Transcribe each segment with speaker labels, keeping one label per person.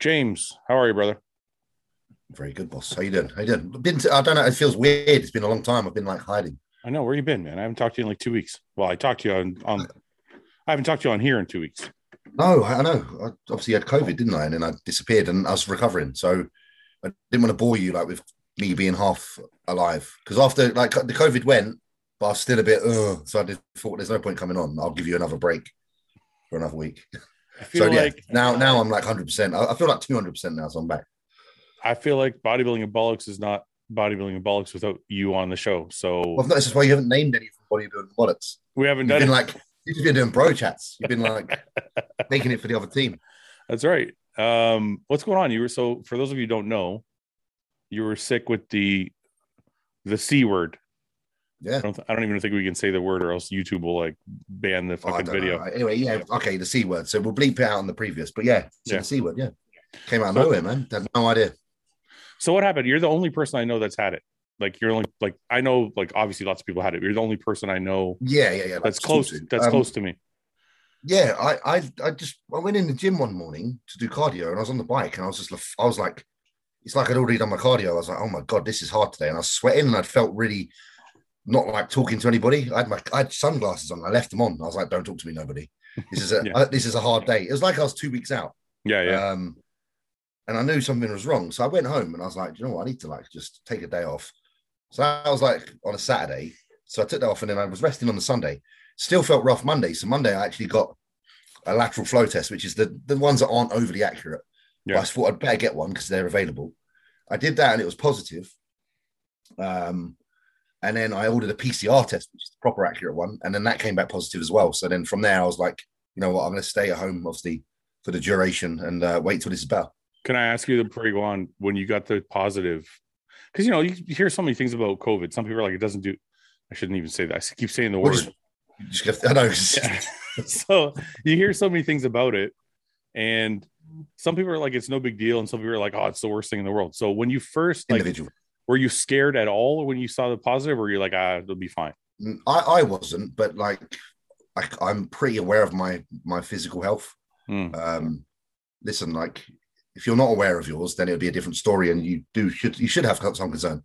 Speaker 1: James, how are you, brother?
Speaker 2: Very good, boss. How you doing? How you doing? Been to, I don't know. It feels weird. It's been a long time. I've been like hiding.
Speaker 1: I know where you been, man. I haven't talked to you in like two weeks. Well, I talked to you on, on I haven't talked to you on here in two weeks.
Speaker 2: No, I I know. I obviously had COVID, didn't I? And then I disappeared, and I was recovering. So I didn't want to bore you like with me being half alive because after like the COVID went, but I was still a bit. Ugh, so I just thought there's no point coming on. I'll give you another break for another week.
Speaker 1: I feel
Speaker 2: So yeah,
Speaker 1: like
Speaker 2: now now I'm like 100. percent I I feel like 200 percent now. So I'm back.
Speaker 1: I feel like bodybuilding and bollocks is not bodybuilding and bollocks without you on the show. So
Speaker 2: Well, this is why you haven't named any from bodybuilding wallets.
Speaker 1: we haven't
Speaker 2: You've
Speaker 1: done
Speaker 2: been
Speaker 1: it.
Speaker 2: like you've been doing bro chats. You've been like making it for the other team.
Speaker 1: That's right. Um, what's going on? You were so for those of you who don't know, you were sick with the the c word.
Speaker 2: Yeah.
Speaker 1: I don't, I don't even think we can say the word, or else YouTube will like ban the
Speaker 2: Oh, I
Speaker 1: fucking
Speaker 2: don't know.
Speaker 1: video.
Speaker 2: Right. Anyway, yeah, okay, the C word. So we'll bleep it out on the previous, but yeah, so
Speaker 1: Yeah.
Speaker 2: the C word, yeah. Came out of
Speaker 1: So-
Speaker 2: nowhere, man. Had no idea.
Speaker 1: So what happened? You're the only person I know that's had it. Like you're only like I know like obviously lots of people had it. You're the only person I know
Speaker 2: Yeah, yeah, yeah. like,
Speaker 1: that's
Speaker 2: talk
Speaker 1: close.
Speaker 2: to.
Speaker 1: That's
Speaker 2: Um,
Speaker 1: close to me.
Speaker 2: Yeah, I, I, I just I went in the gym one morning to do cardio, and I was on the bike, and I was just, lef- I was like, it's like I'd already done my cardio. I was like, oh my god, this is hard today, and I was sweating, and I felt really not like talking to anybody. I had my, I had sunglasses on, I left them on. I was like, don't talk to me, nobody. This is a,
Speaker 1: Yeah.
Speaker 2: uh, this is a hard day. It was like I was two weeks out.
Speaker 1: Yeah, yeah.
Speaker 2: Um, and I knew something was wrong. So I went home and I was like, "Do you know what? I need to like just take a day off. So I was like on a Saturday. So I took that off and then I was resting on the Sunday. Still felt rough Monday. So Monday I actually got a lateral flow test, which is the, the ones that aren't overly accurate. But
Speaker 1: Yeah.
Speaker 2: I thought I'd better get one because they're available. I did that and it was positive. Um, and then I ordered a PCR test, which is the proper accurate one. And then that came back positive as well. So then from there, I was like, you know what? I'm going to stay at home, obviously, for the duration and uh, wait till this is better.
Speaker 1: Can I ask you the pre on when you got the positive? Because you know you hear so many things about COVID. Some people are like it doesn't do. I shouldn't even say that. I keep saying the
Speaker 2: We'll
Speaker 1: word.
Speaker 2: just- You Just get, I know.
Speaker 1: Yeah. so you hear so many things about it and some people are like it's no big deal and some people are like oh it's the worst thing in the world so when you first like
Speaker 2: individual.
Speaker 1: were you scared at all when you saw the positive or you're like ah it'll be fine
Speaker 2: I, I wasn't, but like, I, I'm pretty aware of my my physical health.
Speaker 1: Mm.
Speaker 2: Um, listen, like, if you're not aware of yours, then it would be a different story, and you do should you should have some concern,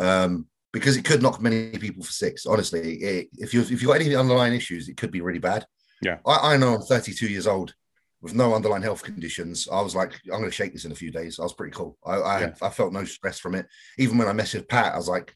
Speaker 2: um, because it could knock many people for six. Honestly, it, if you if you've got any underlying issues, it could be really bad.
Speaker 1: Yeah.
Speaker 2: I, I know I'm 32 years old with no underlying health conditions. I was like, I'm going to shake this in a few days. I was pretty cool. I I,
Speaker 1: Yeah.
Speaker 2: I felt no stress from it. Even when I messaged Pat, I was like,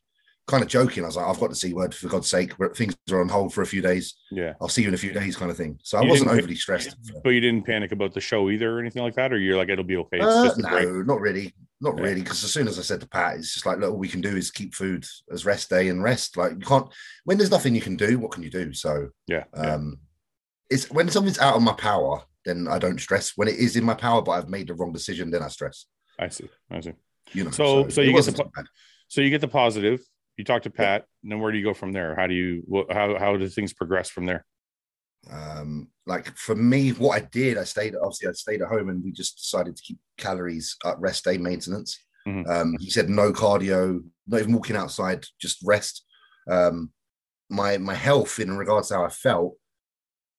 Speaker 2: kind of joking. I was like, I've got the C word for God's sake. We're, things are on hold for a few days.
Speaker 1: yeah
Speaker 2: I'll see you in a few days, kind of thing. So I
Speaker 1: You
Speaker 2: wasn't
Speaker 1: didn't-
Speaker 2: overly stressed.
Speaker 1: but you didn't panic about the show either or anything like that or you're like it'll be okay it's
Speaker 2: Uh,
Speaker 1: just a break.
Speaker 2: no, not really, not
Speaker 1: Yeah.
Speaker 2: really. Because as soon as I said to Pat, it's just like, look, all we can do is keep food as rest day and rest. Like you can't when there's nothing you can do. What can you do? So
Speaker 1: yeah, yeah.
Speaker 2: um, it's when something's out of my power, then I don't stress. When it is in my power, but I've made the wrong decision, then I stress.
Speaker 1: i see i see
Speaker 2: You know.
Speaker 1: So- so you get
Speaker 2: it
Speaker 1: the
Speaker 2: wasn't
Speaker 1: po-
Speaker 2: too bad.
Speaker 1: so you get the positive you talk to pat and then where do you go from there how do you wh- how how do things progress from there
Speaker 2: um like for me what i did i stayed obviously i stayed at home and we just decided to keep calories at rest day maintenance
Speaker 1: Mhm.
Speaker 2: um he said no cardio not even walking outside just rest um my my health in regards to how i felt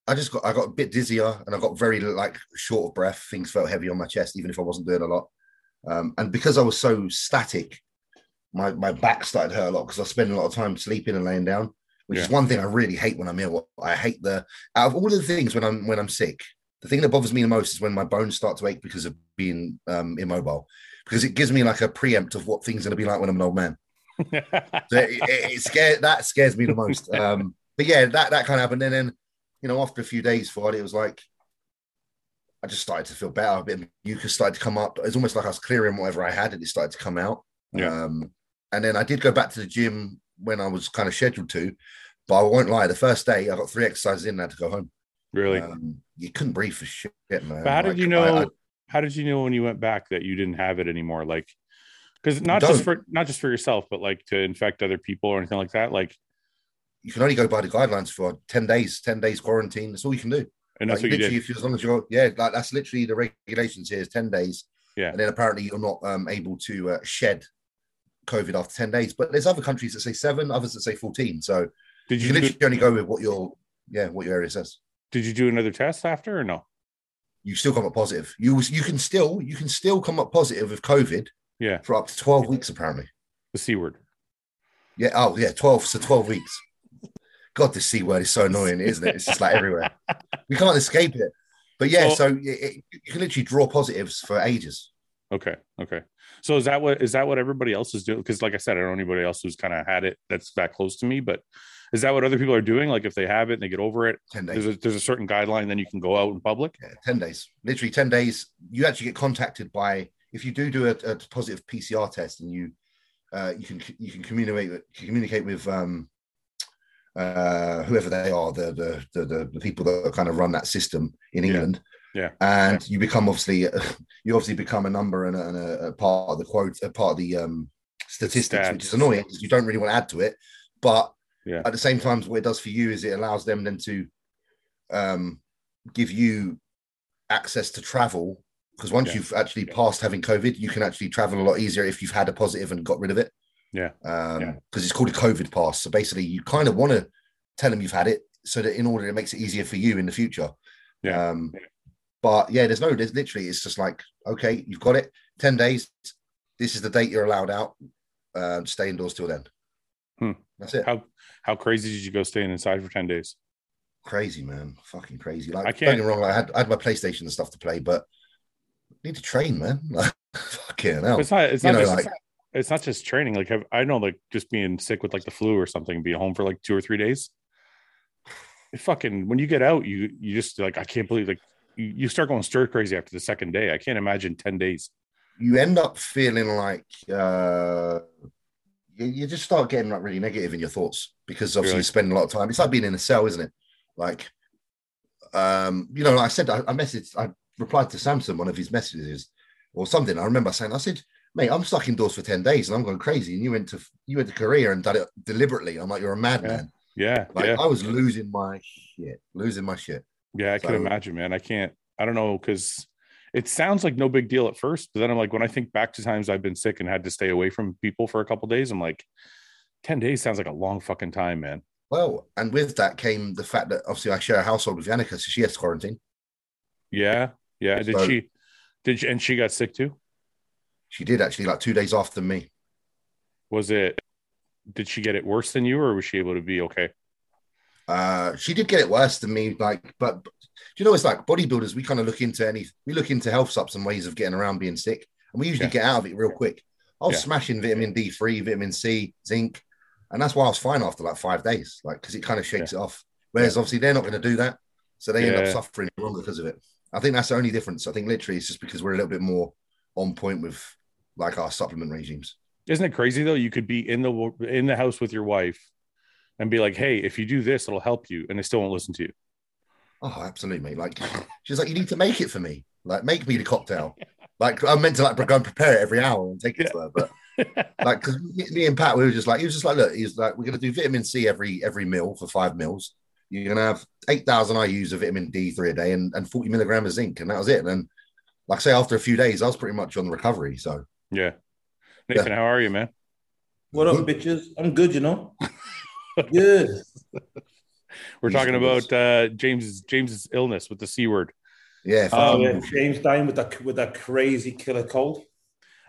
Speaker 2: i just got i got a bit dizzier and i got very like short of breath things felt heavy on my chest even if i wasn't doing a lot um and because i was so static my my back started to hurt a lot because i spend a lot of time sleeping and laying down which is
Speaker 1: Yeah.
Speaker 2: one thing i really hate when i'm ill i hate the out of all the things when I'm when I'm sick, the thing that bothers me the most is when my bones start to ache because of being um, immobile, because it gives me like a preempt of what things are gonna be like when I'm an old man. So it, it, it scares that scares me the most. Um, but yeah, that that kind of happened, and then you know after a few days for it, it was like I just started to feel better. A bit of mucus started to come up. It's almost like I was clearing whatever I had, and it started to come out.
Speaker 1: Yeah.
Speaker 2: Um, and then I did go back to the gym when I was kind of scheduled to, but I won't lie. The first day I got three exercises in, and I had to go home.
Speaker 1: really
Speaker 2: Um, you couldn't breathe for shit, man.
Speaker 1: But how did
Speaker 2: Like,
Speaker 1: you
Speaker 2: I-
Speaker 1: know?
Speaker 2: I-
Speaker 1: how did you know when you went back that you didn't have it anymore? Like, because not just
Speaker 2: don't.
Speaker 1: for not just for yourself, but like to infect other people or anything like that. Like,
Speaker 2: you can only go by the guidelines for ten days. Ten days quarantine. That's all you can do.
Speaker 1: and that's what
Speaker 2: Like,
Speaker 1: you
Speaker 2: literally,
Speaker 1: did.
Speaker 2: if you as long as you're yeah, like that's literally the regulations here is ten days.
Speaker 1: Yeah.
Speaker 2: and then apparently you're not um, able to uh, shed COVID after ten days. But there's other countries that say seven, others that say fourteen. So
Speaker 1: Did
Speaker 2: you
Speaker 1: you
Speaker 2: can
Speaker 1: do,
Speaker 2: literally only go with what your yeah what your area says.
Speaker 1: did you do another test after or no?
Speaker 2: you still come up positive. You you can still you can still come up positive with COVID
Speaker 1: Yeah.
Speaker 2: for up to twelve weeks apparently.
Speaker 1: The C word.
Speaker 2: Yeah. Oh yeah, twelve. So twelve weeks. God, this c word is so annoying, isn't it? It's just like everywhere. We can't escape it. But yeah,
Speaker 1: So-
Speaker 2: so, it, it- you can literally draw positives for ages.
Speaker 1: Okay. Okay. So is that what is that what everybody else is doing? Because like I said, I don't know anybody else who's kind of had it that's that close to me, but is that what other people are doing? Like if they have it and they get over it,
Speaker 2: Ten days.
Speaker 1: there's a there's a certain guideline, then you can go out in public.
Speaker 2: Yeah, 10 uh, days literally 10 days you actually get contacted by if you do do a, a positive pcr test and you uh, you can you can communicate with- communicate with um uh whoever they are the the the, the, the people that kind of run that system in
Speaker 1: Yeah.
Speaker 2: england
Speaker 1: Yeah.
Speaker 2: and you become obviously you obviously become a number and a, and a, a part of the quote a part of the um statistics which is
Speaker 1: Stats.
Speaker 2: annoying 'cause you don't really want to add to it but
Speaker 1: Yeah.
Speaker 2: at the same time what it does for you is it allows them then to um give you access to travel because once
Speaker 1: Yeah.
Speaker 2: you've actually passed having COVID, you can actually travel a lot easier if you've had a positive and got rid of it.
Speaker 1: Yeah.
Speaker 2: Because
Speaker 1: Yeah.
Speaker 2: it's called a COVID pass. So basically, you kind of want to tell them you've had it so that in order it makes it easier for you in the future.
Speaker 1: Yeah.
Speaker 2: Um,
Speaker 1: Yeah.
Speaker 2: But yeah, there's no, there's literally, it's just like, okay, you've got it, 10 days. This is the date you're allowed out. Um, stay indoors till then.
Speaker 1: Hmm.
Speaker 2: That's it.
Speaker 1: How how crazy did you go staying inside for 10 days?
Speaker 2: crazy man fucking crazy like
Speaker 1: I
Speaker 2: I
Speaker 1: can't-
Speaker 2: don't get me wrong like, I, had, I had my playstation and stuff to play but I need to train man like fucking hell
Speaker 1: It's not it's
Speaker 2: you
Speaker 1: not
Speaker 2: know,
Speaker 1: just
Speaker 2: like-
Speaker 1: it's not just training. Like have, I know like just being sick with like the flu or something, being home for like two or three days. It fucking when you get out, you you just like I can't believe like you, you start going stir crazy after the second day. I can't imagine 10 days.
Speaker 2: you end up feeling like uh you, you just start getting like really negative in your thoughts because obviously
Speaker 1: Really?
Speaker 2: you spend a lot of time it's like being in a cell isn't it like um you know like i said i, I messaged i replied to samson one of his messages or something i remember saying i said mate i'm stuck indoors for 10 days and i'm going crazy and you went to you went to korea and done it deliberately i'm like you're a madman
Speaker 1: Yeah.
Speaker 2: Like
Speaker 1: yeah.
Speaker 2: I was losing my shit, losing my shit.
Speaker 1: Yeah, I can
Speaker 2: So-
Speaker 1: imagine, man. I can't. I don't know because it sounds like no big deal at first, but then I'm like, when I think back to times I've been sick and had to stay away from people for a couple days, I'm like, ten days sounds like a long fucking time, man.
Speaker 2: Well, and with that came the fact that obviously I share a household with Yannicka, so she has to quarantine.
Speaker 1: Yeah, yeah. Did
Speaker 2: So-
Speaker 1: she? Did she, and she got sick too?
Speaker 2: She did actually like two days after me.
Speaker 1: Was it? Did she get it worse than you, or was she able to be okay?
Speaker 2: Uh, she did get it worse than me, like, but, but do you know it's like bodybuilders, we kind of look into any we look into health subs and ways of getting around being sick, and we usually
Speaker 1: Yeah.
Speaker 2: get out of it real quick. I was
Speaker 1: Yeah.
Speaker 2: smashing vitamin D3, vitamin C, zinc, and that's why I was fine after like five days, like because it kind of shakes it off. Whereas obviously they're not going to do that, so they end up
Speaker 1: Yeah.
Speaker 2: suffering longer because of it. I think that's the only difference. I think literally it's just because we're a little bit more on point with like our supplement regimes.
Speaker 1: Isn't it crazy though? You could be in the wo- in the house with your wife, and be like, "Hey, if you do this, it'll help you," and they still won't listen to you.
Speaker 2: Oh, absolutely, mate. Like she's like, you need to make it for me. Like, make me the cocktail. Like I'm meant to like go and prepare it every hour and take it to her, but like because me and Pat, we were just like, he was just like, look, he's like, we're gonna do vitamin C every every meal for five meals. You're gonna have eight thousand IU's of vitamin D three a day and, and forty milligram of zinc, and that was it. And then, like I say, after a few days, I was pretty much on the recovery. So
Speaker 1: yeah. Nathan, how are you, man?
Speaker 3: What up, bitches? I'm good, you know. Good.
Speaker 1: We're
Speaker 2: These
Speaker 1: talking
Speaker 2: fools.
Speaker 1: about uh, James's James's illness with the c word.
Speaker 2: yeah,
Speaker 1: Um,
Speaker 2: um,
Speaker 3: Oh, yeah, James dying with that with that crazy killer cold.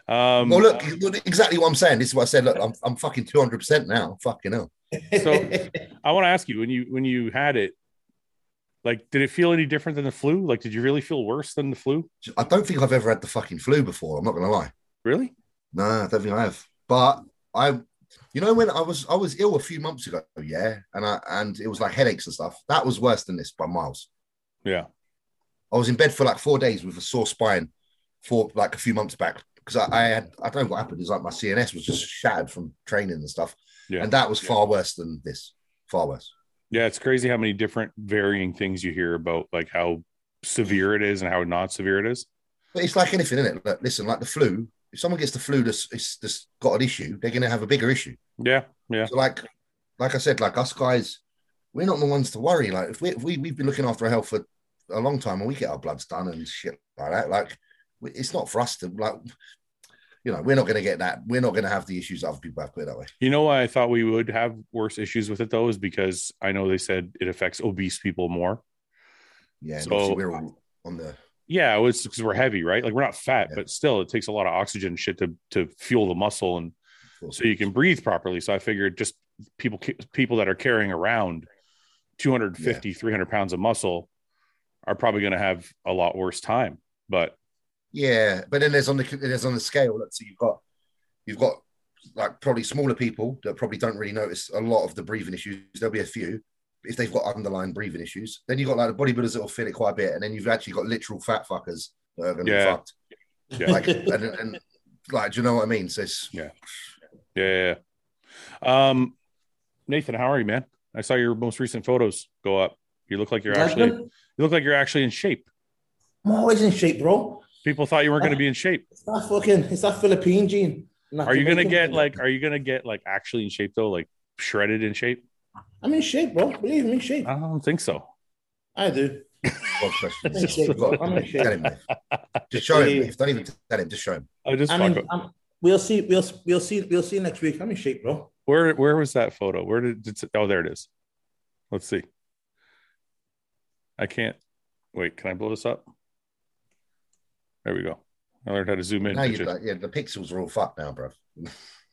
Speaker 1: Um,
Speaker 2: well, look, look, exactly what I'm saying. This is what I said. Look, I'm, I'm fucking two hundred percent now. Fucking hell.
Speaker 1: So- I want to ask you when you when you had it, like, did it feel any different than the flu? Like, did you really feel worse than the flu?
Speaker 2: I don't think I've ever had the fucking flu before. I'm not gonna lie.
Speaker 1: Really?
Speaker 2: No, I don't think I have. But I, you know, when I was I was ill a few months ago, yeah, and I and it was like headaches and stuff. That was worse than this by miles.
Speaker 1: Yeah.
Speaker 2: I was in bed for like four days with a sore spine for like a few months back because I, I had I don't know what happened. It's like my CNS was just shattered from training and stuff,
Speaker 1: Yeah.
Speaker 2: and that was far worse than this. Far worse.
Speaker 1: Yeah, it's crazy how many different varying things you hear about, like how severe it is and how not severe it is.
Speaker 2: But it's like anything, isn't it? Look, listen, like the flu. If someone gets the flu that's, it's, that's got an issue, they're going to have a bigger issue.
Speaker 1: Yeah, yeah,
Speaker 2: So like, like I said, like us guys, we're not the ones to worry. Like if we, if we we've been looking after our health for a long time, and we get our bloods done and shit like that. Like we- it's not for us to like, you know, we're not going to get that. We're not going to have the issues that other people have. Put it that way.
Speaker 1: You know why I thought we would have worse issues with it though is because I know they said it affects obese people more.
Speaker 2: Yeah. and
Speaker 1: So-
Speaker 2: obviously we're all on the
Speaker 1: yeah, it's because we're heavy, right? Like we're not fat,
Speaker 2: Yeah.
Speaker 1: but still, it takes a lot of oxygen shit to to fuel the muscle and
Speaker 2: course.
Speaker 1: so you can breathe properly. So I figured just people people that are carrying around 250, 300 pounds of muscle are probably going to have a lot worse time. But
Speaker 2: Yeah, but then there's on the there's on the scale. Let's see, you've got you've got like probably smaller people that probably don't really notice a lot of the breathing issues. There'll be a few if they've got underlying breathing issues. Then you've got like the bodybuilders that'll feel it quite a bit, and then you've actually got literal fat fuckers that are going to be
Speaker 1: Yeah.
Speaker 2: fucked.
Speaker 1: Yeah.
Speaker 2: Like, and, and like, do you know what I mean? So it's,
Speaker 1: yeah, yeah, yeah. Um, Nathan, how are you, man? I saw your most recent photos go up. You look like you're actually you look like you're actually in shape.
Speaker 3: I'm always in shape, bro.
Speaker 1: People thought you weren't
Speaker 3: Oh,
Speaker 1: going to be in shape.
Speaker 3: It's that fucking, it's that Philippine gene. Not
Speaker 1: Are you going to
Speaker 3: Jamaican.
Speaker 1: get like Are you going to get like actually in shape though? Like shredded in shape?
Speaker 3: I'm in shape, bro. Believe me, I'm in shape.
Speaker 1: I don't think so.
Speaker 3: I do.
Speaker 2: God question.
Speaker 3: I'm in shape,
Speaker 2: You've got-
Speaker 3: bro. I'm in shape.
Speaker 2: tell him, mate. just show him. mate. Don't even tell him. Just show him.
Speaker 1: I just
Speaker 3: I
Speaker 1: fuck
Speaker 3: mean, I'm, we'll see. We'll we'll see. We'll see next week. I'm in shape, bro.
Speaker 1: Where where was that photo? Where did, did it- oh there it is. Let's see. I can't wait. Can I blow this up? There we go. I learned how to zoom in.
Speaker 2: Now
Speaker 1: Did
Speaker 2: you
Speaker 1: you-
Speaker 2: like, yeah, the pixels are all fucked now, bro.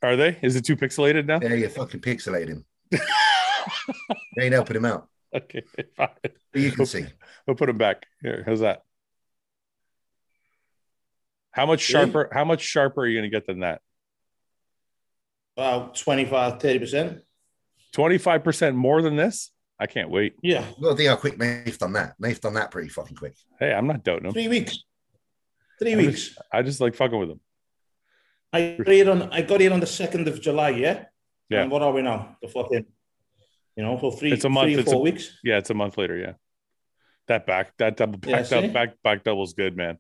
Speaker 1: Are they? Is it too pixelated now?
Speaker 2: Yeah, you fucking pixelated him. You ain't helping him out.
Speaker 1: okay, fine.
Speaker 2: But you can see.
Speaker 1: We'll put them back. Here, how's that? How much
Speaker 3: Yeah.
Speaker 1: sharper? How much sharper are you going to get than that?
Speaker 3: About 25, 30%.
Speaker 1: Twenty five percent more than this? I can't wait.
Speaker 3: Yeah.
Speaker 2: You gotta think how quick Nate's done that. Nate's done that pretty fucking quick.
Speaker 1: Hey, I'm not doubting them.
Speaker 3: Three weeks. Three
Speaker 1: I'm
Speaker 3: weeks.
Speaker 1: I just like fucking with them.
Speaker 3: I got here on I got here on the second of July, yeah?
Speaker 1: Yeah.
Speaker 3: And what are we now? The fucking you know, for three
Speaker 1: It's a month,
Speaker 3: three or
Speaker 1: it's
Speaker 3: four
Speaker 1: a-
Speaker 3: weeks.
Speaker 1: Yeah, it's a month later. Yeah, that back that double
Speaker 3: Yeah,
Speaker 1: back
Speaker 3: see?
Speaker 1: dou- back back double's good, man.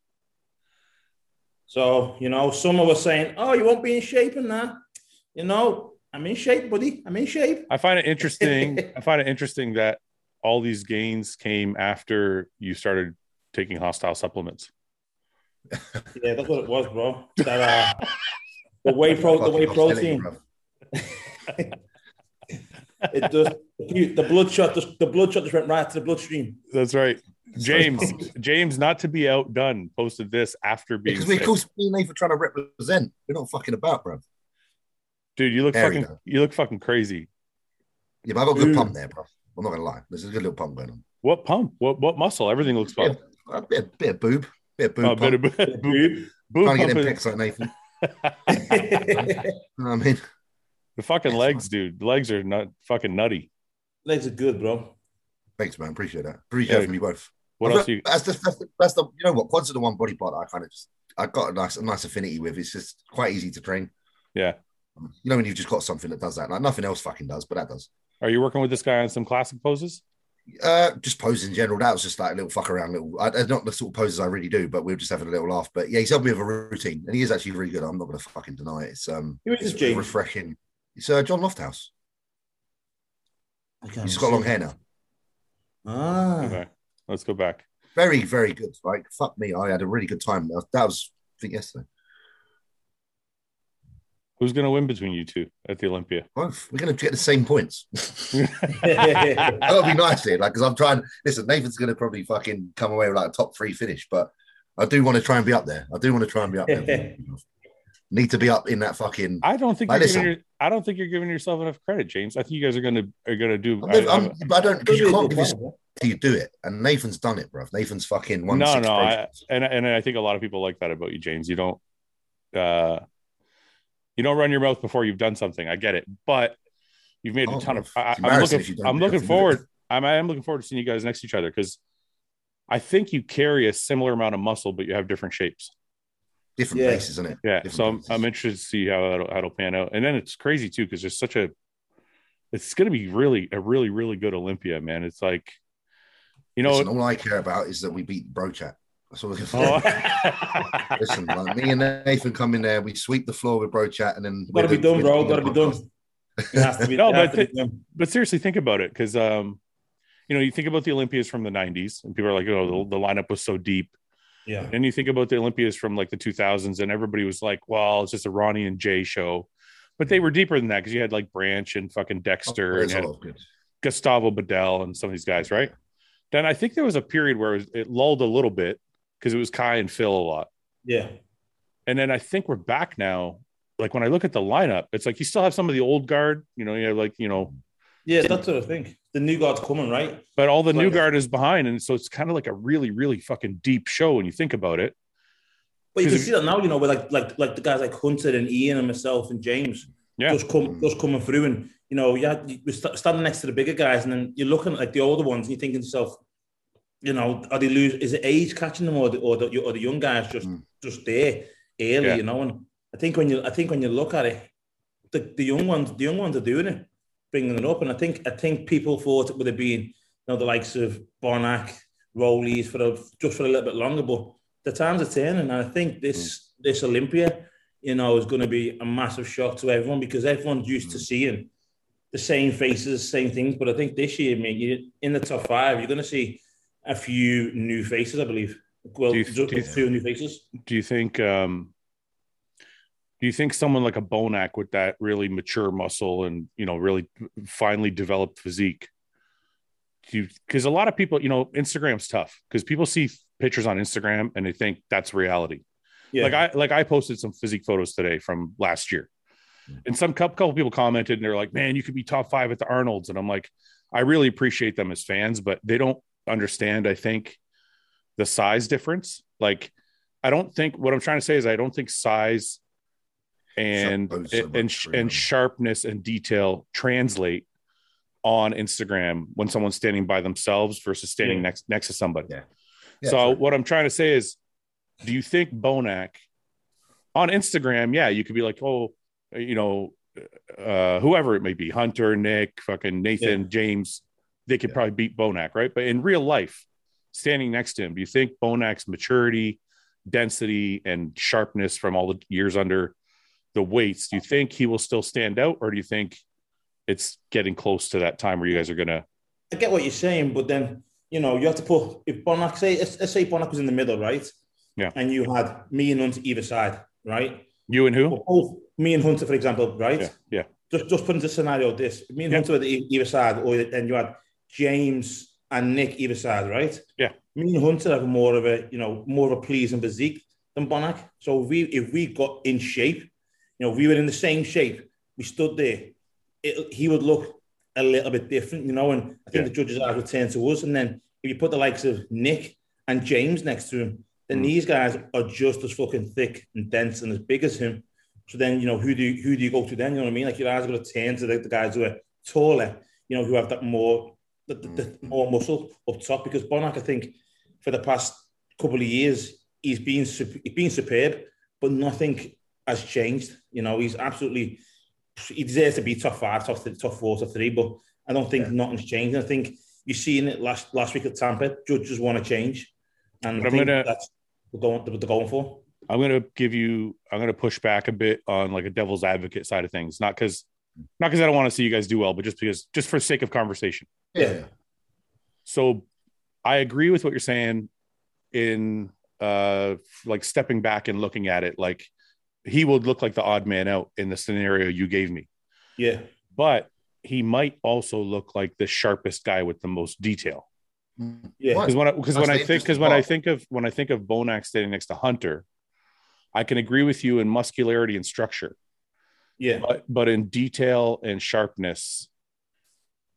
Speaker 3: So, you know, someone was saying, Oh, you won't be in shape and that. You know, I'm in shape, buddy. I'm in shape.
Speaker 1: I find it interesting. I find it interesting that all these gains came after you started taking hostile supplements.
Speaker 3: Yeah, that's what it was, bro. That uh the whey pro the
Speaker 2: Fucking
Speaker 3: whey
Speaker 2: hostility,
Speaker 3: protein.
Speaker 2: bruv.
Speaker 3: It does the blood shot just the blood shot just went right to the bloodstream.
Speaker 1: That's right,
Speaker 2: It's
Speaker 1: James.
Speaker 2: so-
Speaker 1: James, not to be outdone, posted this after being
Speaker 2: Because we, of
Speaker 1: sick.
Speaker 2: course, me and Nathan are trying to represent. We're not fucking about, bro.
Speaker 1: dude. You look
Speaker 2: There we
Speaker 1: fucking.
Speaker 2: go.
Speaker 1: You look fucking crazy.
Speaker 2: Yeah, but I've got a good
Speaker 3: Ooh.
Speaker 2: pump there, bro. I'm not gonna lie. There's a good little pump going on.
Speaker 1: What pump? What what muscle? Everything looks
Speaker 2: Yeah,
Speaker 1: pumped.
Speaker 2: A bit, bit of boob, bit of boob.
Speaker 1: Oh, a
Speaker 2: pump.
Speaker 1: bit of boob, boob
Speaker 2: trying to get
Speaker 1: pump
Speaker 2: them
Speaker 1: is-
Speaker 2: pecs like Nathan.
Speaker 3: Legs
Speaker 2: You know what I mean?
Speaker 1: the fucking legs, dude. The legs are not fucking nutty.
Speaker 3: are good, bro.
Speaker 2: Thanks, man. Appreciate that. Appreciate
Speaker 1: Yeah.
Speaker 2: it from you both.
Speaker 1: What
Speaker 2: I've
Speaker 1: else?
Speaker 2: got-
Speaker 1: You
Speaker 2: That's the, that's, the, that's the you know what quads are the one body part that I kind of just I got a nice a nice affinity with. It's just quite easy to train.
Speaker 1: Yeah.
Speaker 2: You know when you've just got something that does that, like nothing else fucking does, but that does.
Speaker 1: are you working with this guy on some classic poses?
Speaker 2: Uh, just poses in general. That was just like a little fuck around, little. I, they're not the sort of poses I really do, but we were just having a little laugh. But yeah, he's helped me with a routine, and he is actually really good. I'm not going to fucking deny it. It's um,
Speaker 3: Who is
Speaker 2: it's
Speaker 3: this James?
Speaker 2: refreshing. It's uh, John Lofthouse.
Speaker 3: I can't
Speaker 2: He's got long hair now.
Speaker 3: Ah,
Speaker 1: Okay, let's go back.
Speaker 2: Very, very good. Like fuck me, I had a really good time. That- That was I think yesterday.
Speaker 1: Who's gonna win between you two at the Olympia?
Speaker 2: Well, we're going to get the same points.
Speaker 1: yeah,
Speaker 2: That'll be nice here, like because I'm trying. Listen, Nathan's going to probably fucking come away with like a top three finish, but I do want to try and be up there. I do want to try and be up there. Need to be up in that fucking.
Speaker 1: I don't think
Speaker 2: Now
Speaker 1: you're
Speaker 2: listen.
Speaker 1: giving your, I don't think you're giving yourself enough credit, James. I think you guys are gonna are gonna do.
Speaker 2: I'm
Speaker 1: I, uh,
Speaker 2: never, I'm, but I don't because you can't give yourself
Speaker 3: Wow.
Speaker 2: till you do it. And Nathan's done it, bro. Nathan's fucking
Speaker 1: no,
Speaker 2: one.
Speaker 1: no, I, and and I think a lot of people like that about you, James. You don't, uh, you don't run your mouth before you've done something. I get it, but you've made a
Speaker 2: Oh,
Speaker 1: ton of. I, I'm looking. I'm looking forward. I'm I am looking forward to seeing you guys next to each other because I think you carry a similar amount of muscle, but you have different shapes.
Speaker 2: Different
Speaker 3: Yeah.
Speaker 2: places, isn't it?
Speaker 1: Yeah,
Speaker 2: Different
Speaker 1: so I'm,
Speaker 2: places.
Speaker 1: I'm interested to see how that'll, how it'll pan out. And then it's crazy too because there's such a, it's going to be really a really really good Olympia, man. It's like, you know,
Speaker 2: Listen, all I care about is that we beat Brochat. That's all. I
Speaker 1: oh,
Speaker 2: care Listen, like, me and Nathan come in there, we sweep the floor with Brochat, and then
Speaker 3: Gotta be
Speaker 2: we're the-
Speaker 3: done,
Speaker 2: we're
Speaker 3: bro.
Speaker 2: the-
Speaker 3: Gotta be done. It has to be,
Speaker 1: No,
Speaker 3: it has
Speaker 1: but
Speaker 3: to be done.
Speaker 1: but seriously, think about it because, um, you know, you think about the Olympias from the '90s, and people are like,
Speaker 2: Mm-hmm.
Speaker 1: oh, the, the lineup was so deep.
Speaker 3: Yeah.
Speaker 1: And you think about the Olympias from like the 2000s, and everybody was like, well, it's just a Ronnie and Jay show, but they were deeper than that because you had like Branch and fucking Dexter and
Speaker 2: There's a
Speaker 1: had
Speaker 2: lot Mm-hmm. of good.
Speaker 1: Gustavo Bedell and some of these guys, right? Then I think there was a period where it, was, it lulled a little bit, because it was Kai and Phil a lot.
Speaker 3: Yeah.
Speaker 1: And then I think we're back now. Like when I look at the lineup, it's like you still have some of the old guard, you know, you have like, you know,
Speaker 3: Yeah, that's what I think. The new guard's coming, right?
Speaker 1: but all the new
Speaker 2: Right.
Speaker 1: guard is behind. And so it's kind of like a really, really fucking deep show when you think about it.
Speaker 3: But you can
Speaker 1: Because-
Speaker 3: see that now, you know, with like like like the guys like Hunter and Ian and myself and James
Speaker 1: Yeah.
Speaker 3: just come just coming through, and you know, yeah, you, you're sta- standing next to the bigger guys, and then you're looking at like the older ones, and you're thinking to yourself, you know, are they lose? Is it age catching them, or the or the, or the young guys just
Speaker 2: Mm.
Speaker 3: just there early,
Speaker 1: Yeah.
Speaker 3: you know? And I think when you I think when you look at it, the, the young ones the young ones are doing it, bringing it up, and I think I think people thought it would have been you know the likes of Bonac, Rowley's for a, just for a little bit longer, but the times are turning, and I think this
Speaker 1: Mm.
Speaker 3: this Olympia, you know, is going to be a massive shock to everyone because everyone's used
Speaker 1: Mm.
Speaker 3: to seeing the same faces, same things. But I think this year, mate, you in the top five, you're going to see a few new faces, I believe. Well,
Speaker 1: Do you-
Speaker 3: ju-
Speaker 1: do you-
Speaker 3: few new faces.
Speaker 1: do you think um do you think someone like a Bonac with that really mature muscle and you know really finely developed physique do you because a lot of people you know Instagram's tough because people see pictures on Instagram and they think that's reality
Speaker 3: Yeah,
Speaker 1: like I like I posted some physique photos today from last year
Speaker 2: Mm-hmm.
Speaker 1: and some cou- couple people commented and they're like man you could be top five at the Arnold's and I'm like I really appreciate them as fans but they don't understand I think the size difference like I don't think what I'm trying to say is I don't think size and
Speaker 2: Sharp bones so
Speaker 1: and
Speaker 2: much, really.
Speaker 1: and sharpness and detail translate on Instagram when someone's standing by themselves versus standing
Speaker 3: Yeah.
Speaker 1: next next to somebody
Speaker 2: Yeah,
Speaker 1: so
Speaker 2: sorry.
Speaker 1: what I'm trying to say is, do you think Bonac on Instagram? Yeah, you could be like, oh, you know, uh, whoever it may be, Hunter, Nick, fucking Nathan, James, they could
Speaker 2: Yeah.
Speaker 1: probably beat Bonac, right? But in real life, standing next to him, do you think Bonac's maturity, density, and sharpness from all the years under the weights, do you think he will still stand out, or do you think it's getting close to that time where you guys are gonna?
Speaker 3: I get what you're saying, but then you know you have to put if Bonac say let's let's say Bonac was in the middle, right?
Speaker 1: Yeah.
Speaker 3: And you had me and Hunter either side, right?
Speaker 1: You and who?
Speaker 3: Well, both me and Hunter, for example, right?
Speaker 1: Yeah, yeah,
Speaker 3: Just just put into scenario this: me and
Speaker 1: Yeah.
Speaker 3: Hunter were the e- either side, or and you had James and Nick either side, right?
Speaker 1: Yeah.
Speaker 3: Me and Hunter have more of a you know more of a pleasing physique than Bonac. So if we if we got in shape, you know, if we were in the same shape. We stood there. It, he would look a little bit different, you know. And I think
Speaker 1: Yeah.
Speaker 3: the judges' eyes would turn to us. And then if you put the likes of Nick and James next to him, then
Speaker 1: Mm.
Speaker 3: these guys are just as fucking thick and dense and as big as him. So then you know who do you, who do you go to then? You know what I mean? Like your eyes are going to turn to the, the guys who are taller, you know, who have that more the, the, the more muscle up top. Because Bonac, I think, for the past couple of years, he's been sup- he's been superb, but nothing has changed. You know, he's absolutely he deserves to be top five, top three, top four, top three. But I don't think
Speaker 2: Yeah.
Speaker 3: nothing's changed. I think you've seen it last last week at Tampa. Judges want to change, and
Speaker 1: But
Speaker 3: I
Speaker 1: I'm
Speaker 3: think
Speaker 1: gonna-
Speaker 3: that's what they're going, what they're going for.
Speaker 1: I'm gonna give you. I'm gonna push back a bit on like a devil's advocate side of things. Not because, not because I don't want to see you guys do well, but just because, just for sake of conversation.
Speaker 2: yeah,
Speaker 3: yeah.
Speaker 1: So, I agree with what you're saying. In uh, like stepping back and looking at it, like he would look like the odd man out in the scenario you gave me,
Speaker 3: Yeah,
Speaker 1: but he might also look like the sharpest guy with the most detail.
Speaker 2: Mm.
Speaker 3: yeah,
Speaker 2: What?
Speaker 1: because when I, because
Speaker 2: That's
Speaker 1: when
Speaker 2: the
Speaker 1: I think because
Speaker 2: interesting
Speaker 1: when I
Speaker 2: part.
Speaker 1: think of when I think of Bonac standing next to Hunter, I can agree with you in muscularity and structure,
Speaker 3: yeah.
Speaker 1: but but in detail and sharpness,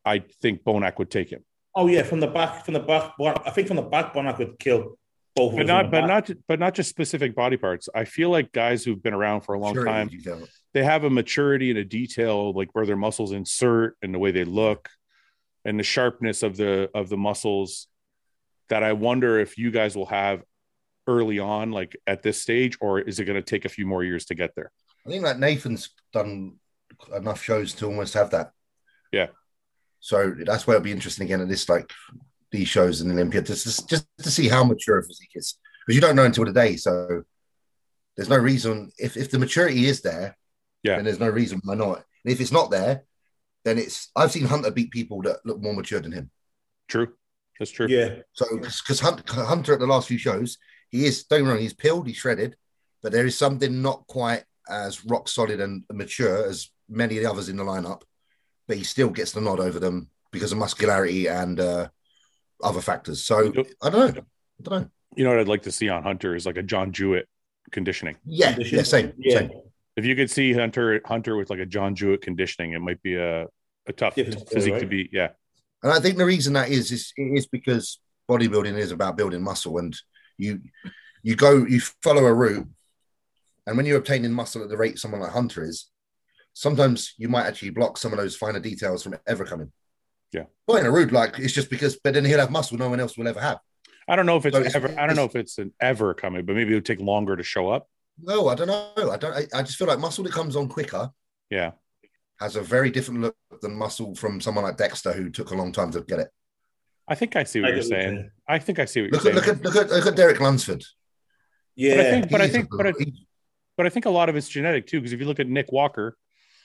Speaker 1: I think Bonac would take him.
Speaker 3: Oh yeah, from the back, from the back. Bon- I think from the back, Bonac would kill both. of
Speaker 1: But
Speaker 3: us
Speaker 1: not
Speaker 3: from
Speaker 1: but
Speaker 3: the back.
Speaker 1: not but not just specific body parts. I feel like guys who've been around for a long
Speaker 2: Sure,
Speaker 1: time,
Speaker 2: you can.
Speaker 1: they have a maturity and a detail like where their muscles insert and the way they look and the sharpness of the of the muscles that i wonder if you guys will have early on like at this stage or is it going to take a few more years to get there
Speaker 2: I think like Nathan's done enough shows to almost have that.
Speaker 1: Yeah.
Speaker 2: So that's where it'll be interesting again at this like these shows in the Olympia just just, just to see how mature a physique is because you don't know until the day. So there's no reason if if the maturity is there,
Speaker 1: Yeah.
Speaker 2: then there's no reason why not. And if it's not there, then it's I've seen Hunter beat people that look more mature than him.
Speaker 1: true that's true
Speaker 3: Yeah,
Speaker 2: So because Hunter at the last few shows, he is don't get me wrong, he's peeled, he's shredded, but there is something not quite as rock solid and mature as many of the others in the lineup. But he still gets the nod over them because of muscularity and uh, other factors. So
Speaker 1: Yep.
Speaker 2: I don't know. I don't know.
Speaker 1: You know what I'd like to see on Hunter is like a John Jewett conditioning.
Speaker 2: Yeah,
Speaker 3: Condition.
Speaker 2: yeah, same,
Speaker 3: Yeah,
Speaker 2: same.
Speaker 1: If you could see Hunter Hunter with like a John Jewett conditioning, it might be a, a tough
Speaker 3: Different story,
Speaker 1: physique to
Speaker 3: right?
Speaker 1: beat. Yeah.
Speaker 2: And I think the reason that is is it is because bodybuilding is about building muscle, and you you go you follow a route, and when you're obtaining muscle at the rate someone like Hunter is, sometimes you might actually block some of those finer details from ever coming.
Speaker 1: Yeah.
Speaker 2: not in a rude like it's just because, but then he'll have muscle no one else will ever have.
Speaker 1: I don't know if it's
Speaker 2: So it's-
Speaker 1: ever I don't know if it's an ever coming, but maybe it would take longer to show up.
Speaker 2: No, I don't know. I don't. I, I just feel like muscle that comes on quicker
Speaker 1: Yeah.
Speaker 2: has a very different look than muscle from someone like Dexter who took a long time to get it.
Speaker 1: I think I see
Speaker 3: I
Speaker 1: what you're
Speaker 3: get what you're
Speaker 1: saying.
Speaker 3: saying.
Speaker 1: I think I see what
Speaker 2: Look
Speaker 1: you're
Speaker 2: at
Speaker 1: saying.
Speaker 2: look at look at look at Derek Lunsford.
Speaker 3: yeah.
Speaker 1: But I think, but I
Speaker 2: He's a-
Speaker 1: think, but I, but I think a lot of it's genetic too. Because if you look at Nick Walker,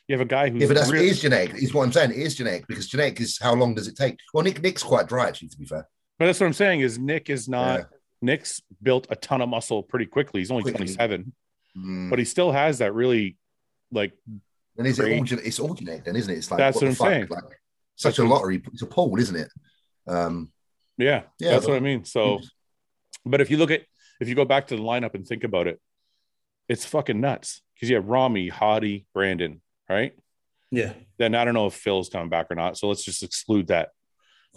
Speaker 1: you have a guy who's
Speaker 2: Yeah, but that's
Speaker 1: really-
Speaker 2: it is genetic. Is what I'm saying. It is genetic because genetic is how long does it take? Well, Nick Nick's quite dry actually. To be fair,
Speaker 1: but that's what I'm saying is Nick is not
Speaker 2: Yeah.
Speaker 1: Nick's built a ton of muscle pretty quickly. He's only
Speaker 2: Quickly.
Speaker 1: 27,
Speaker 2: Mm.
Speaker 1: but he still has that really like
Speaker 2: then is it
Speaker 1: great.
Speaker 2: all gen- it's all genetic then, isn't it? It's like
Speaker 1: That's
Speaker 2: what
Speaker 1: what
Speaker 2: the
Speaker 1: I'm
Speaker 2: fuck? Like such a lottery. It's a pool, isn't it? Um,
Speaker 1: yeah,
Speaker 2: Yeah,
Speaker 1: that's
Speaker 2: but-
Speaker 1: what I mean. So, but if you look at if you go back to the lineup and think about it, it's fucking nuts because you have Rami, Hottie, Brandon, right?
Speaker 3: yeah.
Speaker 1: then I don't know if Phil's coming back or not. So let's just exclude that.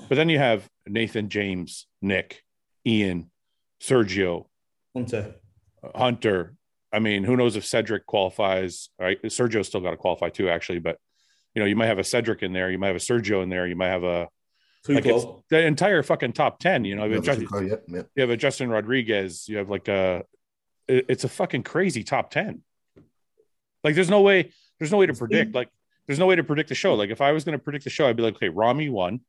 Speaker 1: But then you have Nathan, James, Nick, Ian, Sergio,
Speaker 3: Hunter.
Speaker 1: Hunter. I mean, who knows if Cedric qualifies? Right, Sergio's still got to qualify too, actually. But you know, you might have a Cedric in there, you might have a Sergio in there, you might have a
Speaker 3: Too
Speaker 1: Like it's-
Speaker 3: close.
Speaker 1: the entire fucking top ten. You know, you have, a,
Speaker 2: yeah,
Speaker 1: Ju-
Speaker 2: yeah, yeah.
Speaker 1: you have a Justin Rodriguez, you have like a, it- it's a fucking crazy top ten. Like, there's no way, there's no way to predict. Like, there's no way to predict the show. Like, if I was going to predict the show, I'd be like, okay, Rami won.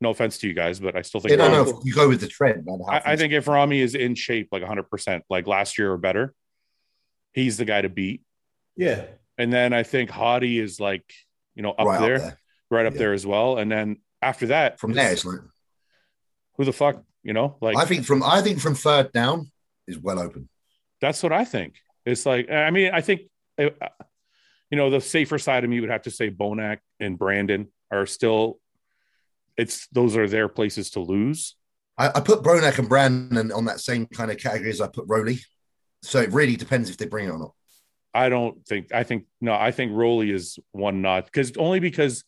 Speaker 1: No offense to you guys, but I still think
Speaker 2: Yeah, no,
Speaker 1: Rami-
Speaker 2: no. You go with the trend. man, how
Speaker 1: I, I
Speaker 2: things-
Speaker 1: think if Rami is in shape like 100 percent like last year or better, he's the guy to beat.
Speaker 3: Yeah.
Speaker 1: And then I think Hadi is like you know up,
Speaker 2: right
Speaker 1: there,
Speaker 2: up there.
Speaker 1: right up
Speaker 2: Yeah.
Speaker 1: there as well. And then after that,
Speaker 2: From
Speaker 1: it's-
Speaker 2: there, it's like,
Speaker 1: who the fuck you know like
Speaker 2: I think from I think from third down is well open.
Speaker 1: That's what I think. It's like I mean, I think uh, you know the safer side of me would have to say Bonac and Brandon are still. It's those are their places to lose.
Speaker 2: I, I put Bronack and Brandon on that same kind of category as I put Rowley. So it really depends if they bring it or not.
Speaker 1: I don't think. I think no. I think Rowley is one notch because only because
Speaker 2: This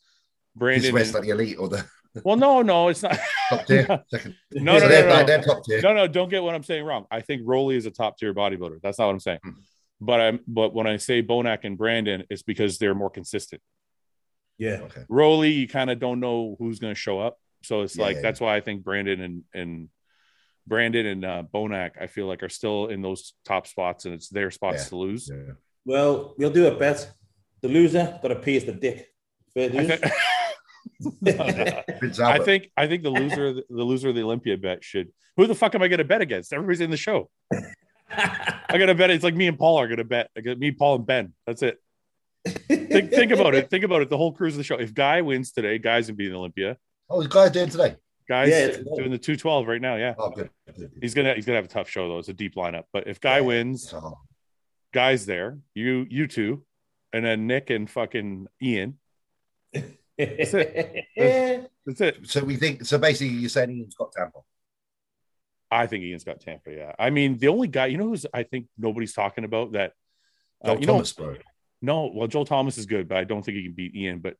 Speaker 1: Brandon.
Speaker 2: West like the elite or the
Speaker 1: well, no, no, it's not.
Speaker 2: top tier.
Speaker 1: no,
Speaker 2: Second.
Speaker 1: no,
Speaker 2: so
Speaker 1: no,
Speaker 2: they're,
Speaker 1: no,
Speaker 2: like-
Speaker 1: no.
Speaker 2: they're top tier.
Speaker 1: no, no. Don't get what I'm saying wrong. I think Rowley is a top tier bodybuilder. That's not what I'm saying.
Speaker 2: Hmm.
Speaker 1: But I'm. But when I say Bonac and Brandon, it's because they're more consistent.
Speaker 3: Yeah.
Speaker 2: Okay.
Speaker 1: Rolly, you kind of don't know who's going to show up. So it's
Speaker 2: Yeah,
Speaker 1: like
Speaker 2: yeah,
Speaker 1: that's why I think Brandon and and Brandon and uh, Bonac, I feel like are still in those top spots, and it's their spots
Speaker 2: Yeah.
Speaker 1: to lose.
Speaker 2: Yeah.
Speaker 3: Well, we'll do a bet. The loser got to pee as the dick. Fair
Speaker 1: I,
Speaker 3: dues.
Speaker 1: thi- No, no.
Speaker 2: Prince
Speaker 1: I
Speaker 2: Albert.
Speaker 1: think I think the loser of the, the loser of the Olympia bet should. Who the fuck am I going to bet against? Everybody's in the show. I got to bet. It's like me and Paul are going to bet. I got me, Paul, and Ben. That's it. Think, think about it. Think about it. The whole cruise of the show. If Guy wins today, Guy's going to be in the Olympia.
Speaker 2: Oh, the guy's doing today.
Speaker 1: Guy's
Speaker 3: Yeah, it's-
Speaker 1: doing the two twelve right now. Yeah.
Speaker 2: Oh, good. good.
Speaker 1: He's gonna he's gonna have a tough show though. It's a deep lineup. But if Guy
Speaker 2: Yeah.
Speaker 1: wins,
Speaker 2: So,
Speaker 1: Guy's there. You you two, and then Nick and fucking Ian. That's it.
Speaker 2: so we think. So basically, you're saying Ian's got Tampa.
Speaker 1: Uh, I think Ian's got Tampa. Yeah. I mean, the only guy you know who's I think nobody's talking about that. uh,
Speaker 2: Joel
Speaker 1: you
Speaker 2: Thomas, bro.
Speaker 1: know, no. Well, Joel Thomas is good, but I don't think he can beat Ian. But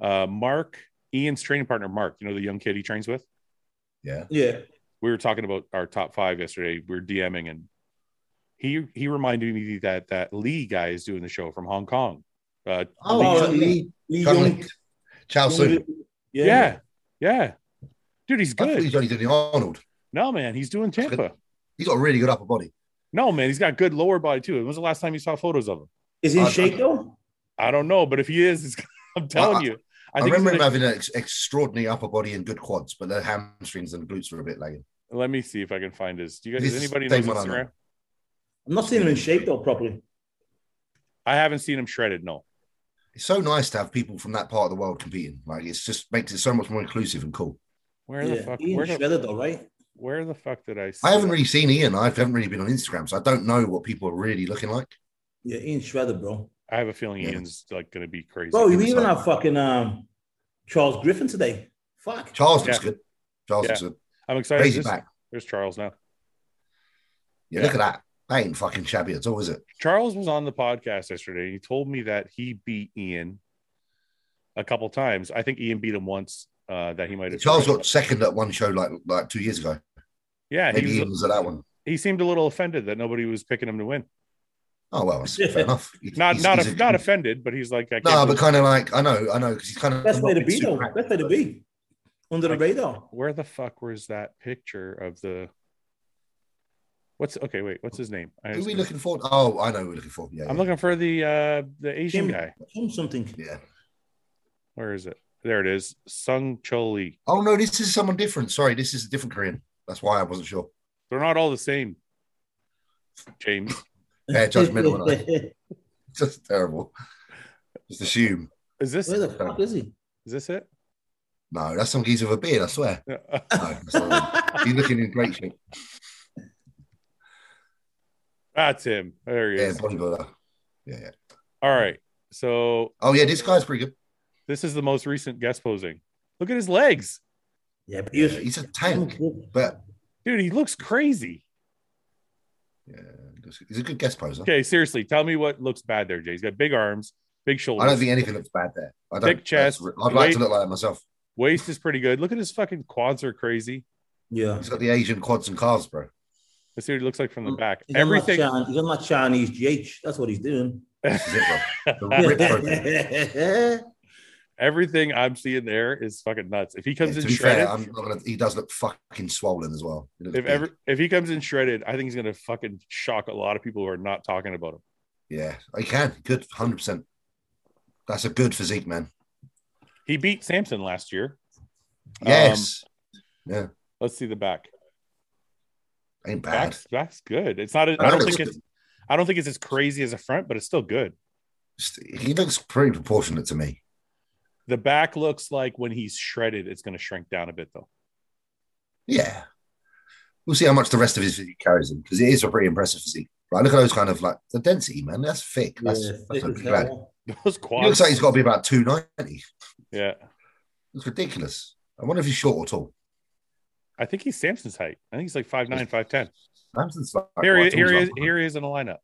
Speaker 1: uh, Mark, Ian's training partner, Mark. You know the young kid he trains with.
Speaker 2: Yeah.
Speaker 3: yeah.
Speaker 1: We were talking about our top five yesterday. We were DMing, and he he reminded me that that Lee guy is doing the show from Hong Kong. Uh,
Speaker 3: Oh,
Speaker 2: Lee-
Speaker 3: Lee, Lee
Speaker 2: Chun
Speaker 3: Young.
Speaker 2: Lee. Chow Soon.
Speaker 3: Yeah.
Speaker 1: yeah, yeah. Dude, he's
Speaker 2: I thought
Speaker 1: good.
Speaker 2: He's only doing the Arnold.
Speaker 1: No, man, he's doing
Speaker 2: That's good.
Speaker 1: Tampa.
Speaker 2: He's got a really good upper body.
Speaker 1: No, man, he's got good lower body too. When was the last time you saw photos of him?
Speaker 3: Is he in
Speaker 2: I- I-
Speaker 3: shape though?
Speaker 1: I don't know, but if he is, it's, I'm telling
Speaker 2: I-
Speaker 1: you,
Speaker 2: I,
Speaker 1: I think. he's
Speaker 2: remember him
Speaker 1: gonna-
Speaker 2: having an ex- extraordinary upper body and good quads, but the hamstrings and glutes were a bit lagging.
Speaker 1: let me see if I can find his. Do you guys?
Speaker 2: This
Speaker 1: Does
Speaker 2: is
Speaker 1: anybody
Speaker 2: the
Speaker 1: know his
Speaker 2: same one I know.
Speaker 1: Instagram?
Speaker 3: I'm not seeing him in shape though properly.
Speaker 1: I haven't seen him shredded. No,
Speaker 2: It's so nice to have people from that part of the world competing. Like it's just makes it so much more inclusive and cool.
Speaker 1: where
Speaker 3: yeah.
Speaker 1: the fuck?
Speaker 3: Ian
Speaker 1: Where the,
Speaker 3: shredded though, right?
Speaker 1: where the fuck did I? See
Speaker 2: I haven't
Speaker 1: that?
Speaker 2: really seen Ian. I haven't really been on Instagram, so I don't know what people are really looking like.
Speaker 3: Yeah, Ian shredded, bro.
Speaker 1: I have a feeling
Speaker 2: Yeah.
Speaker 1: Ian's like going to be crazy.
Speaker 3: Bro, you
Speaker 2: was
Speaker 3: even
Speaker 2: like-
Speaker 3: have fucking um Charles Griffin today. Fuck.
Speaker 2: Charles looks
Speaker 1: Yeah.
Speaker 2: good. Charles
Speaker 1: Yeah.
Speaker 2: looks good.
Speaker 1: I'm excited.
Speaker 2: Crazy
Speaker 1: This-
Speaker 2: back.
Speaker 1: There's Charles now.
Speaker 2: Yeah,
Speaker 1: Yeah.
Speaker 2: look at that. That ain't fucking shabby at all, is it?
Speaker 1: Charles was on the podcast yesterday. and He told me that he beat Ian a couple times. I think Ian beat him once. Uh, that he might have.
Speaker 2: Charles got second at one show like like two years ago.
Speaker 1: Yeah,
Speaker 2: Maybe
Speaker 1: he
Speaker 2: he
Speaker 1: was,
Speaker 2: was at that one.
Speaker 1: he seemed a little offended that nobody was picking him to win.
Speaker 2: Oh well, that's fair enough. He-
Speaker 1: Not
Speaker 2: he's-
Speaker 1: not
Speaker 2: he's
Speaker 1: a, not offended, but he's like, I can't
Speaker 2: No,
Speaker 1: believe-
Speaker 2: but kind of like I know, I know, because he's kind of
Speaker 3: Best way to
Speaker 2: not
Speaker 3: be,
Speaker 2: super
Speaker 3: though. Best way to be. Under the
Speaker 1: Like-
Speaker 3: radar.
Speaker 1: where the fuck was that picture of the? What's okay? Wait, what's his name? I
Speaker 2: Who are we looking for? Oh, I know who we're looking for. Yeah,
Speaker 1: I'm
Speaker 2: yeah.
Speaker 1: looking for the uh the Asian
Speaker 3: Kim-
Speaker 1: guy.
Speaker 3: Kim something.
Speaker 2: yeah.
Speaker 1: Where is it? There it is. Sung Choli.
Speaker 2: Oh no, this is someone different. Sorry, this is a different Korean. That's why I wasn't sure.
Speaker 1: They're not all the same. James.
Speaker 2: Yeah, judgmental. aren't I? Just terrible. Just assume.
Speaker 1: Is this
Speaker 3: Where the fuck is he?
Speaker 1: is this it?
Speaker 2: No, that's some geezer with a beard. I swear. No, that's not him. he's looking in great shape.
Speaker 1: That's him. There he
Speaker 2: Yeah,
Speaker 1: is.
Speaker 2: bodybuilder. Yeah, yeah.
Speaker 1: All right. So
Speaker 2: Oh yeah, this guy's pretty good.
Speaker 1: this is the most recent guest posing. Look at his legs.
Speaker 3: yeah, but
Speaker 2: Yeah,
Speaker 3: he was,
Speaker 2: he's a tank, but
Speaker 1: Dude, he looks crazy.
Speaker 2: yeah, he's a good guest poser.
Speaker 1: Okay, seriously, tell me what looks bad there, Jay. He's got big arms, big shoulders.
Speaker 2: I don't think anything looks bad there. I don't.
Speaker 1: Thick chest,
Speaker 2: that's- I'd like
Speaker 1: weight.
Speaker 2: to look like that myself.
Speaker 1: Waist is pretty good. Look at his fucking quads are crazy.
Speaker 3: Yeah.
Speaker 2: He's got the Asian quads and calves, bro.
Speaker 1: Let's see what he looks like from the
Speaker 3: Mm,
Speaker 1: back.
Speaker 3: He's
Speaker 1: Everything.
Speaker 3: On that, Chin- he's on that Chinese GH. That's what he's doing.
Speaker 2: Is it, bro? The rip program.
Speaker 3: yeah,
Speaker 1: everything I'm seeing there is fucking nuts. If he comes
Speaker 2: Yeah,
Speaker 1: in
Speaker 2: to be fair,
Speaker 1: shredded,
Speaker 2: I'm not gonna, he does look fucking swollen as well. He looks
Speaker 1: if
Speaker 2: big.
Speaker 1: ever if he comes in shredded, I think he's gonna fucking shock a lot of people who are not talking about him.
Speaker 2: yeah, he can. Good, hundred percent. That's a good physique, man.
Speaker 1: He beat Samson last year. Um,
Speaker 2: Yes,
Speaker 1: Let's see the back.
Speaker 2: ain't bad.
Speaker 1: Back's, back's good. It's not. A, I
Speaker 2: That
Speaker 1: don't
Speaker 2: looks
Speaker 1: think it's. I don't think it's as crazy as a front, but it's still good.
Speaker 2: good. He looks pretty proportionate to me.
Speaker 1: The back looks like when he's shredded, it's going to shrink down a bit though.
Speaker 2: Yeah, we'll see how much the rest of his physique carries him because it is a pretty impressive physique. Right, look at those kind of like the density, man. That's thick. That's,
Speaker 3: thick
Speaker 2: that's
Speaker 3: as
Speaker 2: a big lad.
Speaker 3: hell.
Speaker 1: Those
Speaker 2: He
Speaker 1: quads.
Speaker 2: looks like he's got to be about two ninety.
Speaker 1: yeah,
Speaker 2: It's ridiculous. I wonder if he's short or tall.
Speaker 1: I think he's Samson's height. I think he's like five nine, five ten.
Speaker 2: Samson's like
Speaker 1: Here, he,
Speaker 2: quite tall
Speaker 1: here
Speaker 2: as
Speaker 1: he
Speaker 2: well.
Speaker 1: is. Here he is in the lineup.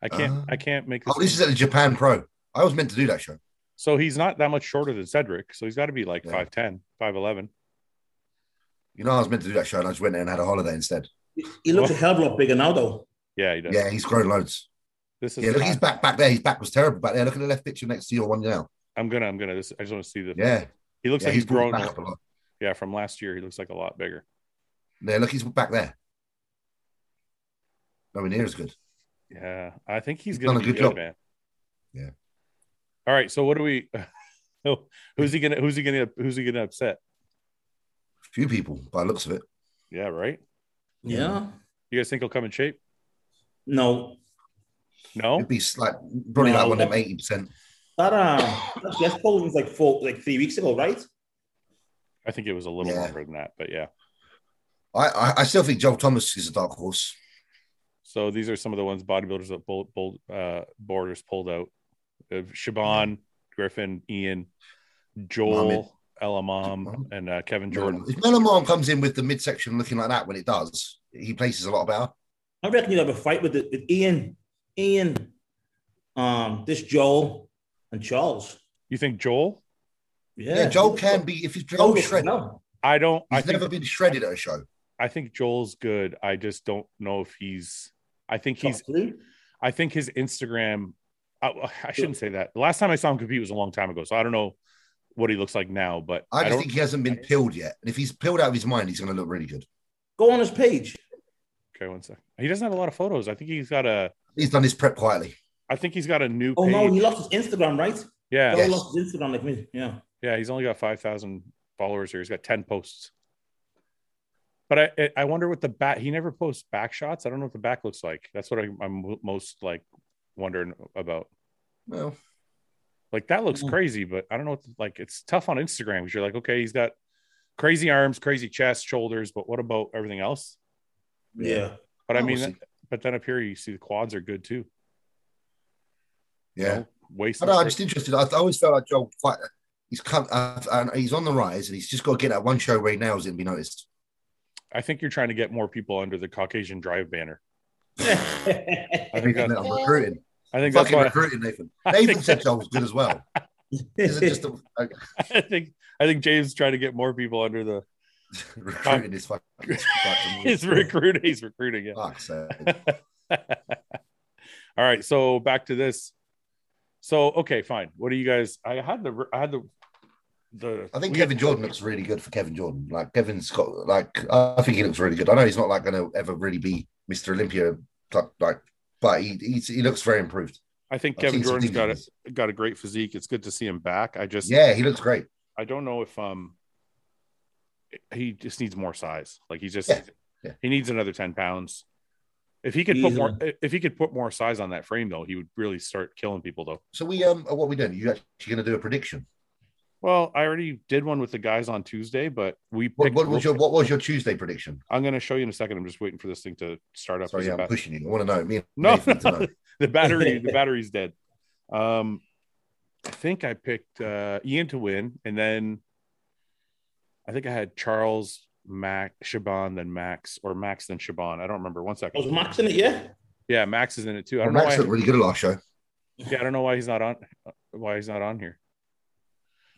Speaker 1: I can't.
Speaker 2: Ah.
Speaker 1: I can't make this.
Speaker 2: Oh, this is at the Japan Pro. I was meant to do that show.
Speaker 1: So he's not that much shorter than Cedric. So he's got to be like
Speaker 2: Yeah.
Speaker 1: 5'10, 5'11.
Speaker 2: You know, I was meant to do that show, and I just went there and had a holiday instead.
Speaker 3: He looks a hell of a lot bigger now, though.
Speaker 1: Yeah, he does.
Speaker 2: Yeah, he's grown loads.
Speaker 1: This is
Speaker 2: Yeah, look, his back back there. His back was terrible back there. Look at the left picture next to your one now.
Speaker 1: I'm gonna I'm gonna this I just want to see the
Speaker 2: Yeah,
Speaker 1: he looks
Speaker 2: yeah,
Speaker 1: like he's
Speaker 2: brought
Speaker 1: grown
Speaker 2: his back
Speaker 1: a-
Speaker 2: up a lot.
Speaker 1: yeah from last year he looks like a lot bigger.
Speaker 2: Yeah, look, he's back there. Nowhere near as good.
Speaker 1: Yeah. I think he's,
Speaker 2: He's
Speaker 1: gonna
Speaker 2: done a
Speaker 1: be
Speaker 2: good
Speaker 1: good,
Speaker 2: job.
Speaker 1: man.
Speaker 2: Yeah.
Speaker 1: All right. So what do we oh, who's he gonna who's he gonna who's he gonna upset?
Speaker 2: Few people, by the looks of it.
Speaker 1: Yeah, right.
Speaker 2: Mm.
Speaker 3: Yeah.
Speaker 1: You guys think he'll come in shape?
Speaker 3: No.
Speaker 1: No? Oh.
Speaker 2: It'd be like probably
Speaker 3: No,
Speaker 2: like one of
Speaker 3: that-
Speaker 2: them eighty percent.
Speaker 3: That um, that guest poll was like four, like three weeks ago, right?
Speaker 1: I think it was a little
Speaker 2: Yeah.
Speaker 1: longer than that, but yeah.
Speaker 2: I, I I still think Joel Thomas is a dark horse.
Speaker 1: So these are some of the ones bodybuilders that bold, bold, uh, borders pulled out: Uh, Shaban, Griffin, Ian, Joel, Elamam,
Speaker 2: Mohammed.
Speaker 1: and uh, Kevin Jordan.
Speaker 2: If Melamon comes in with the midsection looking like that when it does, he places a lot better.
Speaker 3: I reckon you'd have a fight with the, with Ian, Ian, um, this Joel and Charles.
Speaker 1: You think Joel?
Speaker 3: Yeah, Oh,
Speaker 2: Yeah, Joel can be if he's Joel
Speaker 3: Joel's
Speaker 2: shredded.
Speaker 3: well.
Speaker 1: I don't. I
Speaker 2: He's
Speaker 1: think
Speaker 2: never been shredded at a show.
Speaker 1: I think Joel's good. I just don't know if he's. I think he's.
Speaker 3: Top three.
Speaker 1: I think his Instagram. I, I shouldn't say that. The last time I saw him compete was a long time ago, so I don't know what he looks like now. But I,
Speaker 2: I just
Speaker 1: don't.
Speaker 2: think he hasn't been peeled yet. And if he's peeled out of his mind, he's going to look really good.
Speaker 3: Go on his page.
Speaker 1: okay, one sec. He doesn't have a lot of photos. I think he's got a.
Speaker 2: He's done his prep quietly.
Speaker 1: I think he's got a new.
Speaker 3: Oh
Speaker 1: page.
Speaker 3: no, he lost his Instagram, right?
Speaker 1: Yeah.
Speaker 3: Joel
Speaker 2: Yes.
Speaker 3: lost his Instagram like me. Yeah.
Speaker 1: Yeah, he's only got five thousand followers here. He's got ten posts. But I I- I wonder what the back. He never posts back shots. I don't know what the back looks like. That's what I, I'm most like wondering about.
Speaker 2: Well,
Speaker 1: Like that looks
Speaker 3: Mhm.
Speaker 2: Mm-hmm.
Speaker 1: crazy, but I don't know. What the- like it's tough on Instagram because you're like, okay, he's got crazy arms, crazy chest, shoulders, but what about everything else?
Speaker 3: Yeah.
Speaker 1: But I
Speaker 2: Well,
Speaker 1: mean,
Speaker 2: we'll see.
Speaker 1: but then up here you see the quads are good too. you
Speaker 2: yeah.
Speaker 1: know? waist.
Speaker 2: I don't know, I'm just interested. I, I always felt like Joel quite. He's cut. Uh, and he's on the rise, and he's just got to get that one show where he nails it and be noticed.
Speaker 1: I think you're trying to get more people under the Caucasian Drive banner. I
Speaker 2: I
Speaker 1: think
Speaker 2: think
Speaker 1: that's,
Speaker 2: I'm recruiting.
Speaker 1: I think that's
Speaker 2: Fucking
Speaker 1: why.
Speaker 2: recruiting, Nathan.
Speaker 1: I think
Speaker 2: Nathan said I was good as well. Is it just a, a-
Speaker 1: I think I think James trying to get more people under the
Speaker 2: recruiting is fucking fucking-
Speaker 1: his recruiting. He's recruiting it.
Speaker 2: Fuck's sake.
Speaker 1: All right, so back to this. So okay, fine. What do you guys? I had the I had the the.
Speaker 2: I think
Speaker 1: we-
Speaker 2: Kevin Jordan looks really good for Kevin Jordan. Like Kevin's got like I think he looks really good. I know he's not like going to ever really be Mr. Olympia type, like, but he he's, he looks very improved.
Speaker 1: I think
Speaker 2: I've
Speaker 1: Kevin
Speaker 2: seen some
Speaker 1: Jordan's got
Speaker 2: things.
Speaker 1: a got a great physique. It's good to see him back. I just
Speaker 2: Yeah, he looks great.
Speaker 1: I don't know if um he just needs more size. Like he just
Speaker 2: Yeah, yeah. uh,
Speaker 1: he needs another 10 pounds. If he could put more if he could put more size on that frame though, he would really start killing people though.
Speaker 2: So we um what are we doing? You actually going to do a prediction?
Speaker 1: Well, I already did one with the guys on Tuesday, but we picked
Speaker 2: What, what was your what was your Tuesday prediction?
Speaker 1: I'm gonna show you in a second. I'm just waiting for this thing to start up.
Speaker 2: Sorry,
Speaker 1: There's a
Speaker 2: yeah, I'm
Speaker 1: bat-
Speaker 2: pushing you. I want to know. Me and
Speaker 1: No,
Speaker 2: Nathan need to know.
Speaker 1: the battery, the battery's dead. Um I think I picked uh Ian to win, and then I think I had Charles, Mac, Shaban, then Max, or Max then Shaban. I don't remember. One second.
Speaker 3: was Max in it, yeah?
Speaker 1: Yeah, Max is in it too. I
Speaker 2: Well,
Speaker 1: don't
Speaker 2: Oh. Max
Speaker 1: know
Speaker 2: looked really good at last show.
Speaker 1: why. Yeah, I don't know why he's not on. Why he's not on here?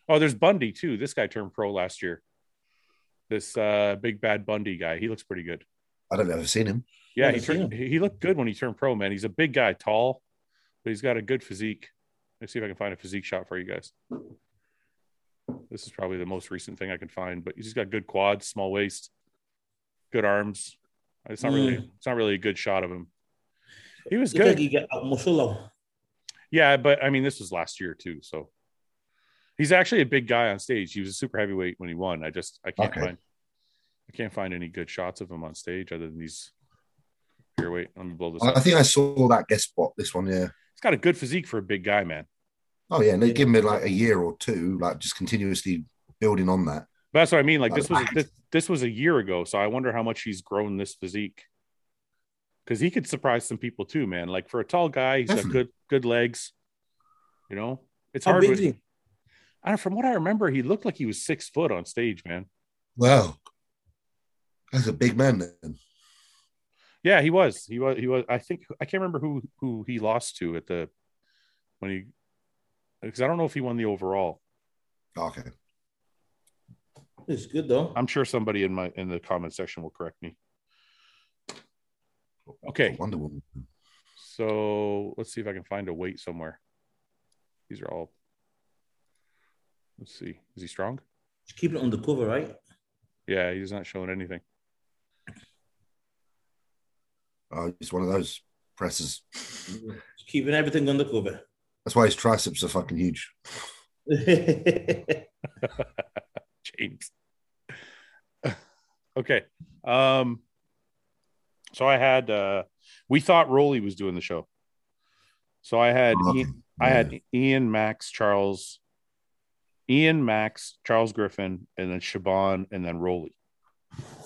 Speaker 1: Oh, there's Bundy too. This guy turned pro last year. This uh, big bad Bundy guy. He looks pretty good.
Speaker 2: I don't know if I've seen him.
Speaker 1: Yeah,
Speaker 3: I've
Speaker 1: he
Speaker 3: seen
Speaker 1: turned, he he looked good when he turned pro. Man, he's a big guy, tall, but he's got a good physique. Let's see if I can find a physique shot for you guys. This is probably the most recent thing I can find, but he's got good quads, small waist, good arms. It's not really, it's not really a good shot of him. Mm. He was
Speaker 3: You think
Speaker 1: good.
Speaker 3: he get out muscle though?
Speaker 1: Yeah, but I mean, this was last year too. So he's actually a big guy on stage. He was a super heavyweight when he won. I just I can't
Speaker 2: Okay.
Speaker 1: find I can't find any good shots of him on stage other than these. Here, wait, let me blow
Speaker 3: Uh,
Speaker 1: this.
Speaker 2: I
Speaker 1: Up.
Speaker 2: think I saw that guest spot. This one, yeah.
Speaker 1: He's got a good physique for a big guy, man.
Speaker 2: Oh yeah, and they give him like a year or two, like just continuously building on that.
Speaker 1: But that's what I mean. Like
Speaker 2: Oh,
Speaker 3: Uh,
Speaker 1: this was
Speaker 2: nice.
Speaker 1: this, this was a year ago, so I wonder how much he's grown this physique. Because he could surprise some people too, man. Like for a tall guy, he's got
Speaker 2: Definitely.
Speaker 1: good good legs. You know, it's
Speaker 3: How
Speaker 1: hard.
Speaker 3: big
Speaker 1: With,
Speaker 3: is he?
Speaker 1: I don't, from what I remember, he looked like he was six foot on stage, man.
Speaker 2: Wow, that's a big man. Then.
Speaker 1: Yeah, he was. He was. He was. I think I can't remember who who he lost to at the when he because I don't know if he won the overall.
Speaker 2: Okay.
Speaker 3: It's good though.
Speaker 1: I'm sure somebody in my in the comment section will correct me. Okay,
Speaker 2: Wonder Woman.
Speaker 1: so let's see if I can find a weight somewhere. These are all. Let's see. Is he strong?
Speaker 3: Just keeping it undercover, right?
Speaker 1: Yeah, he's not showing anything.
Speaker 2: Oh, it's one of those presses.
Speaker 3: Just keeping everything undercover.
Speaker 2: That's why his triceps are fucking huge.
Speaker 3: Who
Speaker 1: James. okay. Um so I had uh we thought Rolly was doing the show. So I had
Speaker 2: Okay.
Speaker 1: Ian- I had Ian Max Charles Ian Max Charles Griffin and then Shaban and then Rolly.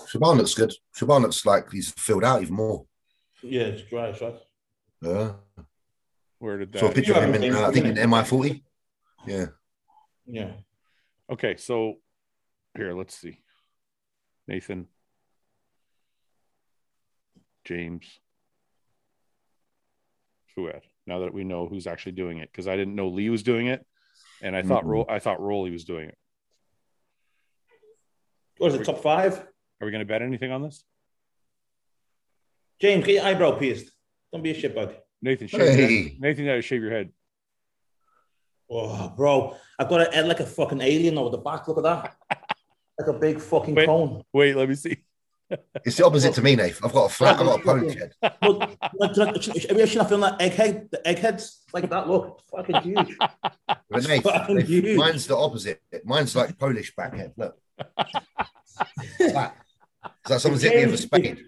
Speaker 2: Shaban looks good. Shaban looks like he's filled out even more.
Speaker 3: Yeah, it's dry, it's right?
Speaker 2: Yeah.
Speaker 1: Where did
Speaker 2: Saw a
Speaker 1: that
Speaker 2: picture of him in, uh, I think in MI40.
Speaker 3: Yeah.
Speaker 1: Okay, so here let's see. Nathan James Fuad. Now that we know who's actually doing it, because I didn't know Lee was doing it, and I thought
Speaker 2: Mhm.
Speaker 1: Ro- I thought Rolly was doing it.
Speaker 3: What is it, top five?
Speaker 1: Are we going to bet anything on this?
Speaker 3: James, get your eyebrow pierced. Don't be a shitbag.
Speaker 1: Nathan, shave your head.
Speaker 2: Hey.
Speaker 1: Nathan, you gotta shave your head.
Speaker 3: Oh, bro, I've got a head like a fucking alien over the back. Look at that. Like a big fucking
Speaker 1: Wait.
Speaker 3: cone.
Speaker 1: Wait, let me see.
Speaker 2: It's the opposite to me, Nate. I've got a flat, I've got a ponytail. head.
Speaker 3: Look, look, look, look, should I should I feel that egghead? The egghead's like that. Look, it's fucking huge.
Speaker 2: But Nate,
Speaker 3: Fucking
Speaker 2: Nate,
Speaker 3: huge.
Speaker 2: mine's the opposite. Mine's like Polish backhead. Look. Flat. It's like someone's hit me with a spade.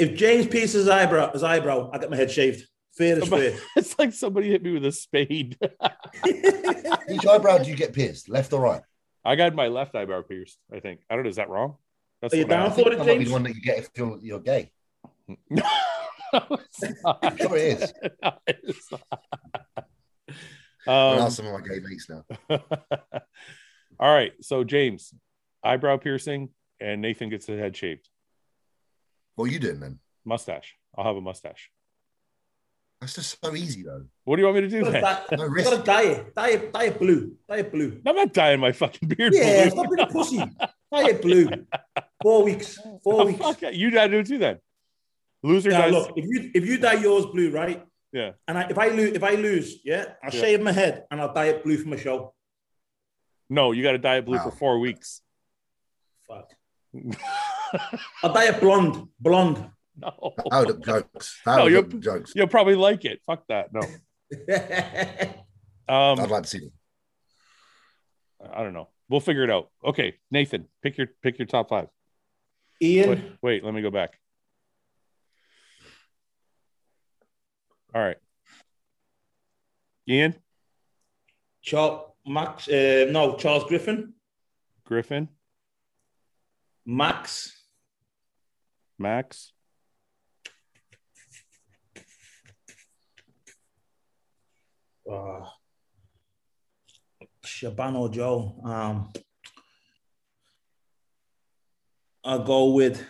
Speaker 3: If James pierces his eyebrow, his eyebrow, I get my head shaved. Fair is fair.
Speaker 1: It's like somebody hit me with a spade.
Speaker 2: Which eyebrow do you get pierced? Left or right?
Speaker 1: I got my left eyebrow pierced. I think. I don't know. Is that wrong? That's
Speaker 3: Are you
Speaker 1: the one I
Speaker 3: down
Speaker 2: I
Speaker 3: for
Speaker 2: think
Speaker 3: it,
Speaker 2: that might be
Speaker 3: James?
Speaker 2: the one that you get if you're, you're gay.
Speaker 1: No, it's not.
Speaker 2: Sure it is.
Speaker 1: No, it's not.
Speaker 2: I'll
Speaker 1: Um,
Speaker 2: ask some of my gay mates now.
Speaker 1: all right. So James, eyebrow piercing, and Nathan gets his head shaved.
Speaker 2: What are you doing then?
Speaker 1: Mustache. I'll have a mustache.
Speaker 2: That's just so easy though.
Speaker 1: What do you want me to do?
Speaker 3: Got a,
Speaker 1: Then?
Speaker 3: di-
Speaker 2: No
Speaker 3: you
Speaker 2: risk.
Speaker 3: got a diet, diet, diet blue, diet blue.
Speaker 1: I'm not dyeing my fucking beard. blue.
Speaker 3: Yeah, stop being a pussy. Diet blue. Four weeks. Four
Speaker 1: Oh,
Speaker 3: weeks.
Speaker 1: fuck yeah. You gotta do it too then. Loser
Speaker 3: Now,
Speaker 1: dies.
Speaker 3: look, if you if you dye yours blue, right?
Speaker 1: Yeah.
Speaker 3: And I, if I lose, if I lose, yeah, I'll
Speaker 1: Yeah.
Speaker 3: shave my head and I'll dye it blue for my show.
Speaker 1: No, you gotta dye it blue for
Speaker 2: Wow.
Speaker 1: four weeks.
Speaker 3: Fuck. I'll dye it blonde, blonde.
Speaker 1: No.
Speaker 2: That would jokes. That
Speaker 1: No,
Speaker 2: would
Speaker 1: you're-
Speaker 2: jokes.
Speaker 1: You'll probably like it. Fuck that. No.
Speaker 2: I'd
Speaker 1: Um,
Speaker 2: like to see them.
Speaker 1: I don't know. We'll figure it out. Okay, Nathan, pick your pick your top five.
Speaker 3: Ian,
Speaker 1: Wait, wait, let me go back. All right. Ian,
Speaker 3: Charles, Max, uh, no, Charles Griffin,
Speaker 1: Griffin,
Speaker 3: Max,
Speaker 1: Max,
Speaker 3: oh. Shabano Joe. Um, I'll go with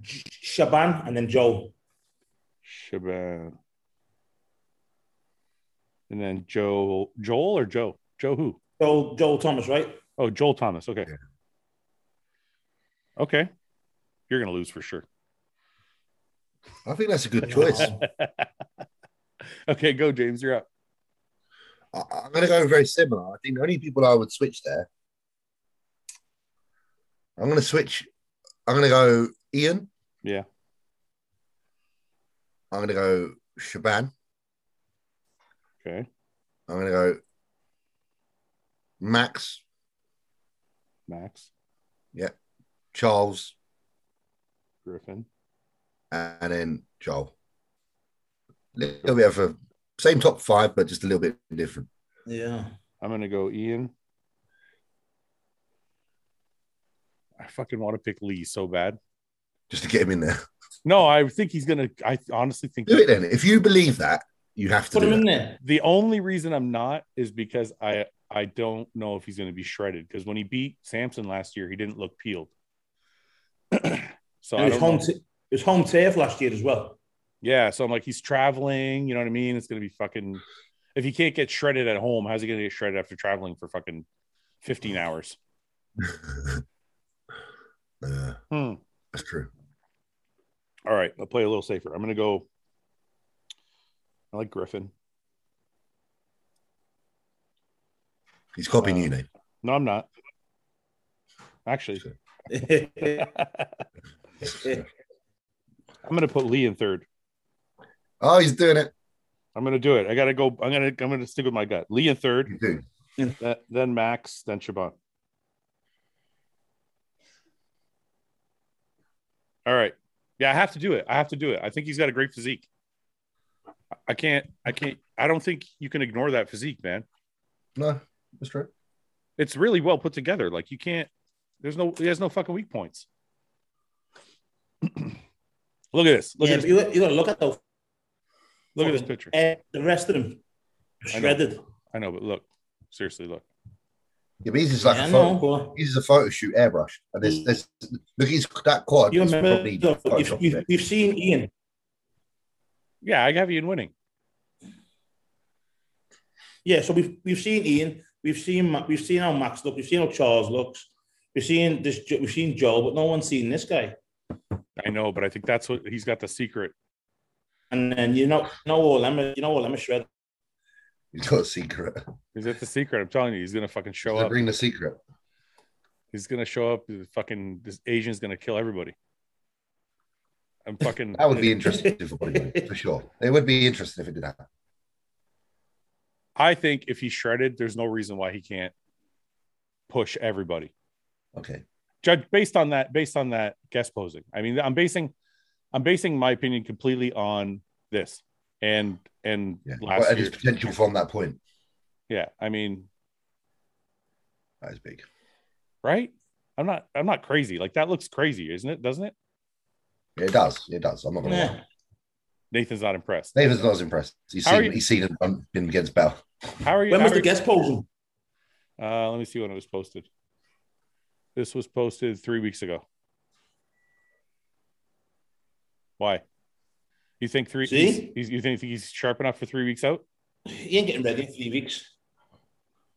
Speaker 3: J- Shaban and then Joe.
Speaker 1: Shaban. And then Joe Joel or Joe? Joe who?
Speaker 3: Joe, Joe Thomas, right?
Speaker 1: Oh, Joel Thomas. Okay.
Speaker 2: Yeah.
Speaker 1: Okay. You're gonna lose for sure.
Speaker 2: I think that's a good choice.
Speaker 3: Um,
Speaker 1: Okay, go, James. You're up.
Speaker 2: I, I'm going to go very similar. I think the only people I would switch there, I'm going to switch. I'm going to go Ian.
Speaker 1: Yeah.
Speaker 2: I'm going to go Shaban.
Speaker 1: Okay.
Speaker 2: I'm going to go Max,
Speaker 1: Max,
Speaker 2: Charles,
Speaker 1: Griffin.
Speaker 2: and then Joel. little bit of a same top five, but just a little bit different.
Speaker 3: Yeah.
Speaker 1: I'm gonna go Ian. I fucking want to pick Lee so bad.
Speaker 2: Just to get him in there.
Speaker 1: No, I think he's gonna. I honestly think
Speaker 2: Do it then. If you believe that, you have to
Speaker 3: Put
Speaker 2: do
Speaker 3: him
Speaker 2: it.
Speaker 3: in there.
Speaker 1: the only reason I'm not is because I I don't know if he's gonna be shredded because when he beat Samson last year, he didn't look peeled. so
Speaker 3: And
Speaker 1: I
Speaker 3: it was
Speaker 1: don't
Speaker 3: home.
Speaker 1: know.
Speaker 3: T- it was home turf last year as well.
Speaker 1: yeah, so I'm like he's traveling. You know what I mean? It's gonna be fucking. If he can't get shredded at home, how's he gonna get shredded after traveling for fucking 15 hours?
Speaker 2: Yeah,
Speaker 1: Hmm.
Speaker 2: Uh, that's true.
Speaker 1: All right, I'll play a little safer. I'm gonna go. I like Griffin.
Speaker 2: He's copying you, Nate.
Speaker 1: No, I'm not. Actually, I'm gonna put Lee in third.
Speaker 2: Oh, he's doing it.
Speaker 1: I'm gonna do it. I gotta go. I'm gonna I'm gonna stick with my gut. Lee in third,
Speaker 2: You do.
Speaker 1: then, then Max, then Chabon. All right. Yeah, I have to do it. I have to do it. I think he's got a great physique. I- I can't. I can't. I don't think you can ignore that physique, man.
Speaker 2: No, that's true.
Speaker 1: It's really well put together. Like you can't. There's no. He has no fucking weak points. look at this. Look
Speaker 3: yeah,
Speaker 1: at
Speaker 3: but
Speaker 1: this.
Speaker 3: you, got- you got to look at those.
Speaker 1: Look at this
Speaker 3: fucking-
Speaker 1: picture.
Speaker 3: eh, the rest of them
Speaker 1: I know.
Speaker 3: shredded.
Speaker 1: I know, but look. Seriously, look.
Speaker 2: Yeah, but he's just like
Speaker 3: Yeah, I
Speaker 2: a
Speaker 3: know,
Speaker 2: photo.
Speaker 3: but
Speaker 2: He's just a photo shoot airbrush. And there's, there's look, he's that quad.
Speaker 3: you
Speaker 2: is
Speaker 3: remember?
Speaker 2: probably
Speaker 3: though,
Speaker 2: photoshopped
Speaker 3: You've, you've,
Speaker 2: there.
Speaker 3: you've seen Ian.
Speaker 1: Yeah, I have you in winning.
Speaker 3: Yeah, so we've we've seen Ian. We've seen Ma- we've seen how Max looks. We've seen how Charles looks. We've seen this. Jo- We've seen Joe, but no one's seen this guy.
Speaker 1: I know, but I think that's what he's got the secret.
Speaker 3: And then you know, you know all them. are- You know all them are shredded.
Speaker 2: He's got a secret.
Speaker 1: He's got the secret. I'm telling you, he's gonna fucking show
Speaker 2: He's
Speaker 1: up.
Speaker 2: bring the secret.
Speaker 1: He's gonna show up. The fucking this Asian's gonna kill everybody. I'm fucking.
Speaker 2: That would be interesting for bodybuilding, for sure. It would be interesting if it did happen.
Speaker 1: I think if he's shredded, there's no reason why he can't push everybody.
Speaker 2: Okay.
Speaker 1: Judge based on that, based on that guest posing. I mean, I'm basing, I'm basing my opinion completely on this and and
Speaker 2: Yeah.
Speaker 1: last
Speaker 2: Well, and
Speaker 1: year.
Speaker 2: his potential from that point.
Speaker 1: Yeah, I mean,
Speaker 2: That is big.
Speaker 1: right? I'm not. I'm not crazy. Like that looks crazy, isn't it? Doesn't it?
Speaker 2: It does. It does. I'm not going to lie.
Speaker 3: Yeah.
Speaker 1: Nathan's not impressed.
Speaker 2: Nathan's not as impressed. He's
Speaker 1: How are
Speaker 2: seen,
Speaker 1: you-
Speaker 2: he's seen him um, been against Bell.
Speaker 1: How are you?
Speaker 3: When
Speaker 1: how
Speaker 3: was
Speaker 1: are
Speaker 3: the
Speaker 1: you-
Speaker 3: guest posing?
Speaker 1: Uh, let me see when it was posted. This was posted three weeks ago. Why? You think three?
Speaker 3: See?
Speaker 1: he's- he's- you think he's sharp enough for three weeks out?
Speaker 3: He ain't getting ready in three weeks.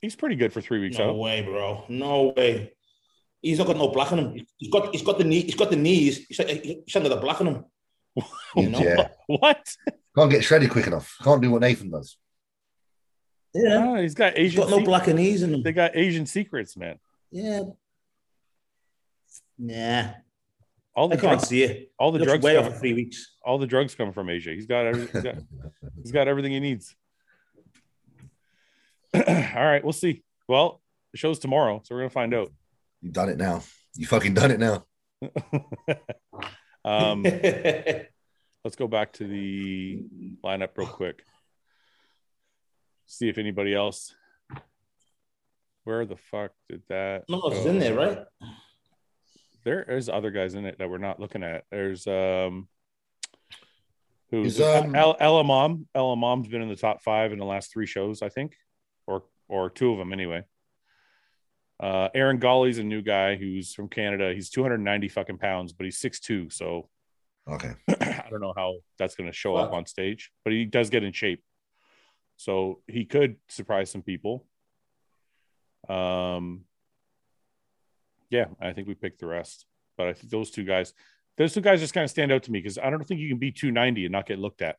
Speaker 1: He's pretty good for three weeks
Speaker 3: No
Speaker 1: out.
Speaker 3: way, bro. No way. He's not got no black on him. He's got he's got the knee. He's got the knees. He's, he's not got the black on him. You know?
Speaker 2: Yeah.
Speaker 1: What?
Speaker 2: Can't get shredded quick enough. Can't do what Nathan does.
Speaker 3: Yeah.
Speaker 1: Ah, he's got
Speaker 3: He's
Speaker 1: Asian.
Speaker 3: got no
Speaker 1: sec-
Speaker 3: black and knees in him.
Speaker 1: They got Asian secrets, man.
Speaker 3: Yeah. Nah.
Speaker 1: All
Speaker 3: I
Speaker 1: the
Speaker 3: can't
Speaker 1: drugs,
Speaker 3: see it.
Speaker 1: all the
Speaker 3: He looks
Speaker 1: drugs,
Speaker 3: way
Speaker 1: come,
Speaker 3: off for three weeks.
Speaker 1: all the drugs come from Asia. He's got, every- he's got, he's got everything he needs. all right, we'll see. Well, the show's tomorrow, so we're gonna find out.
Speaker 2: You've done it now. You fucking done it now.
Speaker 1: Um,
Speaker 3: Who
Speaker 1: let's go back to the lineup real quick. See if anybody else. Where the fuck did that?
Speaker 3: No, it's
Speaker 1: go?
Speaker 3: in there, right?
Speaker 1: There is other guys in it that we're not looking at. There's um, who's
Speaker 2: Is, um,
Speaker 1: El- Ella Mom? Ella Mom's been in the top five in the last three shows, I think, or or two of them anyway. Uh, Aaron Golly's a new guy who's from Canada. He's 290 fucking pounds, but he's 6'2", so
Speaker 2: Okay.
Speaker 1: I don't know how that's going to show up
Speaker 3: Fuck.
Speaker 1: on stage, but he does get in shape, so he could surprise some people. Um, yeah, I think we picked the rest, but I think those two guys, those two guys just kind of stand out to me because I don't think you can be 290 and not get looked at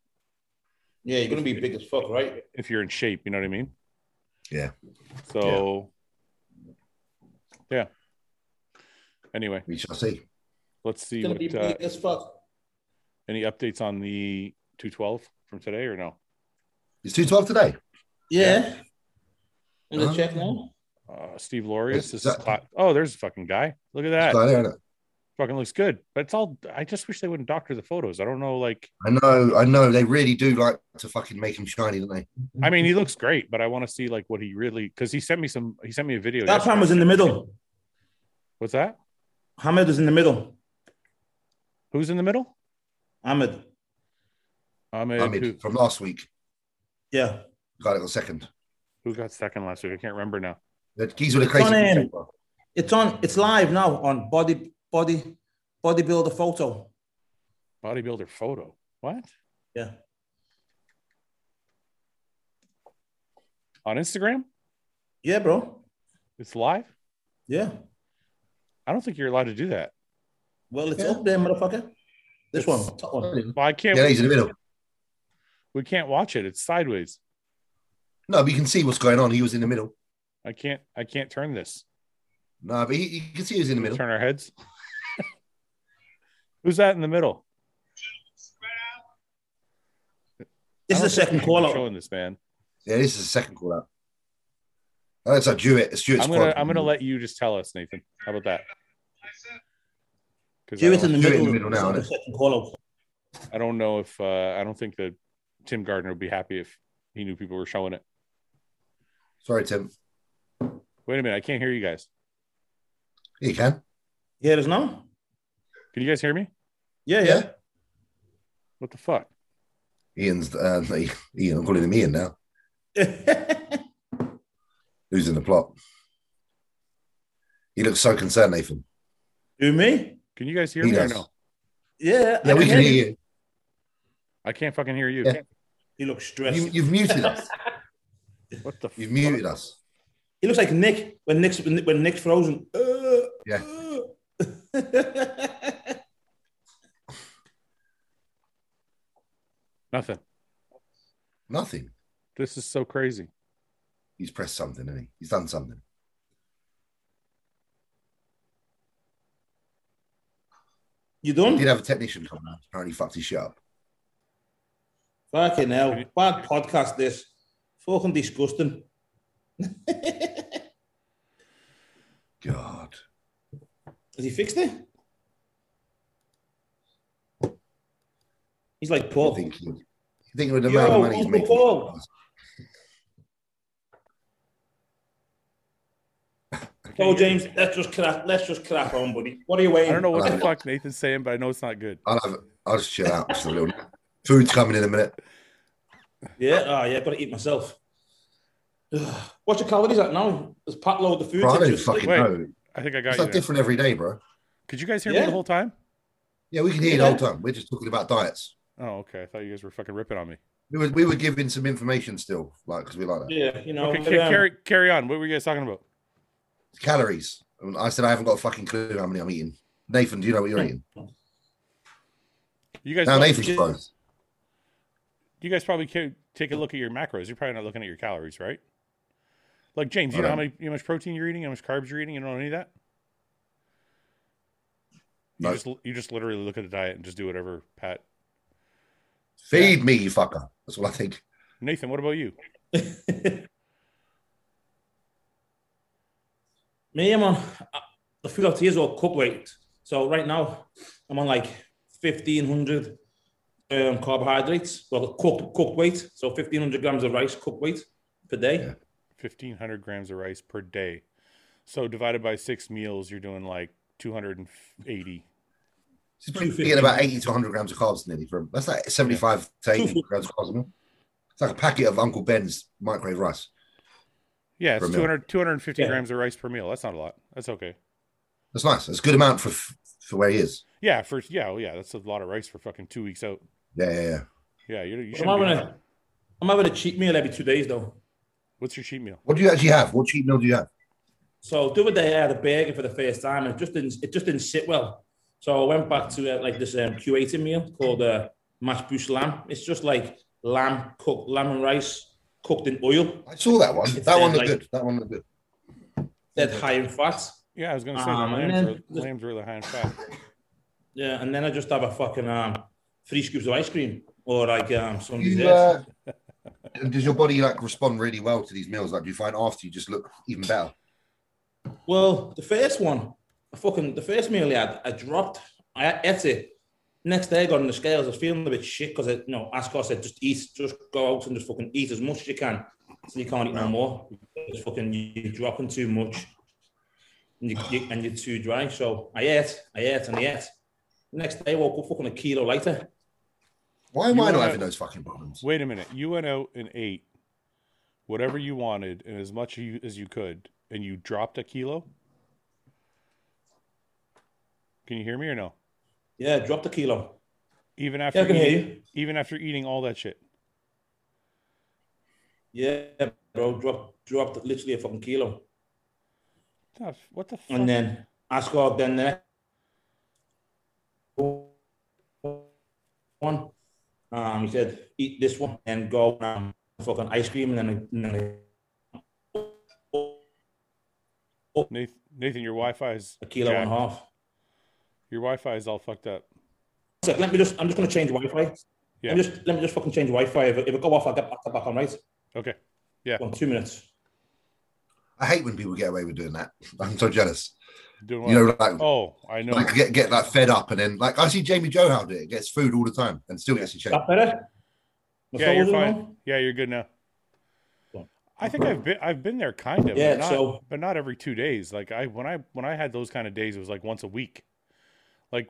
Speaker 3: Yeah, you're gonna be big as fuck, right?
Speaker 1: if you're in shape. You know what I mean?
Speaker 2: Yeah.
Speaker 1: So, yeah. Anyway,
Speaker 2: We shall see.
Speaker 1: let's see
Speaker 3: You're gonna
Speaker 1: what
Speaker 3: be
Speaker 1: uh,
Speaker 3: big as fuck.
Speaker 1: any updates on the 212 from today or no.
Speaker 2: It's 212 today.
Speaker 3: Yeah. In the
Speaker 2: Uh-huh.
Speaker 3: check now.
Speaker 1: Uh, Steve Laureus.
Speaker 2: Is
Speaker 1: This
Speaker 2: that-
Speaker 1: is cla- oh, there's a fucking guy. Look at that.
Speaker 2: It's right there, isn't it?
Speaker 1: Fucking looks good. But it's all. I just wish they wouldn't doctor the photos. I don't know. Like,
Speaker 2: I know, I know. They really do like to fucking make him shiny, don't they?
Speaker 1: I mean, he looks great, but I want to see like what he really. Because he sent me some. He sent me a video.
Speaker 3: That
Speaker 1: yesterday.
Speaker 3: Ham was in the middle.
Speaker 1: What's that?
Speaker 3: Hamid was in the middle.
Speaker 1: Who's in the middle?
Speaker 3: Ahmed.
Speaker 1: Ahmed. Who,
Speaker 2: Ahmed from last week.
Speaker 3: Yeah.
Speaker 2: The guy that got second.
Speaker 1: who got second last week? I can't remember now.
Speaker 2: The keys were the
Speaker 3: It's on
Speaker 2: crazy.
Speaker 3: him. It's on. It's live now on body body bodybuilder photo.
Speaker 1: Bodybuilder photo. What?
Speaker 3: Yeah.
Speaker 1: On Instagram?
Speaker 3: Yeah, bro.
Speaker 1: It's live.
Speaker 3: Yeah.
Speaker 1: I don't think you're allowed to do that.
Speaker 3: Well, it's
Speaker 2: Yeah.
Speaker 3: up there, motherfucker. This one, top one.
Speaker 2: Yeah,
Speaker 1: Well, I can't.
Speaker 2: he's in the middle.
Speaker 1: We can't watch it. It's sideways.
Speaker 2: No, but you can see what's going on. He was in the middle.
Speaker 1: I can't. I can't turn this.
Speaker 2: No, but he, you can see he was in the middle.
Speaker 1: Turn our heads. Who's that in the middle?
Speaker 3: This is
Speaker 1: I don't
Speaker 3: the
Speaker 1: think
Speaker 3: second
Speaker 1: we should be
Speaker 3: call out.
Speaker 1: Showing this man.
Speaker 2: Yeah, this is the second call out. Oh, it's like Jewett. It's Jewett's
Speaker 1: I'm gonna
Speaker 2: squad.
Speaker 1: I'm gonna let you just tell us, Nathan. How about that? Because
Speaker 3: Do it in
Speaker 1: I,
Speaker 3: the
Speaker 2: Do it
Speaker 3: middle.
Speaker 2: in the middle now,
Speaker 3: This is the second call out.
Speaker 1: don't- I don't know if uh, I don't think that Tim Gardner would be happy if he knew people were showing it.
Speaker 2: Sorry, Tim.
Speaker 1: Wait a minute, I can't hear you guys.
Speaker 2: Yeah, you can.
Speaker 3: You Hear us now?
Speaker 1: Can you guys hear me?
Speaker 3: Yeah, yeah.
Speaker 2: Yeah.
Speaker 1: What the fuck?
Speaker 2: Ian's. Uh, Ian. I'm calling him Ian now. Who's in the plot? He looks so concerned, Nathan.
Speaker 3: Do me?
Speaker 1: Can you guys hear
Speaker 2: He
Speaker 1: me or
Speaker 2: does.
Speaker 1: no?
Speaker 3: Yeah.
Speaker 2: Yeah,
Speaker 3: I
Speaker 2: we can hear you.
Speaker 1: I can't fucking hear you.
Speaker 2: Yeah.
Speaker 3: He looks stressed.
Speaker 2: you. You've muted us.
Speaker 1: What the?
Speaker 2: You've
Speaker 1: fuck?
Speaker 2: muted us.
Speaker 3: he looks like Nick when Nick's when when Nick's frozen. Uh,
Speaker 2: Yeah.
Speaker 3: uh.
Speaker 1: Nothing.
Speaker 2: Nothing.
Speaker 1: This is so crazy.
Speaker 2: He's pressed something, isn't he? He's done something.
Speaker 3: you
Speaker 2: He
Speaker 3: done?
Speaker 2: did have a technician come out. Apparently, fucked his shit up.
Speaker 3: Fucking hell. Bad podcast this. Fucking disgusting.
Speaker 2: God.
Speaker 3: Has he fixed it? He's like Paul.
Speaker 2: You think he, you think with the
Speaker 3: Yo,
Speaker 2: amount of money
Speaker 3: who's
Speaker 2: he's
Speaker 3: the
Speaker 2: making?
Speaker 3: ball? Oh, James, let's just crap. Let's just crap on, buddy. What are you
Speaker 1: I
Speaker 3: waiting?
Speaker 1: don't know what the
Speaker 2: Right.
Speaker 1: fuck Nathan's saying, but I know it's not good.
Speaker 2: I'll have. I'll just chill out. Just a little. Food's coming in a minute.
Speaker 3: Yeah. Oh, yeah. Gotta eat myself. What's your calories at now? Does Pat load the food?
Speaker 2: Bro, I
Speaker 3: Did
Speaker 2: don't
Speaker 3: you-
Speaker 2: fucking
Speaker 1: wait.
Speaker 2: know.
Speaker 1: I think I got
Speaker 2: It's
Speaker 1: you.
Speaker 2: like
Speaker 1: now.
Speaker 2: different every day, bro.
Speaker 1: Could you guys hear me
Speaker 3: Yeah.
Speaker 1: the whole time?
Speaker 2: Yeah, we can hear you the whole time. We're just talking about diets.
Speaker 1: Oh, okay. I thought you guys were fucking ripping on me.
Speaker 2: We were, we were giving some information still, like because we like that.
Speaker 3: Yeah, you know.
Speaker 1: Okay,
Speaker 3: but,
Speaker 1: ca-
Speaker 3: um,
Speaker 1: carry carry on. What were you guys talking about?
Speaker 2: Calories. I, mean, I said I haven't got a fucking clue how many I'm eating. Nathan, do you know what you're eating?
Speaker 1: You guys,
Speaker 2: No,
Speaker 1: probably-
Speaker 2: Nathan's close.
Speaker 1: you guys probably can take a look at your macros. You're probably not looking at your calories, right? Like James, you know how many, how much protein you're eating, how much carbs you're eating. You don't know any of that. You
Speaker 2: No.
Speaker 1: just you just literally look at the diet and just do whatever. Pat,
Speaker 2: Feed me, you fucker. That's what I think.
Speaker 1: Nathan, what about you?
Speaker 3: Me, I'm on. I- I forgot to use all cup weight. So right now, I'm on like fifteen hundred um, carbohydrates. Well, cooked cooked weight. So fifteen hundred grams of rice cooked weight per day.
Speaker 2: Yeah.
Speaker 1: Fifteen hundred grams of rice per day. So divided by six meals, you're doing like two hundred and eighty.
Speaker 2: She's
Speaker 3: 250.
Speaker 2: getting about 80 to 100 grams of carbs nearly from that's like 75 to 80
Speaker 3: 250.
Speaker 2: grams of carbs. a meal. It's like a packet of Uncle Ben's microwave rice.
Speaker 1: Yeah,
Speaker 2: Per
Speaker 1: it's
Speaker 2: meal.
Speaker 1: 200, 250
Speaker 3: Yeah.
Speaker 1: grams of rice per meal. That's not a lot. That's okay.
Speaker 2: That's nice. That's a good amount for for where he is.
Speaker 1: Yeah, for yeah, oh, yeah, that's a lot of rice for fucking two weeks out.
Speaker 2: Yeah, yeah, yeah.
Speaker 1: Yeah, you, you
Speaker 3: I'm
Speaker 1: shouldn't.
Speaker 3: having
Speaker 1: Be
Speaker 3: a I'm having a cheat meal every two days though.
Speaker 1: What's your cheat meal?
Speaker 2: What do you actually have? What cheat meal do you have?
Speaker 3: So the other day I had a burger for the first time and it just didn't it just didn't sit well. So I went back to uh, like this um, curated meal called uh, mashed bush lamb. It's just like lamb cooked lamb and rice cooked in oil.
Speaker 2: I saw that one.
Speaker 3: It's,
Speaker 2: that
Speaker 3: uh,
Speaker 2: one looked
Speaker 3: like-
Speaker 2: good. That one looked good. Mm-hmm.
Speaker 3: Dead high in fat.
Speaker 1: Yeah, I was gonna say
Speaker 3: Um,
Speaker 1: the
Speaker 3: and
Speaker 1: lambs,
Speaker 3: then-
Speaker 1: were, lambs were the high in fat.
Speaker 3: Yeah, and then I just have a fucking um, three scoops of ice cream or like um, some
Speaker 2: You,
Speaker 3: dessert.
Speaker 2: uh, does your body like respond really well to these meals? Like, do you find after you just look even better?
Speaker 3: Well, the first one, I fucking the first meal I had, I dropped. I ate it. Next day, I got on the scales. I was feeling a bit shit because I, you know, Ascot said just eat, just go out and just fucking eat as much as you can, so you can't eat no more. It's fucking you're dropping too much, and you, you and you're too dry. So I ate, I ate, and I ate. Next day, I woke up fucking a kilo lighter.
Speaker 2: Why am
Speaker 1: You
Speaker 2: I not
Speaker 1: wanna-
Speaker 2: having those fucking problems?
Speaker 1: Wait a minute. You went out and ate whatever you wanted and as much you, as you could, and you dropped a kilo. Can you hear me or no?
Speaker 3: Yeah, I dropped a kilo.
Speaker 1: Even after
Speaker 3: Yeah, I can hear
Speaker 1: eating,
Speaker 3: you.
Speaker 1: even after eating all that shit.
Speaker 3: Yeah, bro, dropped dropped literally a fucking kilo.
Speaker 1: What the- What the fuck?
Speaker 3: And then I scored then the next one. Um, he said, eat this one and go um, fucking ice cream. And then, and then
Speaker 1: Nathan, Nathan, your Wi-Fi is
Speaker 3: a kilo and a
Speaker 1: jacked.
Speaker 3: half.
Speaker 1: Your Wi-Fi is all fucked up.
Speaker 3: So let me just, I'm just going to change Wi-Fi.
Speaker 1: Yeah.
Speaker 3: Let me just, let me just fucking change Wi-Fi. If it, if it go off, I'll get back, back on, right?
Speaker 1: Okay.
Speaker 3: Go on, two minutes.
Speaker 2: I hate when people get away with doing that. I'm so jealous.
Speaker 1: Doing
Speaker 2: You
Speaker 1: well.
Speaker 2: know, like
Speaker 1: oh, I know.
Speaker 2: like get get like fed up and then like I see Jamie Johal do it, gets food all the time and still gets in
Speaker 3: Is
Speaker 2: shape.
Speaker 3: that better? My
Speaker 1: yeah, you're
Speaker 3: phone's
Speaker 1: fine.
Speaker 3: on?
Speaker 1: Yeah, you're good now.
Speaker 3: Cool.
Speaker 1: I think I've been I've been there kind of,
Speaker 3: Yeah,
Speaker 1: but, not,
Speaker 3: so-
Speaker 1: but not every two days. Like I when I when I had those kind of days, it was like once a week. Like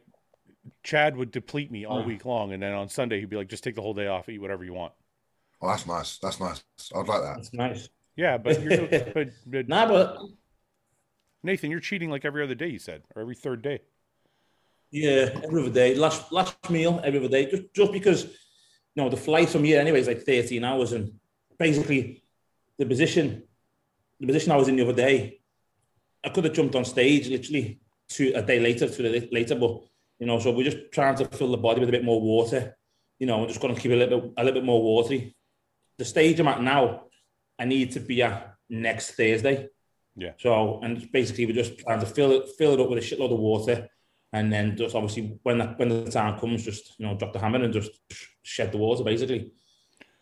Speaker 1: Chad would deplete me all
Speaker 3: Huh.
Speaker 1: week long, and then on Sunday he'd be like, "Just take the whole day off, eat whatever you want."
Speaker 2: Oh, that's nice. That's nice. I'd like that.
Speaker 3: That's nice.
Speaker 1: Yeah, but you're, but, but
Speaker 3: Nah, but
Speaker 1: Nathan, you're cheating like every other day. You said or every third day.
Speaker 3: Yeah, every other day. Last last meal every other day. Just just because you know the flight from here anyway is like 13 hours and basically the position the position I was in the other day, I could have jumped on stage literally two a day later, two days later, but you know, so we're just trying to fill the body with a bit more water. You know, we're just gonna keep it a little bit a little bit more watery. The stage I'm at now, I need to be at next Thursday.
Speaker 1: Yeah.
Speaker 3: So and it's basically we're just trying to fill it fill it up with a shitload of water. And then just obviously when that, when the time comes, just you know drop the hammer and just shed the water basically.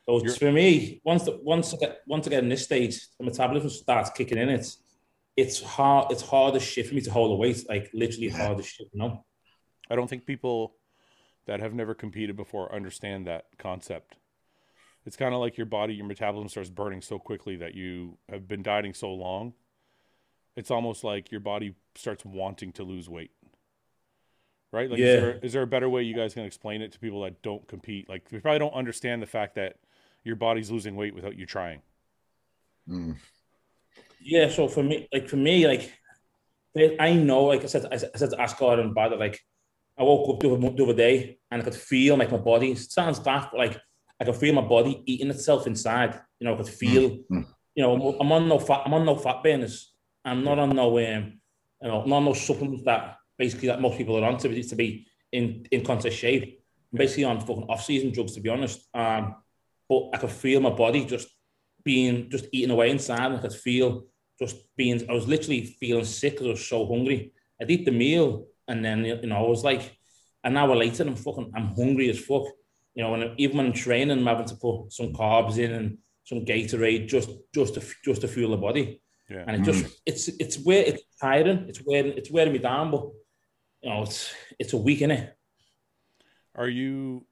Speaker 3: So it's for me, once the, once I get once I get in this stage, the metabolism starts kicking in. It's it's hard it's hard as shit for me to hold the weight, like literally hard as shit. You know,
Speaker 1: I don't think people that have never competed before understand that concept. It's kind of like your body, your metabolism starts burning so quickly that you have been dieting so long. It's almost like your body starts wanting to lose weight. Right? Like,
Speaker 3: Yeah.
Speaker 1: is, there, is there a better way you guys can explain it to people that don't compete? Like, they probably don't understand the fact that your body's losing weight without you trying.
Speaker 2: Mm.
Speaker 3: yeah. So for me, like for me, like I know, like I said, I said, I said to Asgard and Bad, like I woke up the other, the other day and I could feel like my body. It sounds daft, but like I could feel my body eating itself inside. You know, I could feel.
Speaker 2: mm.
Speaker 3: You know, I'm on no fat. I'm on no fat burners. I'm not on no um, you know, not on no supplements that basically that most people are on to be to be in in contest shape. I'm basically on fucking off season drugs to be honest. Um, but I could feel my body just being just eating away inside. And I could feel just being. I was literally feeling sick 'cause I was so hungry. I would eat the meal and then you know I was like an hour later and I'm fucking I'm hungry as fuck. You know, and even when I'm training, I'm having to put some carbs in and some Gatorade just just to just to fuel the body.
Speaker 1: Yeah.
Speaker 3: And it just it's it's wear it's tiring, it's wearing it's wearing me down, but you know it's it's a week in it.
Speaker 1: Are you?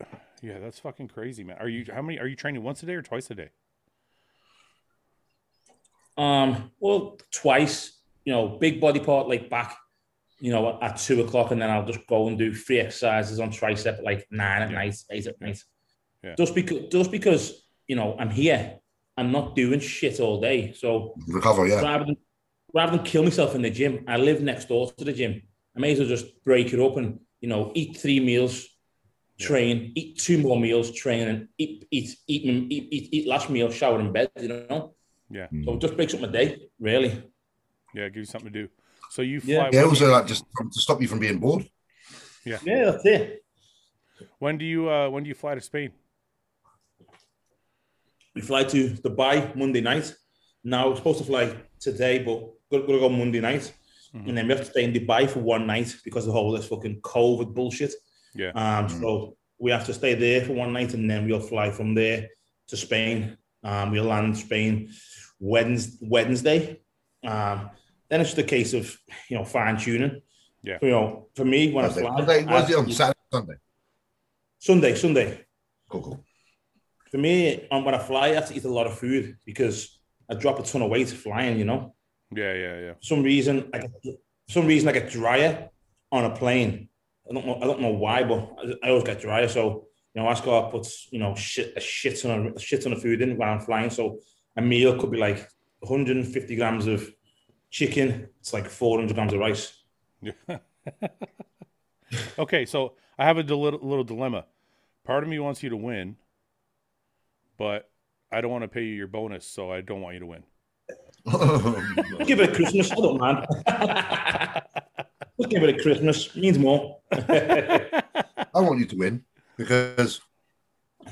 Speaker 1: Yeah, that's fucking crazy, man. Are you? How many? Are you training once a day or twice a day?
Speaker 3: Um, well, twice, you know, big body part like back, you know, at two o'clock, and then I'll just go and do three exercises on tricep at like nine at
Speaker 1: Yeah.
Speaker 3: night, eight at night.
Speaker 1: Yeah.
Speaker 3: Just because, just because, you know, I'm here, I'm not doing shit all day. So
Speaker 2: Recover, yeah.
Speaker 3: rather than rather than kill myself in the gym, I live next door to the gym. I may as well just break it up and you know eat three meals, train, eat two more meals, train, and eat eat eat eat eat, eat last meal, shower in bed. You know,
Speaker 1: Yeah,
Speaker 3: so it just breaks up my day really.
Speaker 1: yeah. Give you something to do. So you
Speaker 3: Yeah.
Speaker 1: fly.
Speaker 2: Yeah,
Speaker 1: when,
Speaker 2: also like just to stop you from being bored.
Speaker 3: Yeah, that's it.
Speaker 1: when do you? uh When do you fly to Spain?
Speaker 3: We fly to Dubai Monday night. Now we're supposed to fly today, but we're gonna go Monday night,
Speaker 1: Mhm.
Speaker 3: and then we have to stay in Dubai for one night because of the whole this fucking COVID bullshit.
Speaker 1: Yeah. Mm-hmm.
Speaker 3: Um, So we have to stay there for one night, and then we'll fly from there to Spain. Um, we'll land in Spain Wednes- Wednesday. Um, then it's just a case of you know fine tuning.
Speaker 1: Yeah.
Speaker 3: You know, for me when
Speaker 2: Sunday.
Speaker 3: I fly,
Speaker 2: Sunday,
Speaker 3: I-
Speaker 2: What's it
Speaker 1: Uh,
Speaker 2: on Saturday, Sunday?
Speaker 3: Sunday, Sunday.
Speaker 2: Cool, cool.
Speaker 3: For me, on when I fly, I have to eat a lot of food because I drop a ton of weight flying. You know.
Speaker 1: Yeah, yeah, yeah.
Speaker 3: for some reason, I get, for some reason, I get drier on a plane. I don't know, I don't know why, but I- I always get drier. So you know, Ascot puts you know shit a shit ton of a shit ton of food in when I'm flying. So a meal could be like 150 grams of chicken. It's like 400 grams of rice.
Speaker 1: Okay, so I have a dil- little dilemma. Part of me wants you to win, but I don't want to pay you your bonus, so I don't want you to win.
Speaker 3: We'll give it a Christmas. I don't mind. We'll give it a Christmas. Means more.
Speaker 2: I want you to win because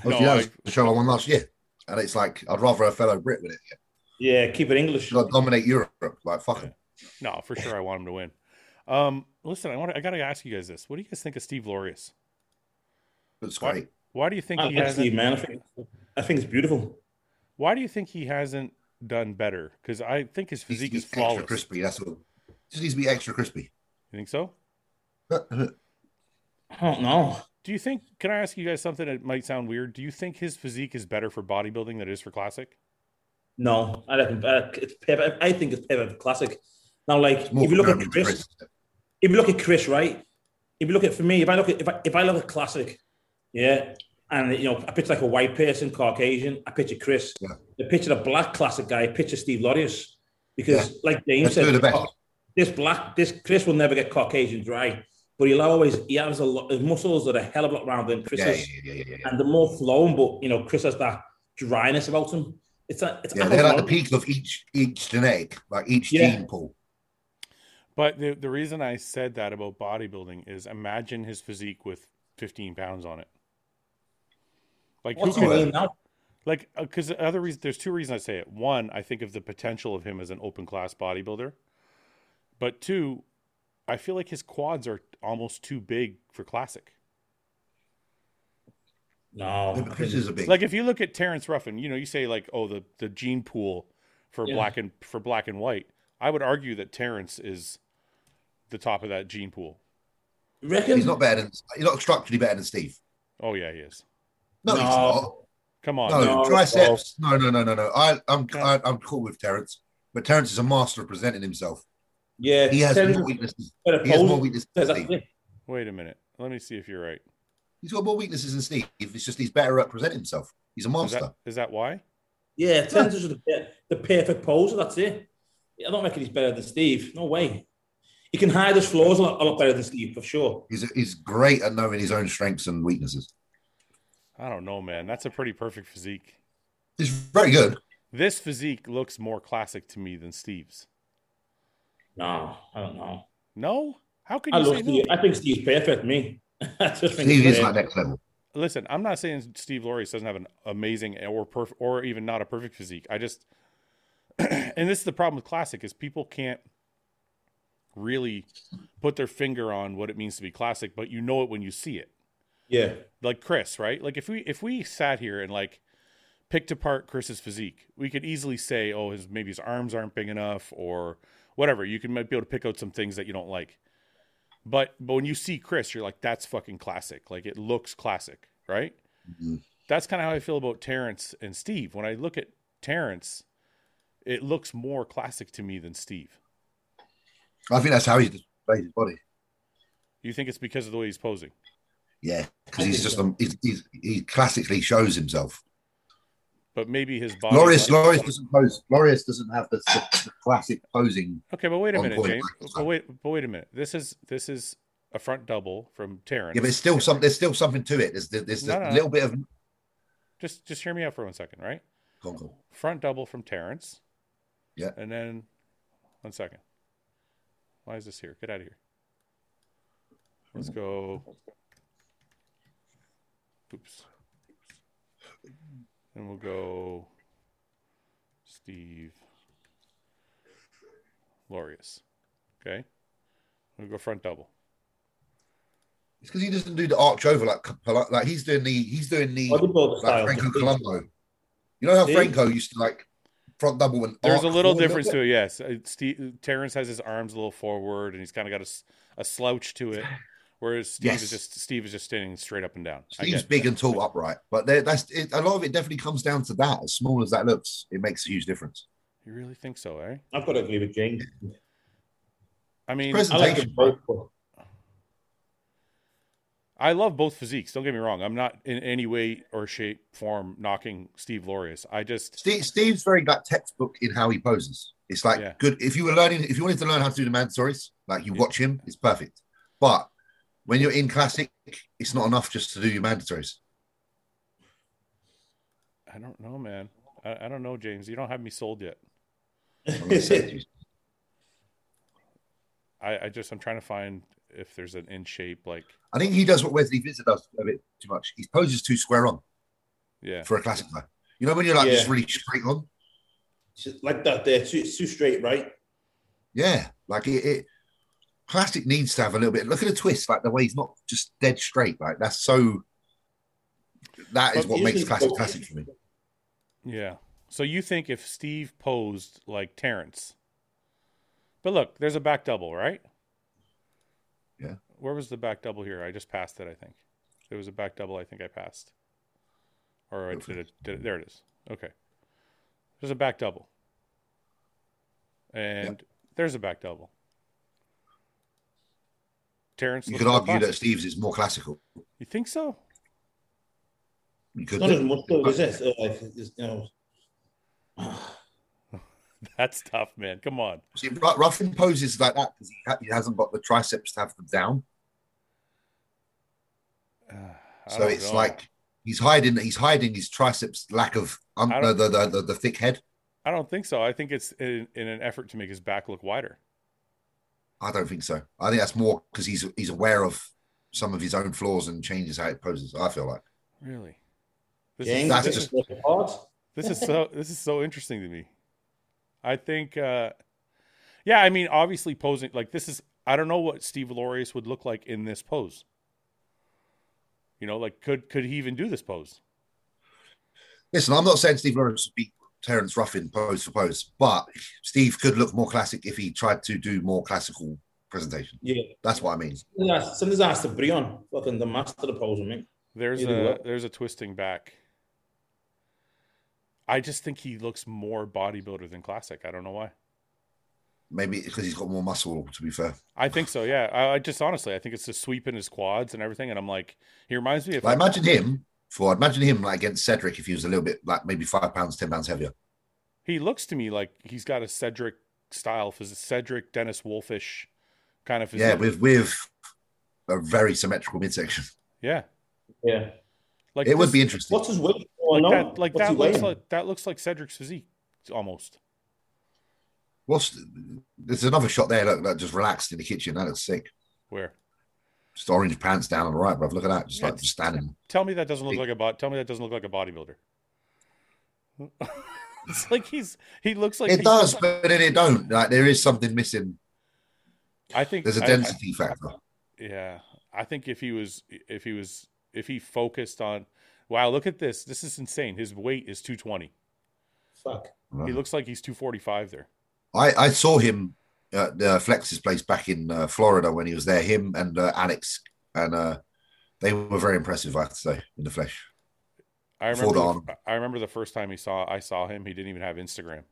Speaker 1: No,
Speaker 2: obviously that was
Speaker 1: I-
Speaker 2: the show I won last year. And it's like I'd rather a fellow Brit win it.
Speaker 3: yeah, keep it English.
Speaker 2: Should I dominate Europe? Like fuck it.
Speaker 1: No, for sure, I want him to win. Um, listen, I want to, I gotta ask you guys this: What do you guys think of Steve Laurius?
Speaker 2: It's
Speaker 1: What?
Speaker 2: great.
Speaker 1: Why do you think
Speaker 3: I
Speaker 1: he
Speaker 3: like
Speaker 1: hasn't?
Speaker 3: Steve, man. I think, I think it's beautiful.
Speaker 1: Why do you think he hasn't done better? Because I think his
Speaker 2: Needs to
Speaker 1: physique
Speaker 2: be
Speaker 1: is
Speaker 2: extra
Speaker 1: flawless. You
Speaker 2: crispy. That's all. Just needs to be extra crispy.
Speaker 1: think so?
Speaker 3: I don't know.
Speaker 1: Do you think? Can I ask you guys something that might sound weird? Do you think his physique is better for bodybuilding than it is for classic?
Speaker 3: No, I reckon uh, it's Pepe. I think it's Pepe classic. Now, like if
Speaker 2: More
Speaker 3: you look at
Speaker 2: comparable to
Speaker 3: Chris, if you look at Chris, right? If you look at for me, if I look at if I, if I look at classic, yeah, and you know, I picture like a white person, Caucasian. I picture Chris.
Speaker 2: Yeah.
Speaker 3: I picture a black classic guy. I picture Steve Lorius because, like James
Speaker 2: Let's do the
Speaker 3: said,
Speaker 2: best.
Speaker 3: this black this Chris will never get Caucasian dry, but he'll always he has a lot his muscles are a hell of a lot rounder than Chris's
Speaker 2: Yeah, yeah, yeah, yeah, yeah, yeah.
Speaker 3: and they're more flowing. But you know, Chris has that dryness about him. It's a, it's
Speaker 2: Yeah,
Speaker 3: I
Speaker 2: they're
Speaker 3: don't
Speaker 2: like the
Speaker 3: know.
Speaker 2: peak of each each genetic, like each
Speaker 3: Yeah.
Speaker 2: gene pool.
Speaker 1: But the the reason I said that about bodybuilding is imagine his physique with 15 pounds on it. Like who
Speaker 3: What's
Speaker 1: could,
Speaker 3: his
Speaker 2: can-
Speaker 3: name now?
Speaker 1: like because the other reason there's two reasons I say it. One, I think of the potential of him as an open class bodybuilder. But two, I feel like his quads are almost too big for classic.
Speaker 3: No,
Speaker 1: Oh,
Speaker 2: Yeah, but Chris is a big.
Speaker 1: Like if you look at Terrence Ruffin, you know, you say like, oh, the the gene pool for
Speaker 3: Yeah.
Speaker 1: black and for black and white. I would argue that Terrence is the top of that gene pool.
Speaker 3: You reckon?
Speaker 2: he's not better than he's not structurally better than Steve.
Speaker 1: Oh yeah, he is.
Speaker 2: No, he's not.
Speaker 3: No.
Speaker 1: Come on.
Speaker 2: No,
Speaker 3: No,
Speaker 2: triceps. No, no, no, no, no. I, I'm I, I'm cool with Terrence, but Terrence is a master of presenting himself.
Speaker 3: yeah,
Speaker 2: He has
Speaker 3: Terry's
Speaker 2: more weaknesses.
Speaker 3: better
Speaker 2: He has
Speaker 3: pose.
Speaker 2: more weaknesses. Than
Speaker 3: That's
Speaker 2: Steve.
Speaker 3: it.
Speaker 1: Wait a minute. Let me see if you're right.
Speaker 2: He's got more weaknesses than Steve. It's just he's better at presenting himself. He's a
Speaker 1: Is that,
Speaker 2: master.
Speaker 1: is that why?
Speaker 3: Yeah, Terry's just the, the perfect poser. That's it. I don't reckon he's better than Steve. No way. He can hide his flaws a lot, a lot better than Steve, for sure.
Speaker 2: He's, he's great at knowing his own strengths and weaknesses.
Speaker 1: I don't know, man. That's a pretty perfect physique.
Speaker 2: He's very good.
Speaker 1: This physique looks more classic to me than Steve's.
Speaker 3: No, I don't know.
Speaker 1: No? How can
Speaker 3: I
Speaker 1: you
Speaker 3: love
Speaker 1: say no?
Speaker 3: Steve. I think Steve's perfect. Me, I just think
Speaker 2: He is
Speaker 3: he's perfect.
Speaker 2: like next level.
Speaker 1: Listen, I'm not saying Steve Lawrence doesn't have an amazing or perfect or even not a perfect physique. I just and this is the problem with classic is people can't really put their finger on what it means to be classic, but you know it when you see it.
Speaker 3: Yeah,
Speaker 1: like Chris, right? Like if we if we sat here and like picked apart Chris's physique, we could easily say, oh, his maybe his arms aren't big enough or whatever. You can might be able to pick out some things that you don't like. But but when you see Chris, you're like, that's fucking classic. Like it looks classic, right?
Speaker 2: Mhm.
Speaker 1: That's kind of how I feel about Terrence and Steve. When I look at Terrence, it looks more classic to me than Steve.
Speaker 2: I think that's how he displays his body.
Speaker 1: You think it's because of the way he's posing?
Speaker 2: Yeah,
Speaker 3: I
Speaker 2: because he's
Speaker 3: think
Speaker 2: just
Speaker 3: so.
Speaker 2: um, he's, he's, he classically shows himself.
Speaker 1: But maybe his body.
Speaker 2: Loris, Loris doesn't pose. Loris doesn't have the, the classic posing.
Speaker 1: Okay, but wait a
Speaker 2: on
Speaker 1: minute,
Speaker 2: point.
Speaker 1: James. But wait, but wait a minute. This is this is a front double from Terrence.
Speaker 2: Yeah, but it's still some. There's still something to it. There's there's
Speaker 1: No, no,
Speaker 2: a
Speaker 1: no.
Speaker 2: little bit of.
Speaker 1: just just hear me out for one second, right?
Speaker 2: Go on, go on.
Speaker 1: Front double from Terrence.
Speaker 2: Yeah.
Speaker 1: And then one second. Why is this here? Get out of here. Let's go. Oops. And we'll go Steve Laureus. Okay. We'll go front double.
Speaker 2: It's because he doesn't do the arch over like Coppola- like he's doing the he's doing the
Speaker 3: bodybuilder
Speaker 2: like
Speaker 3: style.
Speaker 2: Franco Colombo. You know how
Speaker 3: See?
Speaker 2: Franco used to like front double and
Speaker 1: There's
Speaker 2: arc
Speaker 1: a little
Speaker 2: forward
Speaker 1: difference
Speaker 2: bit?
Speaker 1: to it, yes. Uh, Steve, Terrence has his arms a little forward, and he's kind of got a, s- a slouch to it, whereas Steve is
Speaker 2: Yes.
Speaker 1: just Steve is just standing straight up and down. I
Speaker 2: Steve's
Speaker 1: get
Speaker 2: big
Speaker 1: that.
Speaker 2: and tall upright, but there- that's it, a lot of it. Definitely comes down to that. As small as that looks, it makes a huge difference.
Speaker 1: You really think so, eh?
Speaker 3: I've got to agree with James.
Speaker 1: I mean,
Speaker 3: I like them
Speaker 2: Presentation,
Speaker 3: both. but
Speaker 1: I love both physiques. Don't get me wrong. I'm not in any way or shape, form knocking Steve Laureus. I just
Speaker 2: Steve, Steve's very like textbook in how he poses. It's like
Speaker 1: Yeah.
Speaker 2: good if you were learning if you wanted to learn how to do the mandatories, like you watch him, it's perfect. But when you're in classic, it's not enough just to do your mandatories.
Speaker 1: I don't know, man. I, I don't know, James. You don't have me sold yet.
Speaker 2: I'm gonna say it.
Speaker 1: I, I just I'm trying to find if there's an in shape like
Speaker 2: I think he does what Wesley Visser does a bit too much. He poses too square on
Speaker 1: yeah.
Speaker 2: for a classic guy. You know when you're like
Speaker 3: Yeah.
Speaker 2: just really straight on.
Speaker 3: just Like that there, too, too straight, right?
Speaker 2: Yeah, like it, it. Classic needs to have a little bit. Look at the twist, like the way he's not just dead straight. Like that's so. That is
Speaker 3: But
Speaker 2: what makes
Speaker 3: usually-
Speaker 2: classic classic for me.
Speaker 1: Yeah. So you think if Steve posed like Terrence, but look, there's a back double, right?
Speaker 2: Yeah.
Speaker 1: Where was the back double here? I just passed it. I think there was a back double. I think I passed, or I
Speaker 2: Go for
Speaker 1: did it. Did it there it is. Okay. There's a back double, and there's a back double. Terrence,
Speaker 2: You
Speaker 1: looks
Speaker 2: could
Speaker 1: more
Speaker 2: argue that
Speaker 1: classic.
Speaker 2: Steve's is more classical.
Speaker 1: You think so?
Speaker 2: You
Speaker 3: It's
Speaker 2: could.
Speaker 3: not
Speaker 2: do.
Speaker 3: as much though, is it? Uh, like, it's, you know,
Speaker 1: That's tough, man. Come on.
Speaker 2: See, Ru- Ruffin poses like that because he, ha- he hasn't got the triceps to have them down.
Speaker 1: Uh, I
Speaker 2: So
Speaker 1: don't
Speaker 2: it's
Speaker 1: know.
Speaker 2: like he's hiding. He's hiding his triceps lack of um,
Speaker 1: I
Speaker 2: the,
Speaker 1: don't-
Speaker 2: the, the, the the thick head.
Speaker 1: I don't think so. I think it's in, in an effort to make his back look wider.
Speaker 2: I don't think so. I think that's more because he's he's aware of some of his own flaws and changes how it poses. I feel like
Speaker 1: Really? This
Speaker 3: James,
Speaker 1: is,
Speaker 2: That's
Speaker 1: this,
Speaker 3: this
Speaker 1: is,
Speaker 2: just-
Speaker 3: is hard.
Speaker 1: this is so this is so interesting to me. I think uh yeah, I mean obviously posing like this is I don't know what Steve Laureus would look like in this pose. You know, like could could he even do this pose?
Speaker 2: listen, I'm not saying Steve Lawrence would beat Terence Ruffin pose for pose, but Steve could look more classic if he tried to do more classical presentation.
Speaker 3: Yeah.
Speaker 2: That's what I mean.
Speaker 3: Yeah, Sometimes I asked to Brion, fucking the master of posing, mate.
Speaker 1: There's
Speaker 3: Either
Speaker 1: a
Speaker 3: way.
Speaker 1: there's a twisting back. I just think he looks more bodybuilder than classic. I don't know why.
Speaker 2: Maybe because he's got more muscle. To be fair,
Speaker 1: I think so, yeah. I, I just honestly, I think it's the sweep in his quads and everything. And I'm like, he reminds me of
Speaker 2: like imagine him for imagine him like against Cedric if he was a little bit like maybe five pounds, ten pounds heavier.
Speaker 1: he looks to me like he's got a Cedric style, phys- Cedric Dennis Wolfish kind of physique.
Speaker 2: Yeah, with with a very symmetrical midsection.
Speaker 1: yeah.
Speaker 3: Yeah.
Speaker 1: Like
Speaker 2: it would
Speaker 1: this-
Speaker 2: be interesting.
Speaker 3: What's his weight?
Speaker 1: like
Speaker 3: no.
Speaker 1: that. Like
Speaker 3: What's he
Speaker 1: that looks
Speaker 3: weighing?
Speaker 1: like that looks like Cedric's physique almost.
Speaker 2: What's there's another shot there look, that just relaxed in the kitchen. That looks sick.
Speaker 1: Where
Speaker 2: Just orange pants down on the right, bruv. Look at that. Just
Speaker 1: Yeah,
Speaker 2: like just standing.
Speaker 1: tell me that doesn't look like a bot. Tell me that doesn't look like a bodybuilder. it's like he's he looks like
Speaker 2: It
Speaker 1: he-
Speaker 2: does, but then it don't. Like there is something missing.
Speaker 1: I think
Speaker 2: There's a
Speaker 1: I-
Speaker 2: density factor.
Speaker 1: Yeah, I think if he was, if he was, if he focused on, wow, look at this. This is insane. His weight is 220.
Speaker 3: Fuck.
Speaker 1: He looks like he's 245 there.
Speaker 2: Uh-huh. I, I saw him at uh, Flex's place back in uh, Florida when he was there. Him and uh, Alex, and uh, they were very impressive, I have to say, in the flesh.
Speaker 1: I
Speaker 2: Full
Speaker 1: remember. The, I remember the first time he saw I saw him. He didn't even have Instagram.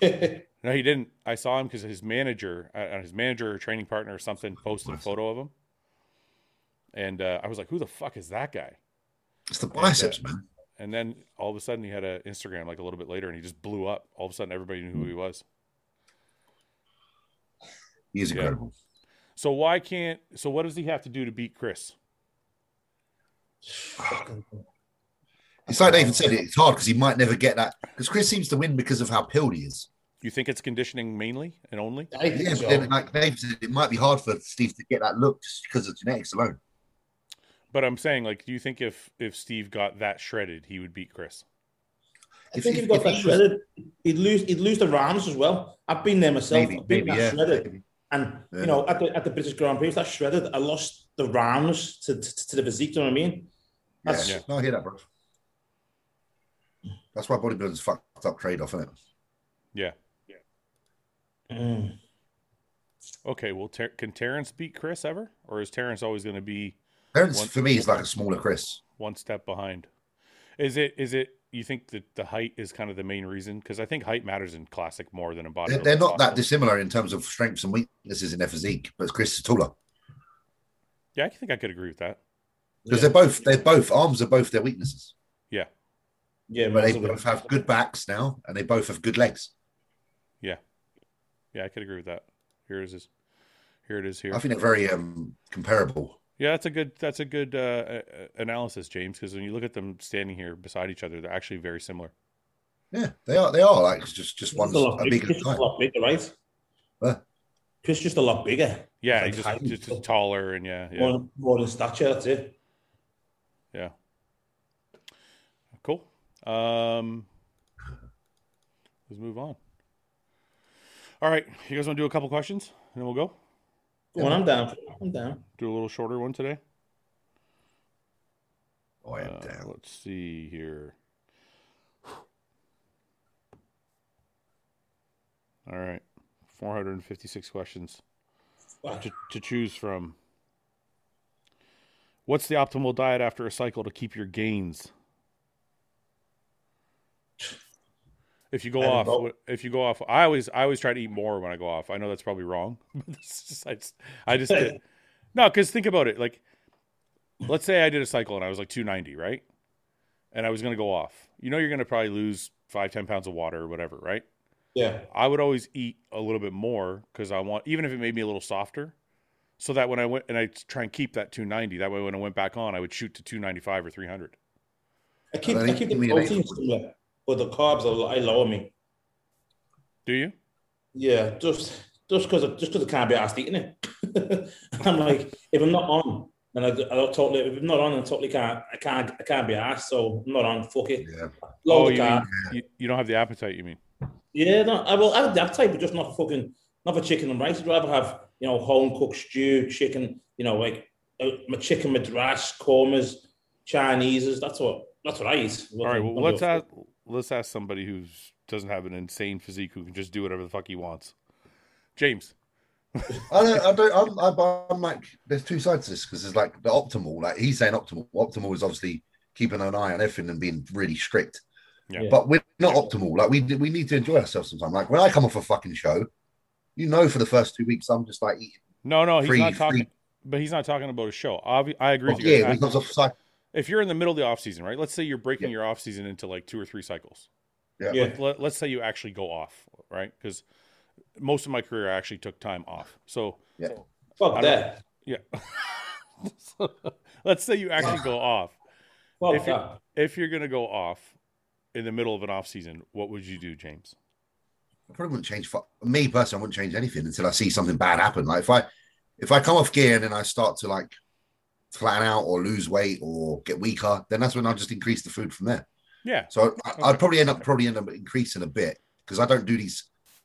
Speaker 1: No, he didn't. I saw him because his manager, uh, his manager or training partner or something, posted a
Speaker 2: Nice.
Speaker 1: photo of him, and uh, I was like, "Who the fuck is that guy?"
Speaker 2: It's the biceps, man.
Speaker 1: And then all of a sudden, he had a Instagram like a little bit later, and he just blew up. All of a sudden, everybody knew who he was.
Speaker 2: He is
Speaker 1: Yeah.
Speaker 2: incredible.
Speaker 1: So why can't? So what does he have to do to beat Chris?
Speaker 2: It's like Nathan said, it's hard because he might never get that. Because Chris seems to win because of how pilled he is.
Speaker 1: You think it's conditioning mainly and only?
Speaker 3: I think
Speaker 2: Yeah,
Speaker 3: so.
Speaker 2: but then, like Nathan said, it might be hard for Steve to get that look just because of genetics alone.
Speaker 1: But I'm saying, like, do you think if if Steve got that shredded, he would beat Chris?
Speaker 3: I
Speaker 2: If-
Speaker 3: think
Speaker 2: if-
Speaker 3: if he got
Speaker 2: if
Speaker 3: that
Speaker 2: he was-
Speaker 3: shredded, he'd lose he'd lose the rounds as well. I've been there myself.
Speaker 2: Maybe,
Speaker 3: I've been
Speaker 2: maybe,
Speaker 3: that
Speaker 2: yeah.
Speaker 3: shredded.
Speaker 2: maybe.
Speaker 3: And
Speaker 2: Yeah.
Speaker 3: you know, at the at the British Grand Prix, if that shredded, I lost the rounds to, to, to the physique, do you know what I mean?
Speaker 2: Yeah.
Speaker 3: That's-
Speaker 1: Yeah.
Speaker 2: No, I hear that, bro. That's why bodybuilding's a fucked up trade off, isn't it?
Speaker 3: Mm.
Speaker 1: Okay, well, ter- can Terrence beat Chris ever, or is Terrence always going to be
Speaker 2: Terrence,
Speaker 1: One-
Speaker 2: for me, is like a smaller Chris.
Speaker 1: one step behind? Is it? Is it? You think that the height is kind of the main reason? Because I think height matters in classic more than in body.
Speaker 2: They're, they're not that dissimilar in terms of strengths and weaknesses in their physique, but Chris is taller
Speaker 1: Yeah, I think I could agree with that.
Speaker 2: because they're both they're both arms are both their weaknesses,
Speaker 3: Yeah,
Speaker 2: but they
Speaker 3: massively.
Speaker 2: both have good backs now and they both have good legs.
Speaker 1: Yeah, I could agree with that. Here it is. Here it is. Here.
Speaker 2: I think they're very um, comparable.
Speaker 1: Yeah, that's a good that's a good uh, uh, analysis, James. Because when you look at them standing here beside each other, they're actually very similar.
Speaker 2: Yeah, they are. They are like it's just just
Speaker 3: Chris
Speaker 2: one's
Speaker 3: is a lot
Speaker 2: a
Speaker 3: big-
Speaker 2: bigger
Speaker 3: Chris is a
Speaker 2: time.
Speaker 3: lot bigger, right?
Speaker 2: Huh?
Speaker 3: Chris is just a lot bigger.
Speaker 1: Yeah,
Speaker 2: Like
Speaker 1: just,
Speaker 2: height.
Speaker 1: just just taller and yeah, yeah,
Speaker 3: More, more in stature, that's it.
Speaker 1: cool. Um, let's move on. All right, you guys want to do a couple questions and then we'll go
Speaker 3: Go on, I'm down. I'm down.
Speaker 1: do a little shorter one today.
Speaker 2: Oh, I am
Speaker 1: Uh,
Speaker 2: down.
Speaker 1: Let's see here. All right, 456 questions.
Speaker 3: Fuck.
Speaker 1: to, to choose from. What's the optimal diet after a cycle to keep your gains? If you go
Speaker 3: I don't
Speaker 1: off,
Speaker 3: know.
Speaker 1: what- if you go off, I always I always try to eat more when I go off. I know that's probably wrong, but this is just, I just, I just did. no, because think about it. Like, let's say I did a cycle and I was like 290, right? And I was gonna go off. You know, you're gonna probably lose five, ten pounds of water or whatever, right?
Speaker 3: Yeah.
Speaker 1: I would always eat a little bit more because I want, even if it made me a little softer, so that when I went and I try and keep that 290, that way when I went back on, I would shoot to 295 or 300.
Speaker 3: I keep
Speaker 2: I
Speaker 3: I,
Speaker 2: think
Speaker 3: keep
Speaker 2: you
Speaker 3: the
Speaker 2: mean like-
Speaker 3: protein similar, but the carbs are I lower me.
Speaker 1: Do you?
Speaker 3: Yeah, just just because just because I can't be asked eating it. I'm like, if I'm not on, then I, I totally if I'm not on, I totally can't I can't I can't be asked. So I'm not on. Fuck it.
Speaker 2: Yeah,
Speaker 3: Lower
Speaker 1: Oh, you,
Speaker 3: the carb.
Speaker 1: mean, you, you don't have the appetite, you mean?
Speaker 3: Yeah, no, I will. I have the appetite, but just not fucking not for chicken and rice. I'd rather have you know home cooked stew, chicken. You know, like uh, my chicken madras, kormas, Chinese's. That's what that's what I eat.
Speaker 1: All right, well, let's ask, let's ask somebody who doesn't have an insane physique who can just do whatever the fuck he wants. James.
Speaker 2: I don't. I don't I'm, I'm, I'm like, there's two sides to this because there's like the optimal. Like he's saying optimal. Optimal is obviously keeping an eye on everything and being really strict.
Speaker 1: Yeah.
Speaker 2: But we're not optimal. Like we we need to enjoy ourselves sometimes. Like when I come off a fucking show, you know, for the first two weeks I'm just like eating.
Speaker 1: No, no, he's
Speaker 2: Free-
Speaker 1: not talking,
Speaker 2: free.
Speaker 1: but he's not talking about a show. Obvi- I agree
Speaker 2: Oh,
Speaker 1: with you.
Speaker 2: yeah,
Speaker 1: guys.
Speaker 2: because of psych-
Speaker 1: if you're in the middle of the off season, right? Let's say you're breaking
Speaker 2: Yeah.
Speaker 1: your off season into like two or three cycles.
Speaker 2: Yeah.
Speaker 3: Yeah.
Speaker 1: Let, us say you actually go off, right? Because most of my career I actually took time off. So I
Speaker 3: Fuck
Speaker 1: don't-
Speaker 3: that.
Speaker 1: yeah. So, let's say you actually go off.
Speaker 3: Fuck
Speaker 1: if you-
Speaker 3: that.
Speaker 1: If you're gonna go off in the middle of an off season, what would you do, James?
Speaker 2: I probably wouldn't change. fu- Me personally, I wouldn't change anything until I see something bad happen. Like if I, if I come off gear and then I start to like flatten out or lose weight or get weaker, then that's when I'll just increase the food from there.
Speaker 1: Yeah.
Speaker 2: So I,
Speaker 1: Okay.
Speaker 2: I'd probably end up probably end up increasing a bit because I don't do these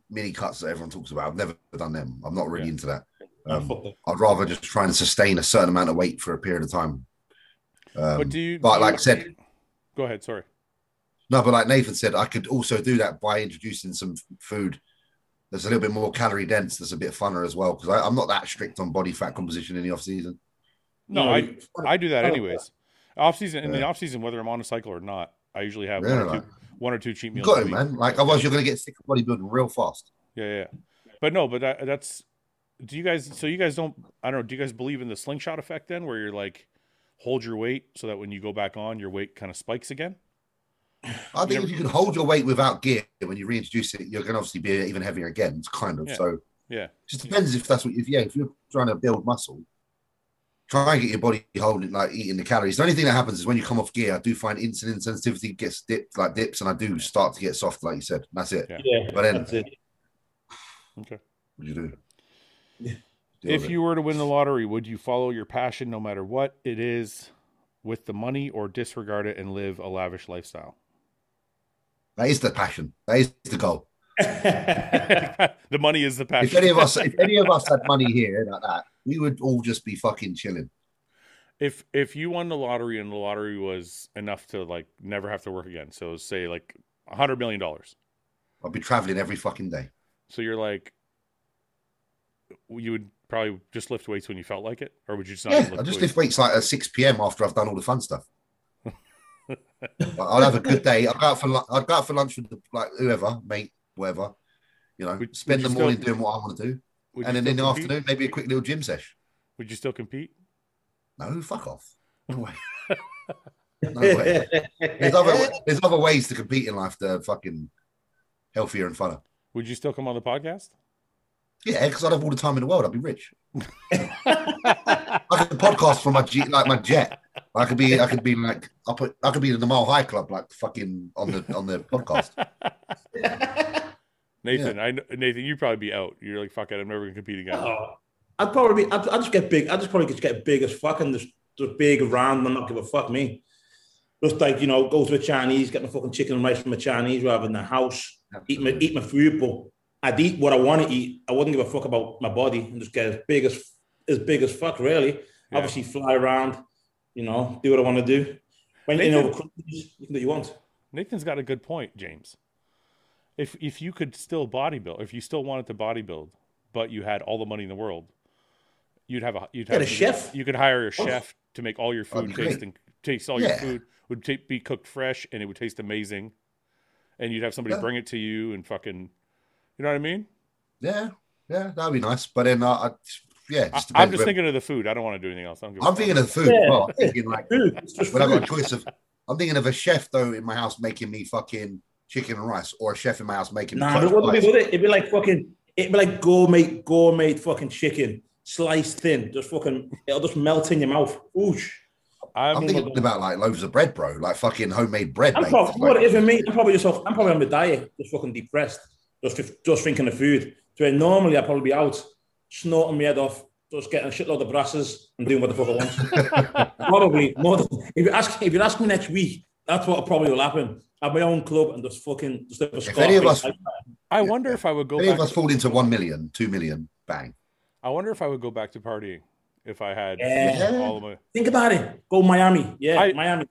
Speaker 2: mini cuts that everyone talks about. I've never done them. I'm not really
Speaker 1: Yeah.
Speaker 2: into that.
Speaker 3: Oh,
Speaker 2: Um,
Speaker 3: fuck that.
Speaker 2: I'd rather just try and sustain a certain amount of weight for a period of time. Um,
Speaker 1: but do you
Speaker 2: but
Speaker 1: do
Speaker 2: like
Speaker 1: you-
Speaker 2: I said-
Speaker 1: Go ahead, sorry.
Speaker 2: No, but like Nathan said, I could also do that by introducing some f- food that's a little bit more calorie dense, that's a bit funner as well. Because I'm not that strict on body fat composition in the off season.
Speaker 1: No,
Speaker 3: No,
Speaker 1: I
Speaker 3: you-
Speaker 1: I do that
Speaker 3: Oh,
Speaker 1: anyways. Off season in the
Speaker 2: Yeah.
Speaker 1: off season, whether I'm on a cycle or not, I usually have
Speaker 2: Yeah,
Speaker 1: one, or
Speaker 2: like-
Speaker 1: two, one or two cheat
Speaker 2: You
Speaker 1: meals.
Speaker 2: got
Speaker 1: a
Speaker 2: it,
Speaker 1: week.
Speaker 2: man. Like otherwise, you're going to get sick of bodybuilding real fast.
Speaker 1: Yeah, yeah. But no, but that, that's do you guys so you guys don't I don't know, do you guys believe in the slingshot effect then where you're like hold your weight so that when you go back on your weight kind of spikes again?
Speaker 2: I think
Speaker 1: never-
Speaker 2: if you can hold your weight without gear when you reintroduce it, you're going to obviously be even heavier again. It's kind of
Speaker 1: Yeah.
Speaker 2: so.
Speaker 1: Yeah.
Speaker 2: Just depends if that's what if yeah if you're trying to build muscle, try and get your body holding like eating the calories. The only thing that happens is when you come off gear, I do find insulin sensitivity gets dipped like dips, and I do start to get soft, like you said. That's it.
Speaker 3: Yeah,
Speaker 2: But then-
Speaker 3: that's it.
Speaker 1: Okay.
Speaker 2: What do you do?
Speaker 3: Yeah.
Speaker 2: Deal
Speaker 1: if
Speaker 2: with
Speaker 1: you were to win the lottery, would you follow your passion no matter what it is with the money or disregard it and live a lavish lifestyle?
Speaker 2: it. that is the passion, that is the goal.
Speaker 1: the money is the passion.
Speaker 2: If any of us, if any of us had money here like that, we would all just be fucking chilling.
Speaker 1: if if you won the lottery and the lottery was enough to like never have to work again, so say like a hundred million dollars.
Speaker 2: I'd be traveling every fucking day.
Speaker 1: So you're like, you would probably just lift weights when you felt like it, or would you just not?
Speaker 2: yeah,
Speaker 1: even lift
Speaker 2: I just
Speaker 1: weights?
Speaker 2: lift weights like at six p.m. after I've done all the fun stuff. Like, I'll have a good day. I'll go out for lu- I'll go out for lunch with the, like whoever, mate, whatever. You know,
Speaker 1: Would-
Speaker 2: spend
Speaker 1: would
Speaker 2: the
Speaker 1: you
Speaker 2: morning
Speaker 1: still-
Speaker 2: doing what I want to do,
Speaker 1: Would you
Speaker 2: and then
Speaker 1: still
Speaker 2: in the
Speaker 1: compete?
Speaker 2: afternoon maybe a quick little gym sesh.
Speaker 1: Would you still compete?
Speaker 2: No, fuck off. No way. no way. There's other there's other ways to compete in life that are fucking healthier and funner.
Speaker 1: Would you still come on the podcast?
Speaker 2: Yeah, because I'd have all the time in the world. I'd be rich. I could podcast from my G, like my jet. I could be, I could be like, I put, I could be in the Mile High Club, like fucking on the on the podcast.
Speaker 1: Nathan, I kn- Nathan, you'd probably be out. You're like, fuck it, I'm never gonna compete again.
Speaker 3: Oh, I'd probably be, I'd, I'd just get big. I'd just probably just get big as fuck and just, just big round and not give a fuck me. Just like, you know, go to a Chinese, get my fucking chicken and rice from a Chinese rather than the house. Eat my, eat my food, but I'd eat what I want to eat. I wouldn't give a fuck about my body and just get as big as, as big as fuck, really.
Speaker 1: Yeah.
Speaker 3: Obviously fly around, you know, do what I want to do. When you're in
Speaker 1: Nathan-
Speaker 3: other countries, you can do what you want.
Speaker 1: Nathan's got a good point, James. If if you could still bodybuild, if you still wanted to bodybuild, but you had all the money in the world, you'd have a you'd
Speaker 3: Get
Speaker 1: have
Speaker 3: a chef.
Speaker 1: You could hire a chef to make all your
Speaker 2: That'd
Speaker 1: food
Speaker 2: be Oh. great.
Speaker 1: taste and taste all your
Speaker 2: Yeah.
Speaker 1: food would ta- be cooked fresh and it would taste amazing, and you'd have somebody
Speaker 2: Yeah.
Speaker 1: bring it to you and fucking, you know what I mean?
Speaker 2: Yeah, yeah, that'd be nice. But then, I, I yeah, it
Speaker 1: I, I'm
Speaker 2: just depends
Speaker 1: just
Speaker 2: where-
Speaker 1: thinking of the food. I don't want to do anything else. I don't give a
Speaker 2: I'm
Speaker 1: fuck.
Speaker 2: thinking of food.
Speaker 3: Yeah.
Speaker 2: Well, I'm thinking like
Speaker 3: Food, it's just
Speaker 2: when I've got a
Speaker 3: food.
Speaker 2: choice of, I'm thinking of a chef though in my house making me fucking chicken and rice, or a chef in my house making. me
Speaker 3: Nah,
Speaker 2: clothes
Speaker 3: but it wouldn't
Speaker 2: rice.
Speaker 3: be, would it? It'd be like fucking, it'd be like gourmet, gourmet fucking chicken, sliced thin, just fucking, it'll just melt in your mouth. Oosh.
Speaker 1: I'm,
Speaker 2: I'm thinking about like loaves of bread, bro. Like fucking homemade bread.
Speaker 3: I'm
Speaker 2: mate.
Speaker 3: probably,
Speaker 2: Like-
Speaker 3: what it is with me, I'm probably just off, I'm probably on my diet, just fucking depressed, just just thinking of food. So then normally I'd probably be out, snorting my head off, just getting a shitload of brasses and doing what the fuck I want. probably, more than, if you ask if you ask me next week, that's what probably will happen. At my own club and just fucking, just have a
Speaker 2: any of us-
Speaker 3: Scarface.
Speaker 1: I wonder if I would go
Speaker 2: Any
Speaker 1: back.
Speaker 2: of us fall into one million, two million, bang.
Speaker 1: I wonder if I would go back to partying if I had
Speaker 3: Yeah.
Speaker 1: all of my.
Speaker 3: Think about it. Go Miami. Yeah,
Speaker 1: I-
Speaker 3: Miami.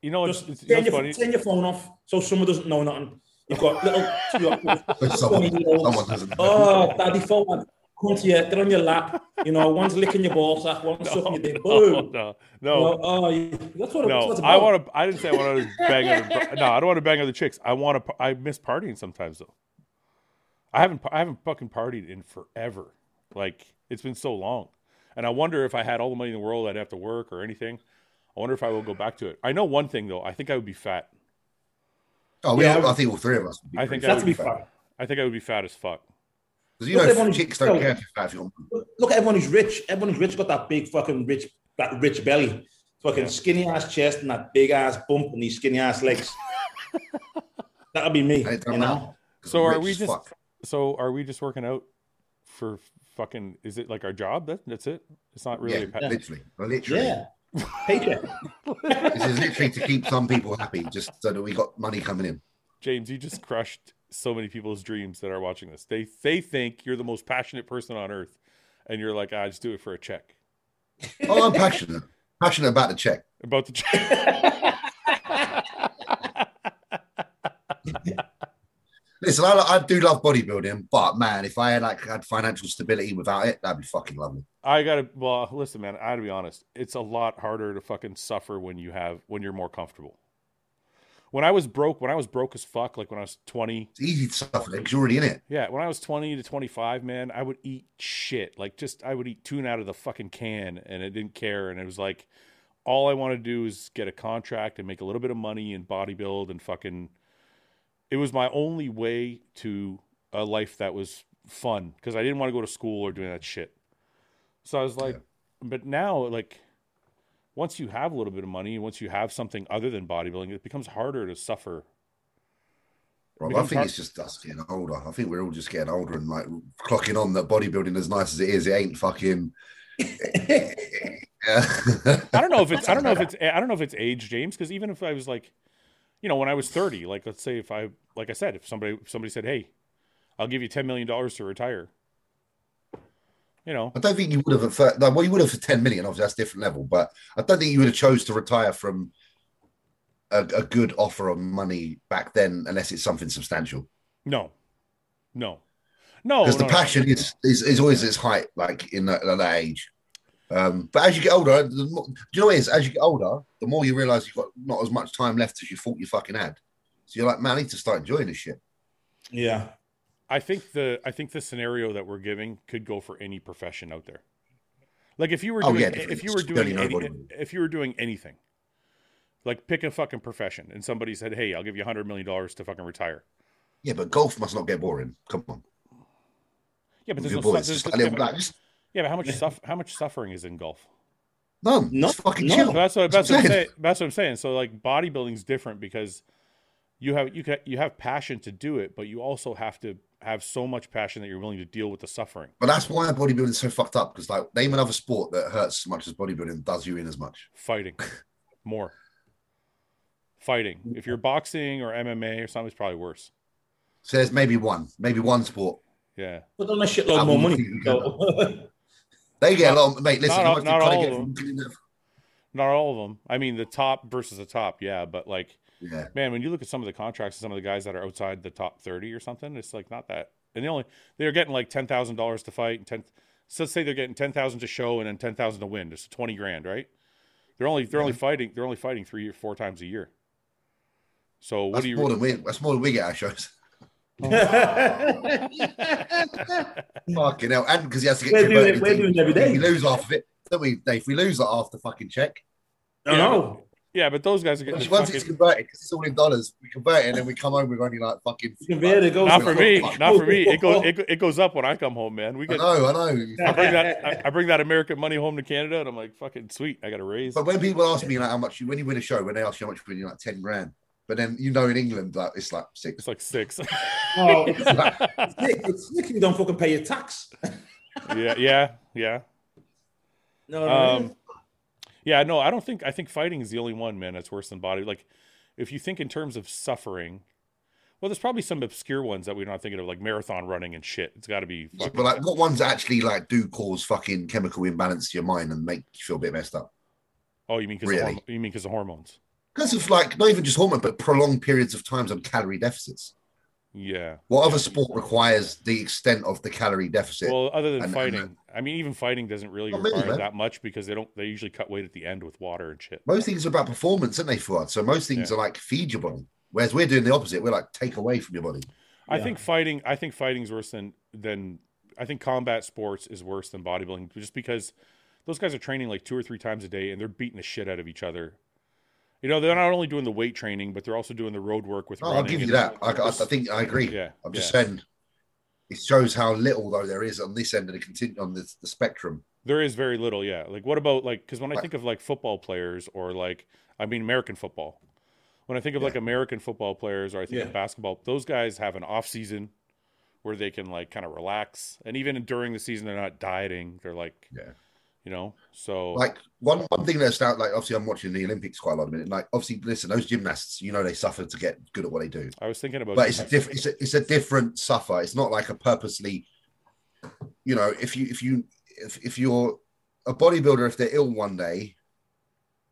Speaker 1: You know, it's, it's,
Speaker 3: Just
Speaker 1: you know
Speaker 3: turn
Speaker 1: what's
Speaker 3: your,
Speaker 1: funny.
Speaker 3: turn your phone off so someone doesn't know nothing. You've got little. you've got
Speaker 2: But someone,
Speaker 3: 20-year-olds.
Speaker 2: someone doesn't.
Speaker 3: oh, daddy phone. Come to you. Get on your lap. You know, one's licking your ball sack, one's sucking your dick. Boom.
Speaker 1: Oh, no, no, no.
Speaker 3: You know, oh, you- that's what
Speaker 1: No,
Speaker 3: it's about.
Speaker 1: I want to. I didn't say I want to bang. Other, no, I don't want to bang other chicks. I want to. I miss partying sometimes though. I haven't. I haven't fucking partied in forever. Like it's been so long, and I wonder if I had all the money in the world, I'd have to work or anything. I wonder if I will go back to it. I know one thing though. I think I would be fat.
Speaker 2: Oh, we
Speaker 3: Yeah,
Speaker 2: all,
Speaker 3: I-
Speaker 2: I think Oh, all three of us. Would be
Speaker 1: I think
Speaker 2: pretty
Speaker 1: I
Speaker 3: That's
Speaker 1: would
Speaker 3: to be
Speaker 2: fat.
Speaker 3: fun.
Speaker 1: I think I would be fat as fuck.
Speaker 2: Because you
Speaker 3: Look,
Speaker 2: know,
Speaker 3: everyone-
Speaker 2: chicks don't care if you're fat if you're
Speaker 3: Look at everyone who's rich. Everyone who's rich got that big fucking rich, that rich belly, fucking skinny ass chest and that big ass bump and these skinny ass legs. That'll be me.
Speaker 2: and it
Speaker 3: You
Speaker 2: don't
Speaker 3: know?
Speaker 2: matter. 'Cause
Speaker 1: So
Speaker 2: I'm
Speaker 1: are
Speaker 2: rich
Speaker 1: we
Speaker 2: as
Speaker 1: just-
Speaker 2: fuck.
Speaker 1: So are we just working out for fucking? Is it like our job? That that's it. It's not really. a
Speaker 2: yeah,
Speaker 1: pet.
Speaker 2: literally, literally.
Speaker 3: Yeah. Paycheck.
Speaker 2: This is literally to keep some people happy, just so that we got money coming in.
Speaker 1: James, you just crushed so many people's dreams that are watching this. They they think you're the most passionate person on earth, and you're like, I just do it for a check.
Speaker 2: Oh, I'm passionate, passionate about the check.
Speaker 1: About the check.
Speaker 2: Listen, I, I do love bodybuilding, but man, if I had like had financial stability without it, that'd be fucking lovely.
Speaker 1: I gotta well, listen, man, I gotta be honest. It's a lot harder to fucking suffer when you have when you're more comfortable. When I was broke, when I was broke as fuck, like when I was twenty,
Speaker 2: It's easy to suffer because you're already in it.
Speaker 1: Yeah, when I was 20 to 25, man, I would eat shit. Like just I would eat tuna out of the fucking can and I didn't care and it was like all I want to do is get a contract and make a little bit of money and bodybuild and fucking it was my only way to a life that was fun because I didn't want to go to school or doing that shit. So I was like,
Speaker 2: Yeah.
Speaker 1: but now like once you have a little bit of money and once you have something other than bodybuilding, it becomes harder to suffer.
Speaker 2: Rob, I
Speaker 1: Becomes
Speaker 2: think
Speaker 1: hard-
Speaker 2: it's just us getting older. I think we're all just getting older and like clocking on that bodybuilding, as nice as it is, it ain't fucking. Yeah.
Speaker 1: I don't know if it's I don't know if it's I don't know if it's age, James, because even if I was like, you know, when I was thirty, like let's say if I like I said, if somebody if somebody said, Hey, I'll give you ten million dollars to retire. You know,
Speaker 2: I don't think you would have at first. Like, well, you would have for ten million. Obviously, that's a different level. But I don't think you would have chose to retire from a, a good offer of money back then, unless it's something substantial.
Speaker 1: no. No. Oh, No.
Speaker 2: Because
Speaker 1: no,
Speaker 2: the
Speaker 1: no.
Speaker 2: passion is, is is always its height, like in that, at that age. Um, but as you get older, the more, do you know what it is? As you get older, the more you realize you've got not as much time left as you thought you fucking had. So you're like, man, I need to start enjoying this shit.
Speaker 3: yeah.
Speaker 1: I think the I think the scenario that we're giving could go for any profession out there. Like if you were
Speaker 2: Oh,
Speaker 1: doing
Speaker 2: yeah,
Speaker 1: if
Speaker 2: definitely.
Speaker 1: you were
Speaker 2: Certainly
Speaker 1: doing
Speaker 2: not
Speaker 1: any,
Speaker 2: bodybuilding.
Speaker 1: if you were doing anything, like pick a fucking profession, and somebody said, "Hey, I'll give you hundred million dollars to fucking retire."
Speaker 2: Yeah, but golf must not get boring. Come on,
Speaker 1: Yeah, but
Speaker 2: with
Speaker 1: there's no
Speaker 2: your boys,
Speaker 1: su- there's-
Speaker 2: just like,
Speaker 1: yeah,
Speaker 2: little,
Speaker 1: but-
Speaker 2: like, just
Speaker 1: Yeah, but how much
Speaker 3: Yeah.
Speaker 1: suff- how much suffering is in golf?
Speaker 2: none,
Speaker 3: No,
Speaker 2: just fucking
Speaker 3: no.
Speaker 2: chill.
Speaker 1: So that's what that's what I'm
Speaker 2: Sad.
Speaker 1: saying. That's what I'm saying. So like bodybuilding's different because you have you ca you have passion to do it, but you also have to have so much passion that you're willing to deal with the suffering.
Speaker 2: But that's why bodybuilding's so fucked up. Because like, name another sport that hurts as much as bodybuilding does you in as much.
Speaker 1: Fighting more. Fighting. If you're boxing or MMA or something, it's probably worse.
Speaker 2: So there's maybe one, maybe one sport.
Speaker 1: Yeah.
Speaker 3: But on a
Speaker 2: I
Speaker 3: shitload more money.
Speaker 2: wouldn't
Speaker 3: So.
Speaker 2: They get a lot. Of, mate, listen,
Speaker 1: Not
Speaker 2: how
Speaker 1: all-
Speaker 2: much do
Speaker 1: not
Speaker 2: you gotta
Speaker 1: all
Speaker 2: get
Speaker 1: of
Speaker 2: from cleaning up-
Speaker 1: Not all of them. I mean, the top versus the top, yeah. But like,
Speaker 2: Yeah,
Speaker 1: man, when you look at some of the contracts and some of the guys that are outside the top thirty or something, it's like not that. And they only they're getting like ten thousand dollars to fight and ten. So let's say they're getting ten thousand to show and then ten thousand to win. It's twenty grand, right? They're only they're only fighting they're only fighting three or four times a year. So what
Speaker 2: that's
Speaker 1: do you?
Speaker 2: more than we. That's more than we get our shows. fucking hell, and because he has to get
Speaker 3: We're doing it-
Speaker 2: converted.
Speaker 3: we're doing it every day.
Speaker 2: We lose half of it, don't we, Dave? We lose that half the fucking check.
Speaker 3: I know.
Speaker 1: yeah, but those guys are getting
Speaker 2: Once
Speaker 1: fucking,
Speaker 2: it's converted, 'cause it's all in dollars. We convert it, and then we come home with only like fucking.
Speaker 3: You can bear it, it goes
Speaker 1: not for me, not for me. It goes
Speaker 3: It,
Speaker 1: it, go- it goes up when I come home, man. We
Speaker 2: I
Speaker 1: get
Speaker 2: know, I know.
Speaker 1: I bring that I, I bring that American money home to Canada, and I'm like fucking sweet. I got a raise.
Speaker 2: But when people ask me like how much you when you win a show, when they ask you how much you win, you're like ten grand. But then you know in England like it's like six.
Speaker 1: It's like six.
Speaker 3: no, it's sick. It's sick if you don't fucking pay your tax.
Speaker 1: yeah, yeah, yeah.
Speaker 3: No, no,
Speaker 1: Um, yeah, no, I don't think. I think fighting is the only one, man. That's worse than body. Like, if you think in terms of suffering, well, there's probably some obscure ones that we're not thinking of, like marathon running and shit. It's got to be.
Speaker 2: But
Speaker 1: Fucking,
Speaker 2: like what ones actually like do cause fucking chemical imbalance to your mind and make you feel a bit messed up?
Speaker 1: oh, you mean because
Speaker 2: really?
Speaker 1: you mean because of hormones?
Speaker 2: Because of like not even just hormone, but prolonged periods of times on calorie deficits.
Speaker 1: Yeah.
Speaker 2: What other sport requires the extent of the calorie deficit?
Speaker 1: Well, other than
Speaker 2: And- and
Speaker 1: fighting, I mean, even fighting doesn't really
Speaker 2: Not really,
Speaker 1: require
Speaker 2: man.
Speaker 1: that much because they don't. They usually cut weight at the end with water and shit.
Speaker 2: most things are about performance, aren't they, Fuad? So most things
Speaker 1: Yeah.
Speaker 2: are like feed your body. Whereas we're doing the opposite. We're like take away from your body.
Speaker 1: I
Speaker 3: Yeah.
Speaker 1: think fighting. I think fighting's worse than than. I think combat sports is worse than bodybuilding, just because those guys are training like two or three times a day and they're beating the shit out of each other. You know, they're not only doing the weight training, but they're also doing the road work with.
Speaker 2: Oh, I'll
Speaker 1: running
Speaker 2: give
Speaker 1: and-
Speaker 2: you that. I, I, I think I agree.
Speaker 1: Yeah,
Speaker 2: I'm just
Speaker 1: yeah.
Speaker 2: saying It shows how little though there is on this end of the continu- on the, the spectrum.
Speaker 1: There is very little, yeah. Like, what about like? Because when I
Speaker 2: Right.
Speaker 1: think of like football players, or like, I mean American football. When I think of
Speaker 2: Yeah.
Speaker 1: like American football players, or I think
Speaker 3: Yeah.
Speaker 1: of basketball, those guys have an off season where they can like kind of relax, and even during the season, they're not dieting. They're like,
Speaker 2: Yeah.
Speaker 1: you know, so
Speaker 2: Like one, one thing that's out, like obviously I'm watching the Olympics quite a lot at the minute. Like obviously, listen, those gymnasts, you know, they suffer to get good at what they do.
Speaker 1: I was thinking about.
Speaker 2: but it's a different it's a, it's a different suffer it's not like a purposely you know if you if you if, if you're a bodybuilder if they're ill one day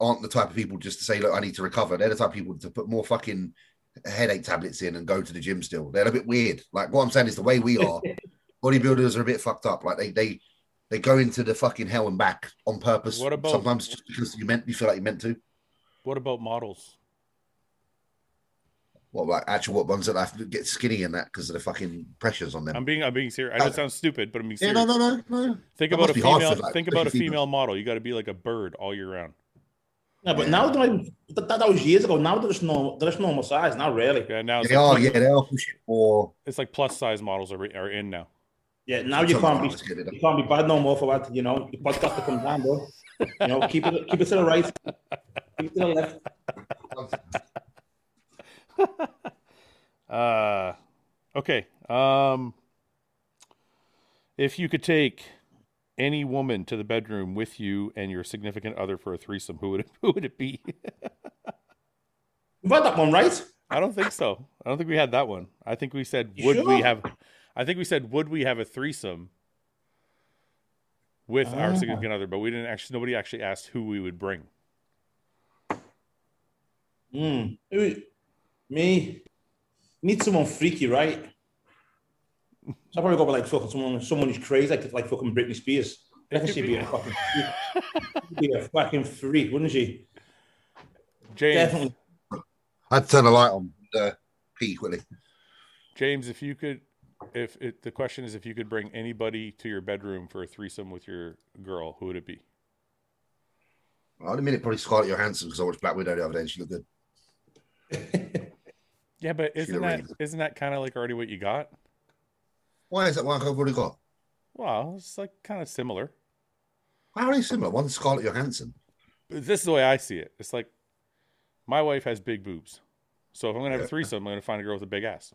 Speaker 2: aren't the type of people just to say look i need to recover they're the type of people to put more fucking headache tablets in and go to the gym still they're a bit weird like what i'm saying is the way we are bodybuilders are a bit fucked up like they they they go into the fucking hell and back on purpose
Speaker 1: What about-
Speaker 2: sometimes just because you meant you feel like you meant to
Speaker 1: What about models?
Speaker 2: what like actual what ones that have to get skinny and that because of the fucking pressures on them
Speaker 1: I'm being I'm being serious. I know it sounds stupid, but I'm being
Speaker 2: Yeah,
Speaker 1: serious.
Speaker 2: no, no, no, no.
Speaker 1: Think
Speaker 2: That
Speaker 1: about
Speaker 2: must
Speaker 1: a
Speaker 2: be hard for,
Speaker 1: female.
Speaker 2: like,
Speaker 1: think about a
Speaker 2: especially
Speaker 1: female
Speaker 2: females.
Speaker 1: model. You got to be like a bird all year round.
Speaker 3: Yeah, but
Speaker 2: Yeah.
Speaker 3: now they're like, that, that was years ago. Now there's no there's normal size now, really.
Speaker 1: Yeah, now it's
Speaker 2: They
Speaker 1: like,
Speaker 2: are,
Speaker 1: plus-
Speaker 2: yeah, they are pushing for.
Speaker 1: it's like plus size models are, are in now.
Speaker 3: Yeah, now you can't
Speaker 2: Someone
Speaker 3: be
Speaker 2: else get it up.
Speaker 3: you can't be bad no more for that. You know, your podcast to come down, bro. You know, keep it keep it to the right, keep it to the left.
Speaker 1: Uh, okay. Um, if you could take any woman to the bedroom with you and your significant other for a threesome, who would it, who would it be?
Speaker 3: We've had that one, right?
Speaker 1: I don't think so. I don't think we had that one. I think we said
Speaker 3: You
Speaker 1: would we
Speaker 3: sure?
Speaker 1: have? I think we said would we have a threesome with our
Speaker 3: Ah.
Speaker 1: significant other, but we didn't actually. Nobody actually asked who we would bring.
Speaker 3: Mm. Who- Me. Need someone freaky, right? So I probably go with like fucking someone someone who's crazy, like like fucking Britney Spears. I reckon
Speaker 1: could
Speaker 3: she'd
Speaker 1: be-
Speaker 3: be a fucking freak. She'd be a fucking freak, wouldn't she?
Speaker 1: James,
Speaker 3: Definitely.
Speaker 2: I'd turn the light on uh, P quickly.
Speaker 1: James, if you could, if it, the question is if you could bring anybody to your bedroom for a threesome with your girl, who would it be?
Speaker 2: I'd admit it probably Scarlett Johansson because I watched Black Widow the other day and she looked good.
Speaker 1: Yeah, but isn't that
Speaker 2: already-
Speaker 1: isn't that kind of like already what you got?
Speaker 2: Why is that one I've already got?
Speaker 1: Well, it's like kind of similar.
Speaker 2: How are they similar? One's Scarlett Johansson.
Speaker 1: But This is the way I see it. It's like my wife has big boobs, so if I'm gonna have a
Speaker 2: Yeah.
Speaker 1: threesome, I'm gonna find a girl with a big ass.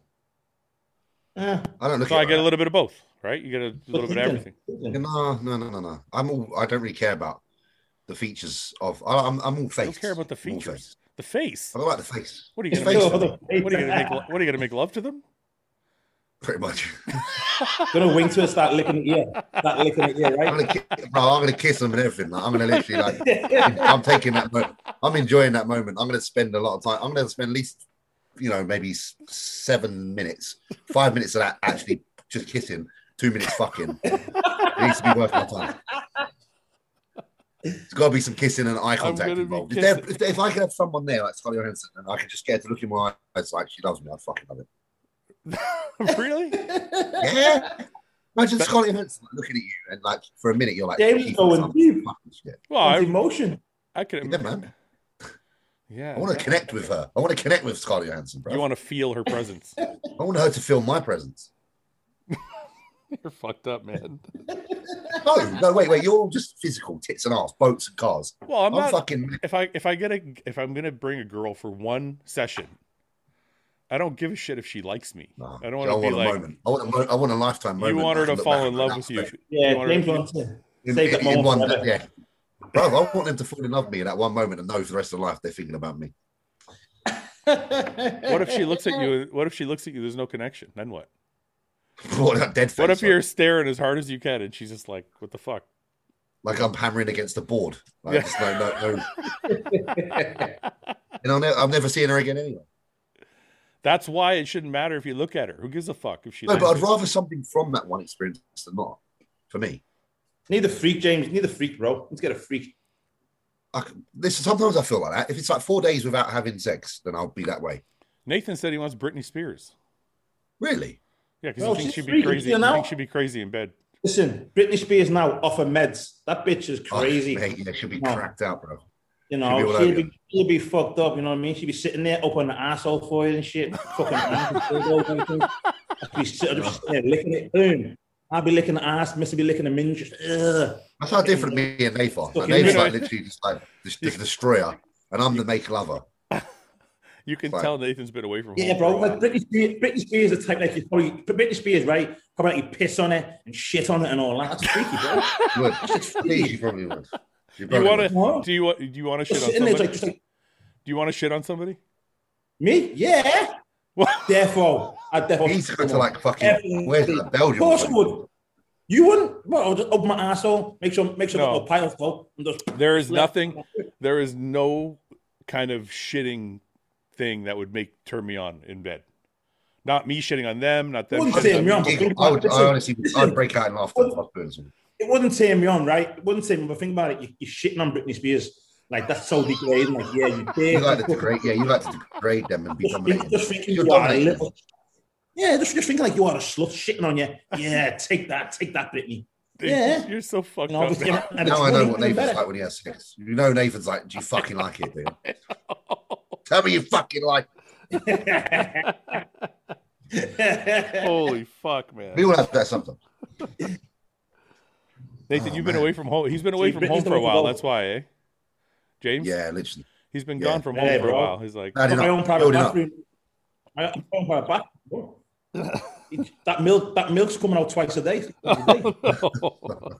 Speaker 3: Yeah.
Speaker 2: I don't look
Speaker 1: So
Speaker 2: at
Speaker 1: I
Speaker 2: it
Speaker 1: get a
Speaker 2: like
Speaker 1: little bit of both, right? You get a little bit of everything.
Speaker 2: that. No, no, no, no, no. I'm all. I don't really care about the features of. I, I'm, I'm all face.
Speaker 1: I don't care about the
Speaker 2: I'm all
Speaker 1: features.
Speaker 2: face.
Speaker 1: The face.
Speaker 2: I don't like the face,
Speaker 1: What are you gonna
Speaker 2: Face
Speaker 1: make?
Speaker 2: it.
Speaker 1: What are you gonna make? lo- What are you gonna make love to them?
Speaker 2: pretty much.
Speaker 3: Gonna wing to us, start licking the ear, start licking the ear,
Speaker 2: I'm gonna,
Speaker 3: right?
Speaker 2: kiss, bro, I'm gonna kiss them and everything. Like, I'm gonna literally like.
Speaker 3: yeah,
Speaker 2: I'm taking that. Moment. I'm enjoying that moment. I'm going to spend a lot of time. I'm going to spend at least, you know, maybe s- seven minutes, five minutes of that actually just kissing, two minutes fucking. It needs to be worth my time. There's got to be some kissing and eye contact
Speaker 1: gonna be
Speaker 2: involved. If, there,
Speaker 1: kissing.
Speaker 2: if, there- if I could have someone there like Scarlett Johansson and I could just get her to look in my eyes like she loves me, I'd fucking love it.
Speaker 1: really?
Speaker 2: Yeah. Imagine Scarlett Johansson like, looking at you and like for a minute you're like,
Speaker 3: David's
Speaker 2: "Jesus,
Speaker 3: going
Speaker 2: I'm
Speaker 3: deep.
Speaker 2: fucking shit."
Speaker 1: Well,
Speaker 3: Oh,
Speaker 1: I,
Speaker 3: emotion.
Speaker 1: I could.
Speaker 2: Yeah, man.
Speaker 1: Yeah.
Speaker 2: I want to connect with her. I want to connect with Scarlett Johansson, bro.
Speaker 1: You want to feel her presence.
Speaker 2: I want her to feel my presence.
Speaker 1: You're fucked up, man.
Speaker 2: No, no, wait, wait. You're all just physical, tits and ass, boats and cars.
Speaker 1: Well, I'm
Speaker 2: I'm,
Speaker 1: not.
Speaker 2: fucking.
Speaker 1: If I if I get a if I'm gonna bring a girl for one session, I don't give a shit if she likes me.
Speaker 2: Nah,
Speaker 1: I don't want to be
Speaker 2: a
Speaker 1: like
Speaker 2: moment. I want a, mo- I want a lifetime
Speaker 1: you
Speaker 2: moment.
Speaker 1: want
Speaker 2: I
Speaker 1: her
Speaker 2: can
Speaker 1: to
Speaker 2: look
Speaker 1: fall
Speaker 2: back
Speaker 1: in
Speaker 2: on
Speaker 1: love
Speaker 2: that
Speaker 1: with you.
Speaker 3: Yeah,
Speaker 1: You want her-
Speaker 3: James wants to
Speaker 2: In,
Speaker 3: save that
Speaker 2: in
Speaker 3: moment
Speaker 2: one,
Speaker 3: forever.
Speaker 2: yeah. Bro, I want them to fall in love with me in that one moment and know for the rest of life they're thinking about me.
Speaker 1: What if she looks at you? What if she looks at you? There's no connection. Then what?
Speaker 2: What that dead face?
Speaker 1: What if
Speaker 2: like-
Speaker 1: you're staring as hard as you can and she's just like, "What the fuck?"
Speaker 2: like I'm hammering against the board? Like,
Speaker 1: Yeah.
Speaker 2: just no, no, no. And I'll ne- I'm never seeing her again anyway.
Speaker 1: That's why it shouldn't matter if you look at her. Who gives a fuck if she?
Speaker 2: No,
Speaker 1: likes
Speaker 2: but I'd
Speaker 1: you?
Speaker 2: rather something from that one experience than not. For me,
Speaker 3: Need a freak, James. Need a freak, bro. Let's get a freak.
Speaker 2: I, c- listen. Sometimes I feel like that. If it's like four days without having sex, then I'll be that way.
Speaker 1: Nathan said he wants Britney Spears.
Speaker 2: Really?
Speaker 1: Yeah, because
Speaker 3: No,
Speaker 1: he thinks
Speaker 3: she's
Speaker 1: she'd be
Speaker 3: freaky,
Speaker 1: crazy.
Speaker 3: you
Speaker 1: He
Speaker 3: know?
Speaker 1: thinks she'd be crazy in bed.
Speaker 3: Listen, Britney Spears now off her meds. That bitch is
Speaker 2: Oh,
Speaker 3: crazy.
Speaker 2: mate, yeah, she'll be
Speaker 3: No.
Speaker 2: cracked out, bro.
Speaker 3: You
Speaker 2: She'd be
Speaker 3: know,
Speaker 2: all
Speaker 3: she'd
Speaker 2: over
Speaker 3: be, she'd be fucked up. You know what I mean? She'd be sitting there up on the asshole for you and shit, fucking ass and dildos and everything. I'd be sitting just there licking it. Boom. I'd be licking the ass. Miss would be licking the minge. Just, ugh.
Speaker 2: That's how different me and Nath are. Like, Nath's
Speaker 3: Fucking
Speaker 4: minute.
Speaker 2: like literally just like the, the destroyer, and I'm the make lover.
Speaker 1: You can
Speaker 2: Fine.
Speaker 1: tell Nathan's been away from home.
Speaker 3: Yeah, bro.
Speaker 1: for a while.
Speaker 3: Like Britney Spears, Britney Spears is the type like you probably Britney Spears, right? Probably like you piss on it and shit on it and all that. That's freaky, bro.
Speaker 2: You would. Please, you probably would. You
Speaker 1: you
Speaker 2: probably
Speaker 1: want
Speaker 2: would.
Speaker 1: to?
Speaker 3: What?
Speaker 1: Do you want? Do you want to shit
Speaker 3: Just
Speaker 1: on
Speaker 3: sitting there,
Speaker 1: somebody?
Speaker 3: like, just like
Speaker 1: do you want to shit on somebody?
Speaker 3: me, yeah.
Speaker 1: What?
Speaker 3: Therefore, I therefore.
Speaker 2: He's going to like fucking.
Speaker 3: Everything.
Speaker 2: Where's that
Speaker 3: Of
Speaker 2: Belgium?
Speaker 3: course I would. You wouldn't? Well, I'll just open my asshole, make sure, make sure
Speaker 1: No.
Speaker 3: I've got a pile of coke and just.
Speaker 1: There is nothing. There is no kind of shitting thing that would make turn me on in bed. Not me shitting on them. Not them.
Speaker 3: Wouldn't
Speaker 1: shitting
Speaker 3: say
Speaker 1: on
Speaker 3: me
Speaker 1: me.
Speaker 3: on.
Speaker 2: Giggle. I would. I honestly, would-
Speaker 3: Listen.
Speaker 2: I'd break out in laughter. if I was doing something.
Speaker 3: It wouldn't turn me on, right? It wouldn't turn me. But think about it. You, you're shitting on Britney Spears. Like that's so degrading. Like yeah, you
Speaker 2: You
Speaker 3: did.
Speaker 2: like to degrade, yeah. You like to degrade them and be
Speaker 3: just, think-
Speaker 2: dominating.
Speaker 3: just thinking
Speaker 2: You're
Speaker 3: you are a
Speaker 2: dominating.
Speaker 3: little. Yeah, just just thinking like you are a slut shitting on you. Yeah, take that, take that, Britney.
Speaker 1: Dude,
Speaker 3: Yeah.
Speaker 1: You're so fucked
Speaker 3: You know,
Speaker 1: up.
Speaker 3: just, you know, and it's
Speaker 2: Now I know
Speaker 3: funny,
Speaker 2: what
Speaker 3: even
Speaker 2: Nathan's
Speaker 3: better.
Speaker 2: like when he has sex. You know Nathan's like, do you fucking like it, dude? Tell me you fucking like. it."
Speaker 1: Holy fuck, man.
Speaker 2: We all have that sometimes.
Speaker 1: Nathan,
Speaker 2: Oh,
Speaker 1: you've been
Speaker 2: man.
Speaker 1: away from home. He's been away
Speaker 3: he's
Speaker 1: from
Speaker 3: been-
Speaker 1: home
Speaker 3: he's
Speaker 1: for a
Speaker 3: away from
Speaker 1: while.
Speaker 3: home.
Speaker 1: That's why, eh? James,
Speaker 2: Yeah, literally.
Speaker 1: he's been
Speaker 2: yeah.
Speaker 1: gone from home
Speaker 3: Hey,
Speaker 1: for a
Speaker 3: bro.
Speaker 1: while. He's like,
Speaker 2: Adding
Speaker 3: Got my
Speaker 2: up,
Speaker 3: own private
Speaker 2: building up.
Speaker 3: bathroom. I got my own private bathroom. It- that milk, that milk's coming out twice a day. I'm
Speaker 1: no.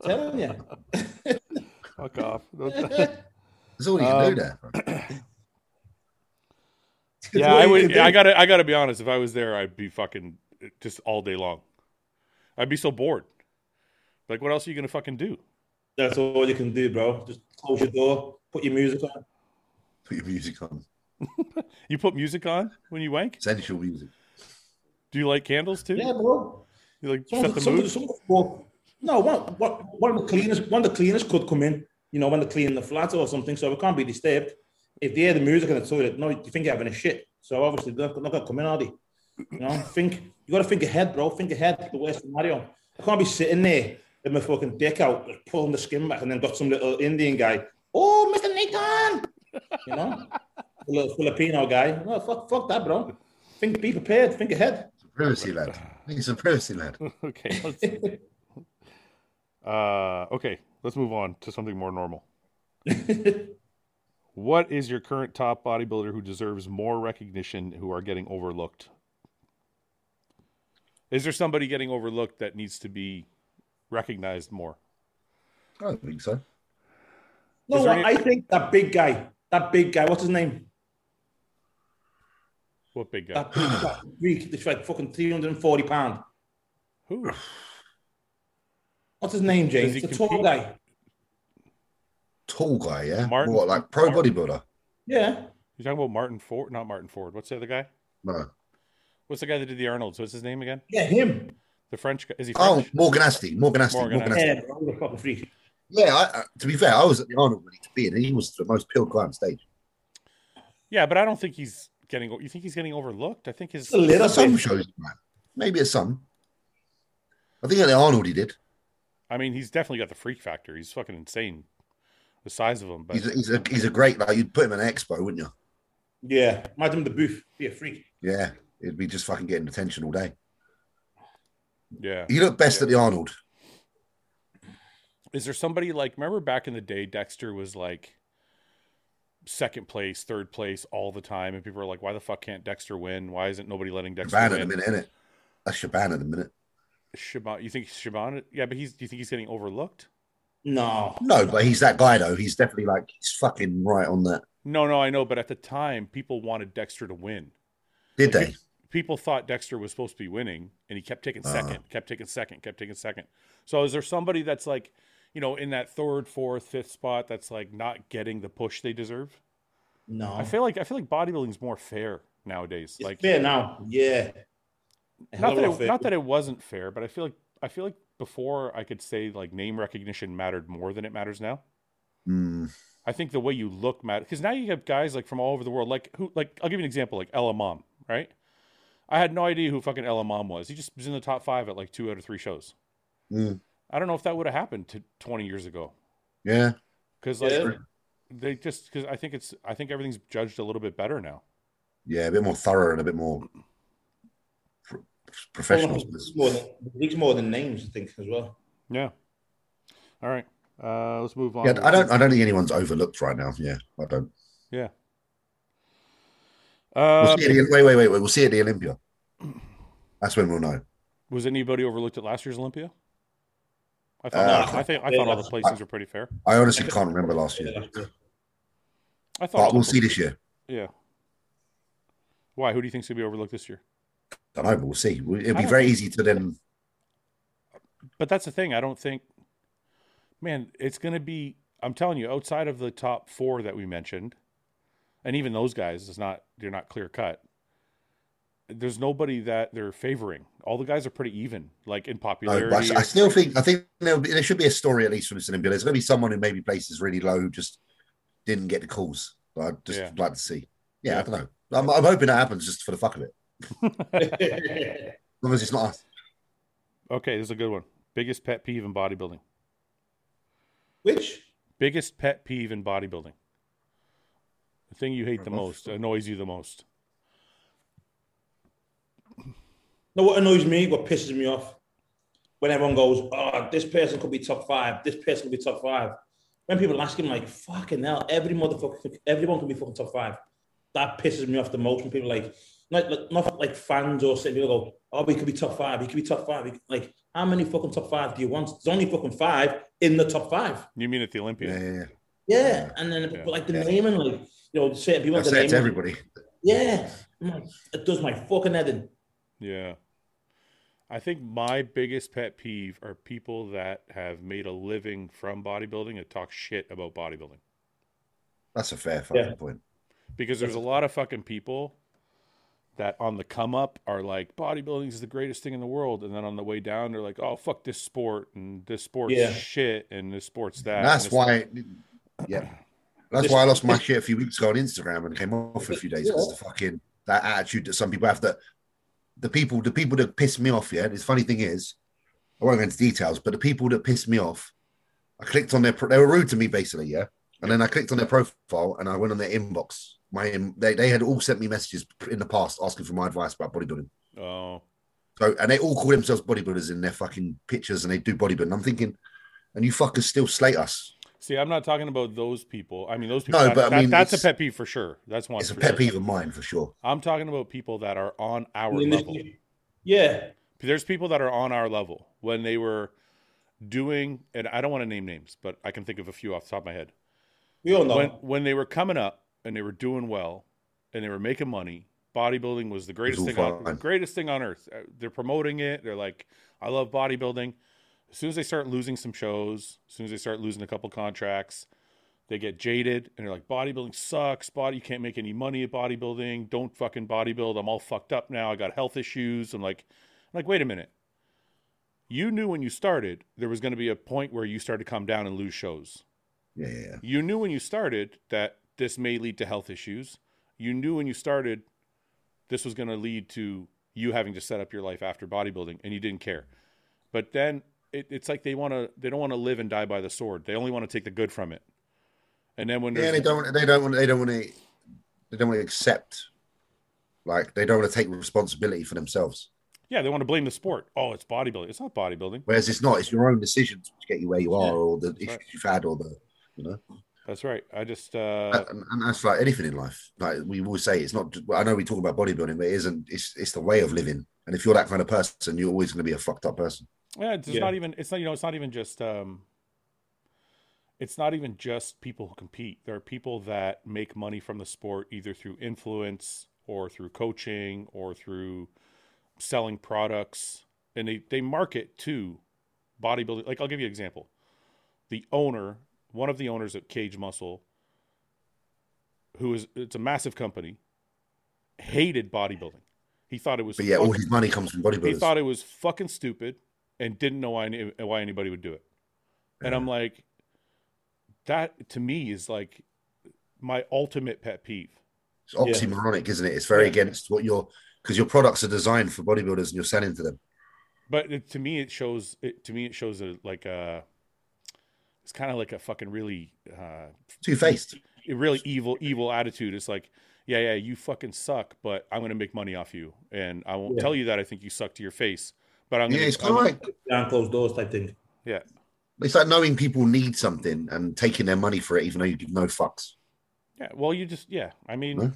Speaker 3: telling you.
Speaker 1: fuck off.
Speaker 2: That's all you can do there. bro.
Speaker 1: yeah, I would. I gotta. I gotta be honest. If I was there, I'd be fucking eh, just all day long. I'd be so bored. Like, what else are you gonna fucking do?
Speaker 3: That's all you can do, bro. Just close your door, put your music on.
Speaker 2: Put your music on.
Speaker 1: You put music on when you wank.
Speaker 2: Sensual music.
Speaker 1: Do you like candles too?
Speaker 3: Yeah, bro.
Speaker 1: You like
Speaker 3: Some,
Speaker 1: set
Speaker 3: of the,
Speaker 1: the
Speaker 3: some, of the,
Speaker 1: mood.
Speaker 3: some of the, well, no, one, one, one of the cleaners, one of the cleaners could come in. You know, when they're cleaning the flat or something, so it can't be disturbed. If they hear the music in the toilet, no, you think you're having a shit. So obviously they're not gonna come in, are they? You know, think you got to think ahead, bro. Think ahead. The worst scenario. I can't be sitting there with my fucking dick out, just pulling the skin back, and then got some little Indian guy. Oh, Mr. Nathan, you know, a little Filipino guy. No, fuck, fuck that, bro. Think, be prepared. Think ahead.
Speaker 2: It's a privacy lad. It's a privacy lad.
Speaker 1: okay. Let's, uh, okay. Let's move on to something more normal. what is your current top bodybuilder who deserves more recognition who are getting overlooked? Is there somebody getting overlooked that needs to be recognized more?
Speaker 2: I don't think so.
Speaker 3: No,
Speaker 1: Is there
Speaker 3: what,
Speaker 1: any-
Speaker 3: I think that big guy, that big guy, what's his name?
Speaker 1: What big guy?
Speaker 3: That big that Greek, that's like fucking 340 pounds.
Speaker 1: Who?
Speaker 3: What's his name, James?
Speaker 1: he
Speaker 3: The tall
Speaker 1: compete?
Speaker 3: guy.
Speaker 2: Tall guy, yeah.
Speaker 1: Martin-
Speaker 2: what, like pro
Speaker 1: Martin-
Speaker 2: bodybuilder?
Speaker 3: Yeah.
Speaker 1: You talking about Martin Ford? Not Martin Ford. What's the other guy?
Speaker 2: No.
Speaker 1: What's the guy that did the Arnold's? What's his name again?
Speaker 3: Yeah, him.
Speaker 1: The French guy. Is he
Speaker 2: Oh,
Speaker 1: French?
Speaker 2: Morgan Asty. Morgan Asty.
Speaker 1: Morgan
Speaker 2: Morgan, Asty.
Speaker 3: Yeah, bro, the fucking freak.
Speaker 2: Yeah, I, I, to be fair, I was at the Arnold when he competed, and he was the most peeled guy on stage.
Speaker 1: Yeah, but I don't think he's getting. You think he's getting overlooked? I think his
Speaker 3: Just a little
Speaker 2: At some
Speaker 3: bit.
Speaker 2: shows, man. Maybe at some. I think at the Arnold he did.
Speaker 1: I mean, he's definitely got the freak factor. He's fucking insane, the size of him. But
Speaker 2: He's a, he's a, he's a great, like, you'd put him in an expo, wouldn't you?
Speaker 3: Yeah, imagine the booth. Be a freak.
Speaker 2: Yeah. It'd be just fucking getting attention all day.
Speaker 1: yeah,
Speaker 2: He looked best at the Arnold.
Speaker 1: is there somebody like? Remember back in the day, Dexter was like second place, third place all the time, and people were like, "Why the fuck can't Dexter win? Why isn't nobody letting Dexter
Speaker 2: Shaban at the
Speaker 1: win?"
Speaker 2: minute, innit? That's Shaban at the minute.
Speaker 1: Shaban, you think Shaban? Yeah, but he's. Do you think he's getting overlooked?
Speaker 3: No.
Speaker 2: No, but he's that guy, though. He's definitely like, he's fucking right on that.
Speaker 1: No, no, I know, but at the time, people wanted Dexter to win.
Speaker 2: Did
Speaker 1: Like,
Speaker 2: they?
Speaker 1: People thought Dexter was supposed to be winning, and he kept taking
Speaker 2: Uh-huh.
Speaker 1: second, kept taking second, kept taking second. So is there somebody that's like, you know, in that third, fourth, fifth spot that's like not getting the push they deserve?
Speaker 3: No.
Speaker 1: I feel like I feel like bodybuilding's more fair nowadays.
Speaker 3: it's
Speaker 1: like
Speaker 3: fair now. Yeah. A hell
Speaker 1: not
Speaker 3: of a
Speaker 1: that
Speaker 3: lot
Speaker 1: it,
Speaker 3: fair.
Speaker 1: not that it wasn't fair, but I feel like I feel like before I could say like name recognition mattered more than it matters now.
Speaker 2: Mm,
Speaker 1: I think the way you look matters because now you have guys like from all over the world. Like who? Like I'll give you an example. Like Ella Mom, right? I had no idea who fucking Ella Mom was. He just was in the top five at like two out of three shows.
Speaker 2: Mm.
Speaker 1: I don't know if that would have happened to 20 years ago
Speaker 2: yeah.
Speaker 1: because like
Speaker 3: Yeah.
Speaker 1: they just because I think it's I think everything's judged a little bit better now.
Speaker 2: Yeah, a bit more thorough and a bit more pro- professional.
Speaker 3: It's more than, it's more than names, I think, as well.
Speaker 1: Yeah. All right. Uh, let's move on.
Speaker 2: Yeah, I don't. I don't think anyone's overlooked right now. Yeah, I don't.
Speaker 1: Yeah.
Speaker 2: We'll
Speaker 1: Uh,
Speaker 2: see at the, wait, wait, wait, wait. We'll see at the Olympia. That's when we'll know.
Speaker 1: was anybody overlooked at last year's Olympia? I
Speaker 2: Uh,
Speaker 1: thought I think I thought all the placings were pretty fair.
Speaker 2: I honestly can't remember last year,
Speaker 1: I thought all
Speaker 2: but
Speaker 1: the
Speaker 2: we'll see this year.
Speaker 1: Yeah. Why? Who do you think's gonna be overlooked this year?
Speaker 2: I don't know, but we'll see. We- It'll
Speaker 1: I
Speaker 2: be
Speaker 1: don't
Speaker 2: very easy to then.
Speaker 1: But that's the thing. I don't think. Man, it's gonna be. I'm telling you, outside of the top four that we mentioned, and even those guys, it's not. They're not clear cut. There's nobody that they're favoring. All the guys are pretty even, like in
Speaker 2: No,
Speaker 1: popularity.
Speaker 2: uh, but I, s- I still think. I think there'll be, there should be a story at least from this Olympia. There's going to be someone who maybe places really low, who just didn't get the calls. But I'd just
Speaker 1: Yeah.
Speaker 2: like to see. Yeah,
Speaker 1: Yeah.
Speaker 2: I don't know. I'm, I'm hoping that happens just for the fuck of it. As long as it's not us.
Speaker 1: okay, this is a good one. Biggest pet peeve in bodybuilding.
Speaker 3: Which?
Speaker 1: Biggest pet peeve in bodybuilding. The thing you hate the
Speaker 2: Fair enough.
Speaker 1: most, annoys you the most.
Speaker 3: No, what annoys me, what pisses me off, when everyone goes, oh, this person could be top five, this person could be top five. When people ask him, like, fucking hell, every motherfucker, everyone can be fucking top five. That pisses me off the most when people like, not, like, not like fans or sitting people go, oh, we could be top five, we could be top five. We could- Like, how many fucking top five do you want? There's only fucking five in the top five.
Speaker 1: You mean at the Olympia?
Speaker 2: Yeah, yeah, yeah.
Speaker 3: Yeah. And then,
Speaker 1: Yeah.
Speaker 3: but like the
Speaker 2: Yeah.
Speaker 3: name and like, you know, certain people
Speaker 2: I've
Speaker 3: have the
Speaker 2: said it
Speaker 3: name.
Speaker 2: to everybody.
Speaker 3: Yeah. I'm like, it does my fucking head in.
Speaker 1: Yeah. I think my biggest pet peeve are people that have made a living from bodybuilding and talk shit about bodybuilding.
Speaker 2: That's a fair fucking
Speaker 3: Yeah.
Speaker 2: point.
Speaker 1: Because there's a lot of fucking people that on the come up are like, bodybuilding is the greatest thing in the world. And then on the way down, they're like, oh, fuck this sport and this sport's
Speaker 3: Yeah.
Speaker 1: shit and this sport's that. Uh, and
Speaker 2: That's
Speaker 1: this-
Speaker 2: why. Yeah. That's
Speaker 3: Just-
Speaker 2: why I lost my shit a few weeks ago on Instagram and came off for a few days because the fucking that attitude that some people have that the people the people that piss me off. Yeah, the funny thing is, I won't go into details, but the people that piss me off, I clicked on their pro- they were rude to me basically. Yeah, and then I clicked on their profile and I went on their inbox. My in- they they had all sent me messages in the past asking for my advice about bodybuilding.
Speaker 1: Oh,
Speaker 2: So, and they all call themselves bodybuilders in their fucking pictures and they do bodybuilding. I'm thinking, and you fuckers still slate us.
Speaker 1: see, I'm not talking about those people. I mean, those people.
Speaker 2: No,
Speaker 1: that-
Speaker 2: but I
Speaker 1: that-
Speaker 2: mean,
Speaker 1: that's a
Speaker 2: it's-
Speaker 1: pet peeve for sure. That's one.
Speaker 2: It's a
Speaker 1: for
Speaker 2: pet
Speaker 1: sure.
Speaker 2: peeve of mine for sure.
Speaker 1: I'm talking about people that are on our
Speaker 3: In this-
Speaker 1: level.
Speaker 3: Yeah.
Speaker 1: there's people that are on our level when they were doing and I don't want to name names, but I can think of a few off the top of my head.
Speaker 3: We all know.
Speaker 1: When when they were coming up and they were doing well and they were making money, bodybuilding was the greatest
Speaker 2: all
Speaker 1: thing on
Speaker 2: fine.
Speaker 1: greatest thing on earth. Uh, They're promoting it. They're like, I love bodybuilding. As soon as they start losing some shows, as soon as they start losing a couple contracts, they get jaded and they're like, bodybuilding sucks. Body, you can't make any money at bodybuilding. Don't fucking bodybuild. I'm all fucked up now. I got health issues. I'm like, I'm like, wait a minute. You knew when you started there was going to be a point where you started to come down and lose shows.
Speaker 2: Yeah, yeah, yeah.
Speaker 1: You knew when you started that this may lead to health issues. You knew when you started this was going to lead to you having to set up your life after bodybuilding, and you didn't care. But then it, it's like they want to they don't want to live and die by the sword. They only want to take the good from it. And then when
Speaker 2: Yeah,
Speaker 1: there's-
Speaker 2: they don't. They don't want. They don't want to. They don't want to accept. Like they don't want to take responsibility for themselves.
Speaker 1: yeah, they want to blame the sport. Oh, it's bodybuilding. It's not bodybuilding.
Speaker 2: Whereas it's not. It's your own decisions to get you where you are,
Speaker 3: Yeah.
Speaker 2: or the issues
Speaker 1: right.
Speaker 2: you've had, or the you know.
Speaker 1: That's right. I just uh,
Speaker 2: and, and that's like anything in life. Like we will say, it's not. well, I know we talk about bodybuilding, but it isn't. It's it's the way of living. And if you're that kind of person, you're always going to be a fucked up person.
Speaker 1: Yeah, it's just
Speaker 3: Yeah.
Speaker 1: not even. It's not. You know, it's not even just. um It's not even just people who compete. There are people that make money from the sport either through influence or through coaching or through selling products, and they they market to bodybuilding. Like I'll give you an example. The owner, one of the owners at Cage Muscle, who is it's a massive company, hated bodybuilding. He thought it was
Speaker 2: But yeah, all
Speaker 1: fucking-
Speaker 2: his money comes from
Speaker 1: he
Speaker 2: bodybuilders.
Speaker 1: thought it was fucking stupid and didn't know why any, why anybody would do it. And I'm like, that to me is like my ultimate pet peeve.
Speaker 2: it's oxymoronic, isn't it? It's very
Speaker 1: Yeah.
Speaker 2: against what your because your products are designed for bodybuilders and you're selling to them.
Speaker 1: But it, to me, it shows. It, to me, it shows a, like a it's kind of like a fucking really uh
Speaker 2: Two faced.
Speaker 1: a really evil evil attitude. It's like, yeah, yeah, you fucking suck, but I'm gonna make money off you, and I won't
Speaker 3: Yeah.
Speaker 1: tell you that I think you suck to your face, but I'm
Speaker 2: Yeah,
Speaker 1: gonna,
Speaker 2: it's kind
Speaker 1: I'm-
Speaker 2: of like
Speaker 3: behind closed doors type thing.
Speaker 1: yeah,
Speaker 2: it's like knowing people need something and taking their money for it, even though you give no fucks.
Speaker 1: yeah. Well, you just yeah. I mean,
Speaker 2: Huh?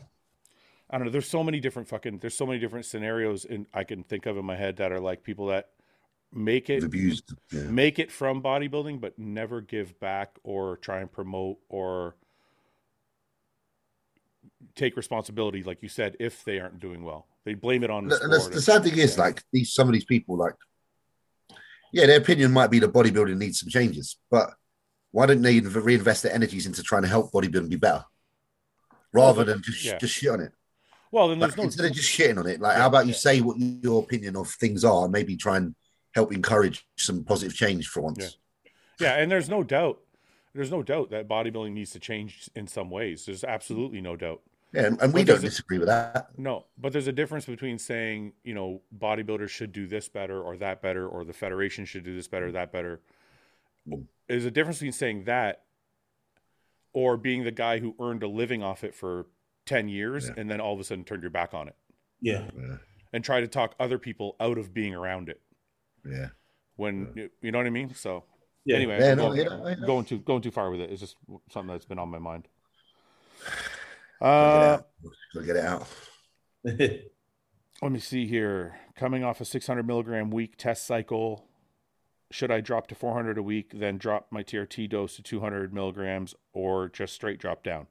Speaker 1: I don't know. There's so many different fucking. There's so many different scenarios in I can think of in my head that are like people that make
Speaker 2: You've
Speaker 1: it
Speaker 2: abused. Yeah.
Speaker 1: make it from bodybuilding, but never give back or try and promote or take responsibility, like you said, if they aren't doing well. They blame it on the
Speaker 2: The, the,
Speaker 1: sport.
Speaker 2: the sad thing is,
Speaker 1: Yeah.
Speaker 2: like these, some of these people, like, yeah, their opinion might be that bodybuilding needs some changes, but why don't they inv- reinvest their energies into trying to help bodybuilding be better, rather
Speaker 1: Well,
Speaker 2: than just
Speaker 1: yeah.
Speaker 2: just shit on it?
Speaker 1: well, then
Speaker 2: Like,
Speaker 1: there's no
Speaker 2: instead of just shitting on it, like, how about you say what your opinion of things are, and maybe try and help encourage some positive change for once.
Speaker 1: Yeah. Yeah, and there's no doubt. There's no doubt that bodybuilding needs to change in some ways. There's absolutely no doubt.
Speaker 2: Yeah, and, and we
Speaker 1: Well,
Speaker 2: don't
Speaker 1: there's a-
Speaker 2: disagree with that.
Speaker 1: No, but there's a difference between saying, you know, bodybuilders should do this better or that better, or the federation should do this better, that better.
Speaker 2: Mm.
Speaker 1: There's a difference between saying that or being the guy who earned a living off it for 10 years
Speaker 2: Yeah.
Speaker 1: and then all of a sudden turned your back on it
Speaker 3: Yeah,
Speaker 2: Yeah,
Speaker 1: and try to talk other people out of being around it
Speaker 2: yeah.
Speaker 1: when you- you know what I mean? So,
Speaker 3: yeah.
Speaker 1: anyway,
Speaker 2: Yeah,
Speaker 1: I'm
Speaker 2: no,
Speaker 1: going,
Speaker 2: yeah, yeah.
Speaker 1: going too going too far with it. It's just something that's been on my mind.
Speaker 2: Gotta
Speaker 1: Uh,
Speaker 2: get out. Gotta get it out.
Speaker 1: let me see here. Coming off a 600 milligram week test cycle, should I drop to 400 a week, then drop my TRT dose to 200 milligrams, or just straight drop down?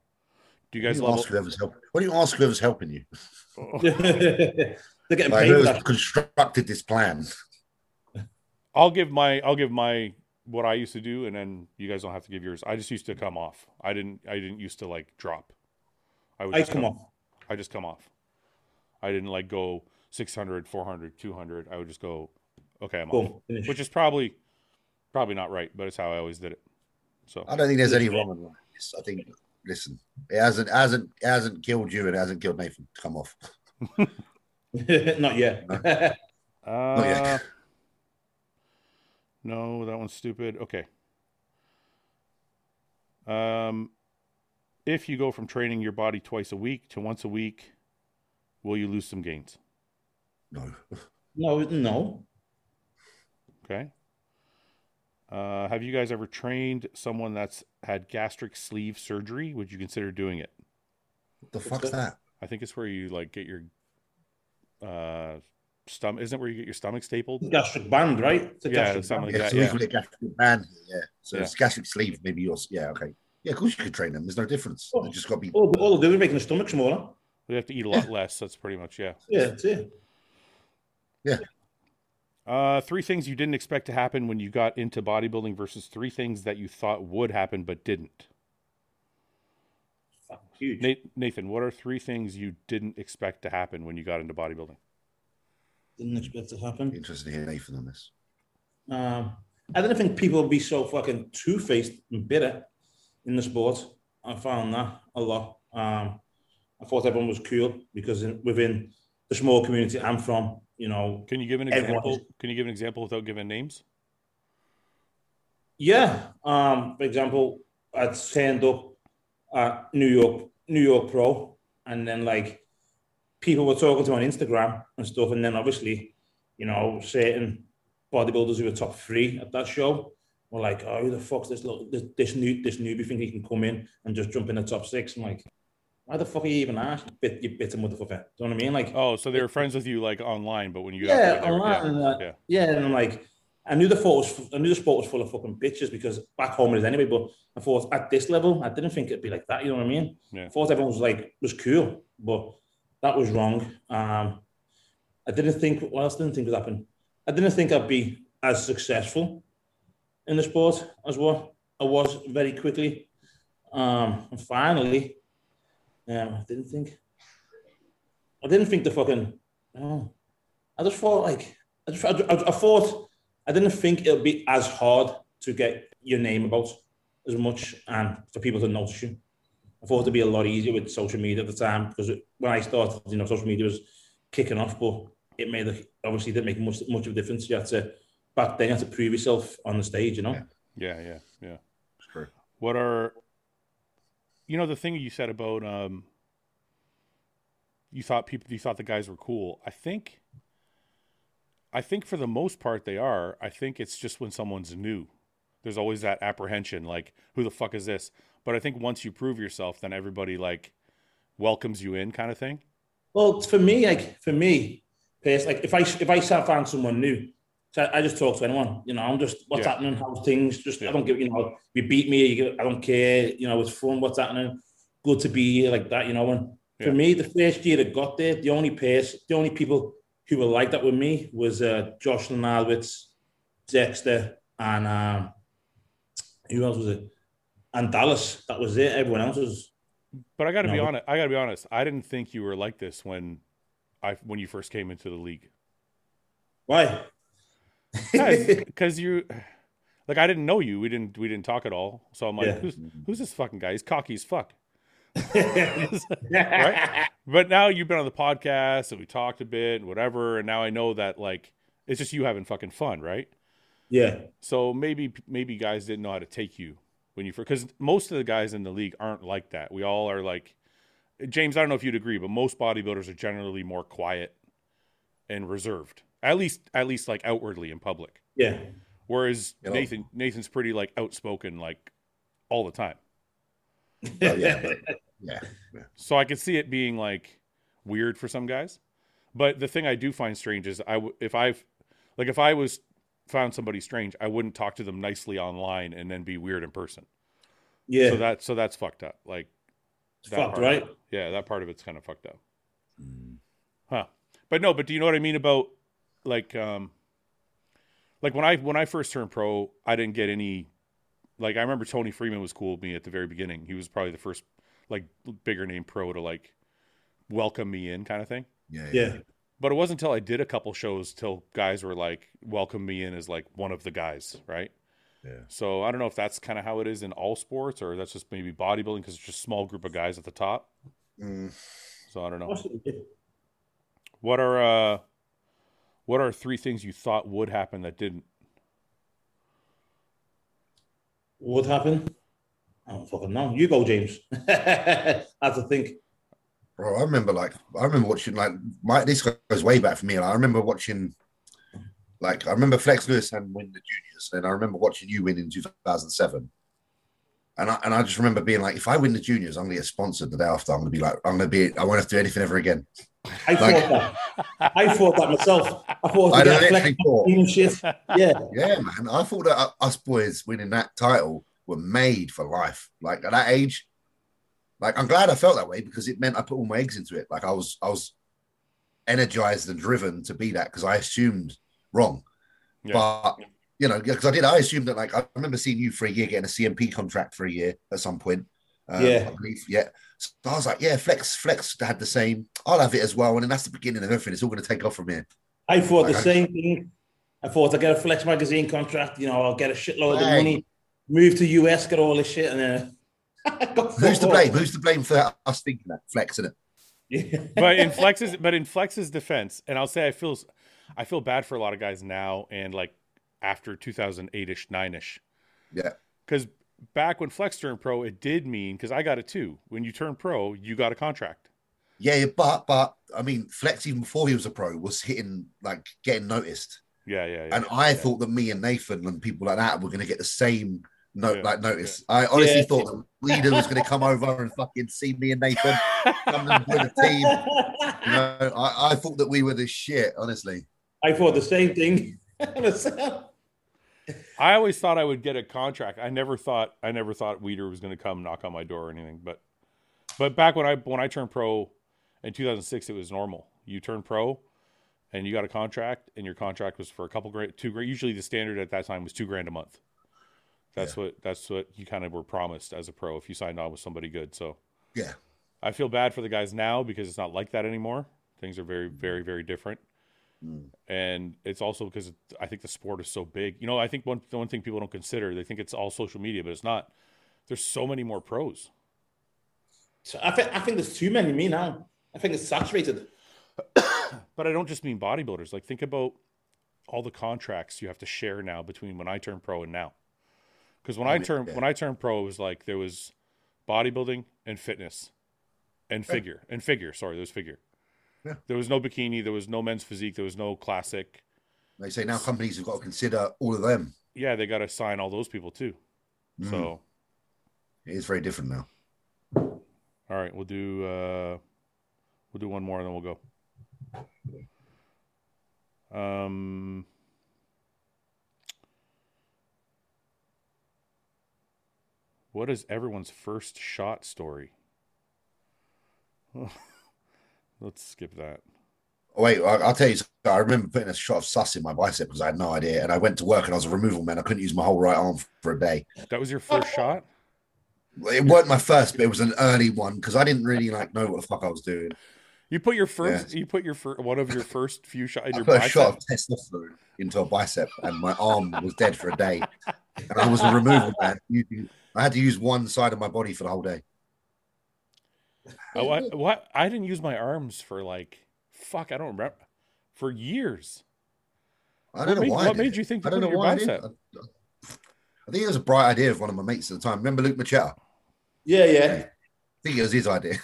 Speaker 1: Do you
Speaker 2: Why
Speaker 1: guys
Speaker 2: don't you
Speaker 1: level?
Speaker 2: ask whoever's helping? Why don't you ask whoever's helping you?
Speaker 3: They're getting
Speaker 2: Like,
Speaker 3: paid for
Speaker 2: whoever's
Speaker 3: that.
Speaker 2: constructed this plan.
Speaker 1: I'll give my I'll give my what I used to do, and then you guys don't have to give yours. I just used to come off. I didn't I didn't used to like drop. would
Speaker 3: I
Speaker 1: just
Speaker 3: come off.
Speaker 1: I just come off. I didn't like go 600, 400, 200. I would just go, okay, I'm off.
Speaker 3: Boom. Finish.
Speaker 1: Which is probably probably not right, but it's how I always did it. So
Speaker 2: I don't think there's any wrong and right. It's- I think, listen, it hasn't hasn't it hasn't killed you and it hasn't killed Nathan. Come off.
Speaker 3: Not yet.
Speaker 1: Uh,
Speaker 2: Oh, yeah.
Speaker 1: No, that one's stupid. Okay. Um, if you go from training your body twice a week to once a week, will you lose some gains?
Speaker 2: No.
Speaker 3: no, no.
Speaker 1: Okay. Uh, have you guys ever trained someone that's had gastric sleeve surgery? Would you consider doing it?
Speaker 2: What the fuck's that?
Speaker 1: I think it's where you like get your uh stomach. Isn't it where you get your stomach stapled?
Speaker 3: Gastric band, right? It's a
Speaker 1: Yeah,
Speaker 3: gastric
Speaker 1: something
Speaker 3: band.
Speaker 1: like
Speaker 2: Yeah,
Speaker 1: that,
Speaker 2: so
Speaker 1: yeah.
Speaker 2: we call it gastric band. Yeah. So
Speaker 1: Yeah.
Speaker 2: it's gastric sleeve, maybe yours. Yeah, okay. Yeah, of course you could train them. There's no difference. They just got to be.
Speaker 3: All, all they're doing is making the stomach smaller.
Speaker 1: We have to eat a lot less. That's pretty much yeah.
Speaker 3: Yeah, that's it.
Speaker 1: Uh, three things you didn't expect to happen when you got into bodybuilding versus three things that you thought would happen but didn't.
Speaker 3: Fuck, Huge.
Speaker 1: Na- Nathan, what are three things you didn't expect to happen when you got into bodybuilding?
Speaker 3: Didn't expect it to happen.
Speaker 2: Interested to hear Nathan on this.
Speaker 3: Um, I didn't think people would be so fucking two faced and bitter in the sport. I found that a lot. Um, I thought everyone was cool because in, within the small community I'm from, you know,
Speaker 1: Can you give an
Speaker 3: Everyone.
Speaker 1: example? Can you give an example without giving names?
Speaker 3: yeah. Um, for example, I'd stand up at New York, New York Pro, and then like people were talking to me on Instagram and stuff, and then obviously, you know, certain bodybuilders who were top three at that show were like, "Oh, who the fuck's this little this, this new this newbie think he can come in and just jump in the top six? I'm like, "Why the fuck are you even asked? You bit you bitter motherfucker." Do you know what I mean? Like,
Speaker 1: Oh, so they were friends with you like online, but when you got
Speaker 3: yeah,
Speaker 1: there, they were-
Speaker 3: online. and that.
Speaker 1: yeah.
Speaker 3: Yeah, and I'm like, I knew the thought was, I knew the sport was full of fucking bitches because back home it is anyway. But I thought at this level, I didn't think it'd be like that. You know what I mean?
Speaker 1: Yeah.
Speaker 3: I thought everyone was like was cool, but that was wrong. Um, I didn't think what else didn't think would happen. I didn't think I'd be as successful in the sport as what I was very quickly. Um, and finally, um, I didn't think. I didn't think the fucking. Oh, I just thought like I, just, I, I, I thought I didn't think it'd be as hard to get your name about as much and for people to notice you. I thought it'd be a lot easier with social media at the time because it, when I started, you know, social media was kicking off, but it made a, obviously didn't make much much of a difference. You had to back then you had to prove yourself on the stage, you know.
Speaker 2: Yeah.
Speaker 1: Yeah, yeah, yeah. What are you know the thing you said about um you thought people you thought the guys were cool. I think I think for the most part they are. I think it's just when someone's new. There's always that apprehension like who the fuck is this? But I think once you prove yourself then everybody like welcomes you in kind of thing.
Speaker 3: Well, for me, like for me, it's like if I if I start find someone new, so I, I just talk to anyone. You know, I'm just what's
Speaker 1: Yeah.
Speaker 3: happening, how's things. Just
Speaker 1: Yeah.
Speaker 3: I don't give you know. You beat me, you get, I don't care. You know, it's fun. What's happening? Good to be here, like that. You know, and
Speaker 1: Yeah.
Speaker 3: for me, the first year that got there, the only person, the only people who were like that with me was uh, Josh Lenardwitz, Dexter, and um, who else was it? And Dallas. That was it. Everyone else was
Speaker 1: But I got to be
Speaker 3: No.
Speaker 1: honest. I got to be honest. I didn't think you were like this when I when you first came into the league.
Speaker 3: why.
Speaker 1: because you like I didn't know you. We didn't we didn't talk at all. So I'm like,
Speaker 3: Yeah.
Speaker 1: who's who's this fucking guy? He's cocky as fuck.
Speaker 3: right?
Speaker 1: But now you've been on the podcast and we talked a bit and whatever, and now I know that like it's just you having fucking fun, right?
Speaker 3: Yeah.
Speaker 1: So maybe maybe guys didn't know how to take you when you first because most of the guys in the league aren't like that. We all are like James. I don't know if you'd agree, but most bodybuilders are generally more quiet and reserved. At least at least like outwardly in public.
Speaker 3: Yeah.
Speaker 1: Whereas
Speaker 2: You know?
Speaker 1: Nathan Nathan's pretty like outspoken like all the time.
Speaker 2: Well, Oh, yeah, but- yeah.
Speaker 1: So I could see it being like weird for some guys. But the thing I do find strange is I w- if I've like if I was found somebody strange, I wouldn't talk to them nicely online and then be weird in person.
Speaker 3: yeah.
Speaker 1: So that so that's fucked up. Like
Speaker 3: It's
Speaker 1: that
Speaker 3: fucked,
Speaker 1: part.
Speaker 3: right?
Speaker 1: yeah, that part of it's kind of fucked up.
Speaker 2: Mm,
Speaker 1: Huh. But no, but do you know what I mean about like um like when I when I first turned pro, I didn't get any like I remember Tony Freeman was cool with me at the very beginning. He was probably the first like bigger name pro to like welcome me in kind of thing.
Speaker 2: Yeah.
Speaker 3: Yeah.
Speaker 1: But it wasn't until I did a couple shows till guys were like welcome me in as like one of the guys, right?
Speaker 2: Yeah.
Speaker 1: So I don't know if that's kind of how it is in all sports or that's just maybe bodybuilding because it's just small group of guys at the top.
Speaker 2: Mm.
Speaker 1: So I don't know.
Speaker 3: Possibly.
Speaker 1: What are uh what are three things you thought would happen that didn't?
Speaker 3: What happened? I don't fucking know. You go, James. I have to think.
Speaker 2: Bro, I remember like I remember watching like my this goes way back for me. Like, I remember watching like I remember Flex Lewis and win the juniors, and I remember watching you win in 2007. And I and I just remember being like, if I win the juniors, I'm gonna get sponsored the day after. I'm gonna be like, I'm gonna be, I won't have to do anything ever again.
Speaker 3: I
Speaker 2: Like-
Speaker 3: thought that. I thought that myself. I thought
Speaker 2: I
Speaker 3: that
Speaker 2: literally thought,
Speaker 3: and shit. Yeah.
Speaker 2: yeah, man. I thought that us boys winning that title were made for life. Like at that age, like I'm glad I felt that way because it meant I put all my eggs into it. Like I was, I was energized and driven to be that because I assumed wrong.
Speaker 1: Yeah.
Speaker 2: But you know, because I did, I assumed that. Like I remember seeing you for a year getting a CMP contract for a year at some point. Um,
Speaker 3: Yeah.
Speaker 2: I believe, yeah. So I was like, yeah, Flex, Flex had the same. I'll have it as well, and then that's the beginning of everything. It's all going to take off from here.
Speaker 3: I thought the
Speaker 2: Like, I-
Speaker 3: same thing. I thought I get a Flex magazine contract. You know, I'll get a shitload of
Speaker 2: Hey.
Speaker 3: money. Move to US, get all this shit, and then. I got
Speaker 2: Who's to
Speaker 3: fuck all.
Speaker 2: blame? Who's to blame for us thinking that? Flex, innit?
Speaker 3: Yeah.
Speaker 1: But in Flex's but in Flex's defense, and I'll say I feel I feel bad for a lot of guys now and like after 2008ish, 9ish.
Speaker 2: Yeah.
Speaker 1: Cuz back when Flex turned pro, it did mean cuz I got it too. When you turn pro, you got a contract.
Speaker 2: Yeah, yeah, but but I mean, Flex even before he was a pro was hitting like getting noticed,
Speaker 1: Yeah, yeah, yeah.
Speaker 2: and I thought that me and Nathan and people like that were going to get the same no
Speaker 1: Yeah,
Speaker 2: like notice. I honestly
Speaker 3: Yeah.
Speaker 2: thought that Leader was going to come over and fucking see me and Nathan come and join the team. You know, I, I thought that we were the shit. Honestly,
Speaker 3: I thought the same thing myself.
Speaker 1: I always thought I would get a contract. I never thought I never thought Weeder was going to come knock on my door or anything. But but back when I when I turned pro in 2006, it was normal. You turned pro and you got a contract, and your contract was for a couple grand, two grand. Usually, the standard at that time was two grand a month. That's what that's what you kind of were promised as a pro if you signed on with somebody good. So
Speaker 2: Yeah.
Speaker 1: I feel bad for the guys now because it's not like that anymore. Things are very very very different
Speaker 2: Mm.
Speaker 1: and it's also because it, I think the sport is so big. You know, I think one the one thing people don't consider they think it's all social media, but it's not. There's so many more pros.
Speaker 3: So I think I think there's too many me now. I think it's saturated.
Speaker 1: But I don't just mean bodybuilders. Like think about all the contracts you have to share now between when I turned pro and now. Because when I
Speaker 2: Yeah.
Speaker 1: turned when I turned pro, it was like there was bodybuilding and fitness, and
Speaker 2: Yeah.
Speaker 1: figure and figure. Sorry, there was figure.
Speaker 2: Yeah.
Speaker 1: There was no bikini. There was no men's physique. There was no classic.
Speaker 2: They say now companies have got to consider all of them.
Speaker 1: Yeah, they got to sign all those people too.
Speaker 2: Mm,
Speaker 1: So
Speaker 2: it is very different now.
Speaker 1: all right, we'll do uh, we'll do one more and then we'll go. Um. What is everyone's first shot story? Let's skip that.
Speaker 2: Oh, wait, I, I'll tell you. something. I remember putting a shot of sus in my bicep because I had no idea, and I went to work and I was a removal man. I couldn't use my whole right arm for a day.
Speaker 1: That was your first shot?
Speaker 2: It wasn't my first, but it was an early one because I didn't really like know what the fuck I was doing.
Speaker 1: You put your first you put your fir- one of your first few shots in
Speaker 2: I
Speaker 1: your
Speaker 2: put a
Speaker 1: bicep.
Speaker 2: shot of testosterone into a bicep, and my arm was dead for a day. And I was a removal man. You- I had to use one side of my body for the whole day.
Speaker 1: Oh, I, what? I didn't use my arms for like fuck, I don't remember for years.
Speaker 2: I don't
Speaker 1: what
Speaker 2: know
Speaker 1: made,
Speaker 2: why. I
Speaker 1: what
Speaker 2: did
Speaker 1: made
Speaker 2: it.
Speaker 1: you think
Speaker 2: I
Speaker 1: to
Speaker 2: don't
Speaker 1: put
Speaker 2: know
Speaker 1: it in your
Speaker 2: why. I, did. I,
Speaker 1: bicep?
Speaker 2: I think it was a bright idea of one of my mates at the time. Remember Luke Machetta? I
Speaker 3: Yeah,
Speaker 2: think it was his idea.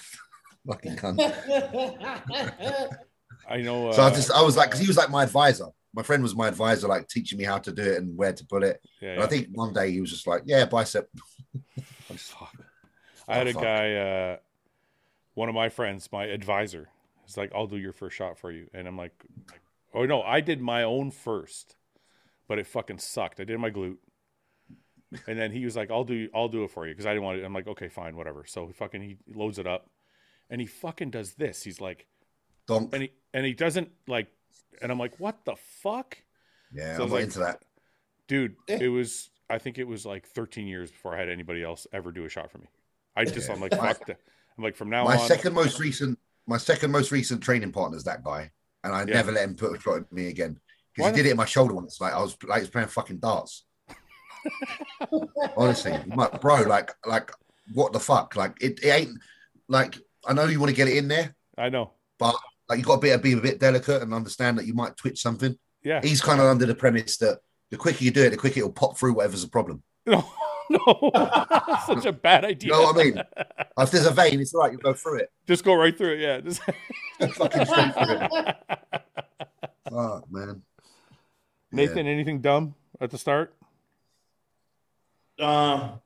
Speaker 2: Fucking cunt.
Speaker 3: yeah.
Speaker 1: I know uh,
Speaker 2: So I just, I was like, because he was like my advisor. My friend was my advisor, like teaching me how to do it and where to pull it.
Speaker 1: yeah,
Speaker 2: And
Speaker 1: yeah.
Speaker 2: I think one day he was just like, "Yeah, bicep."
Speaker 1: Fuck. I had a
Speaker 2: Oh, Fuck.
Speaker 1: guy, uh, one of my friends, my advisor, is like, "I'll do your first shot for you," and I'm like, "Oh no, I did my own first, but it fucking sucked. I did my glute." And then he was like, "I'll do, I'll do it for you," because I didn't want it. I'm like, "Okay, fine, whatever." So he fucking he loads it up, and he fucking does this. He's like,
Speaker 2: Donk.
Speaker 1: and he and he doesn't like, and I'm like, "What the fuck?"
Speaker 2: Yeah,
Speaker 1: So
Speaker 2: I'm
Speaker 1: it's
Speaker 2: not
Speaker 1: like-
Speaker 2: into that.
Speaker 1: dude
Speaker 3: Yeah.
Speaker 1: it was i think it was like 13 years before i had anybody else ever do a shot for me i just
Speaker 2: Yeah.
Speaker 1: i'm like fuck that i'm like from now
Speaker 2: my
Speaker 1: on
Speaker 2: second most recent my second most recent training partner is that guy and i
Speaker 1: Yeah.
Speaker 2: never let him put a shot at me again
Speaker 1: Why
Speaker 2: because he did it in my shoulder once like i was like he was playing fucking darts honestly my, bro like like what the fuck like it, it ain't like i know you want to get it in there
Speaker 1: i know
Speaker 2: like you got to be, be a bit delicate and understand that you might twitch something
Speaker 1: yeah
Speaker 2: he's kind of under the premise that the quicker you do it the quicker it'll pop through whatever's the problem
Speaker 1: no no That's such a bad idea
Speaker 2: you know what i mean if there's a vein it's all right you go through it
Speaker 1: just go right through it yeah just-
Speaker 2: fucking straight through it fuck man
Speaker 1: nathan anything dumb at the start
Speaker 3: Um,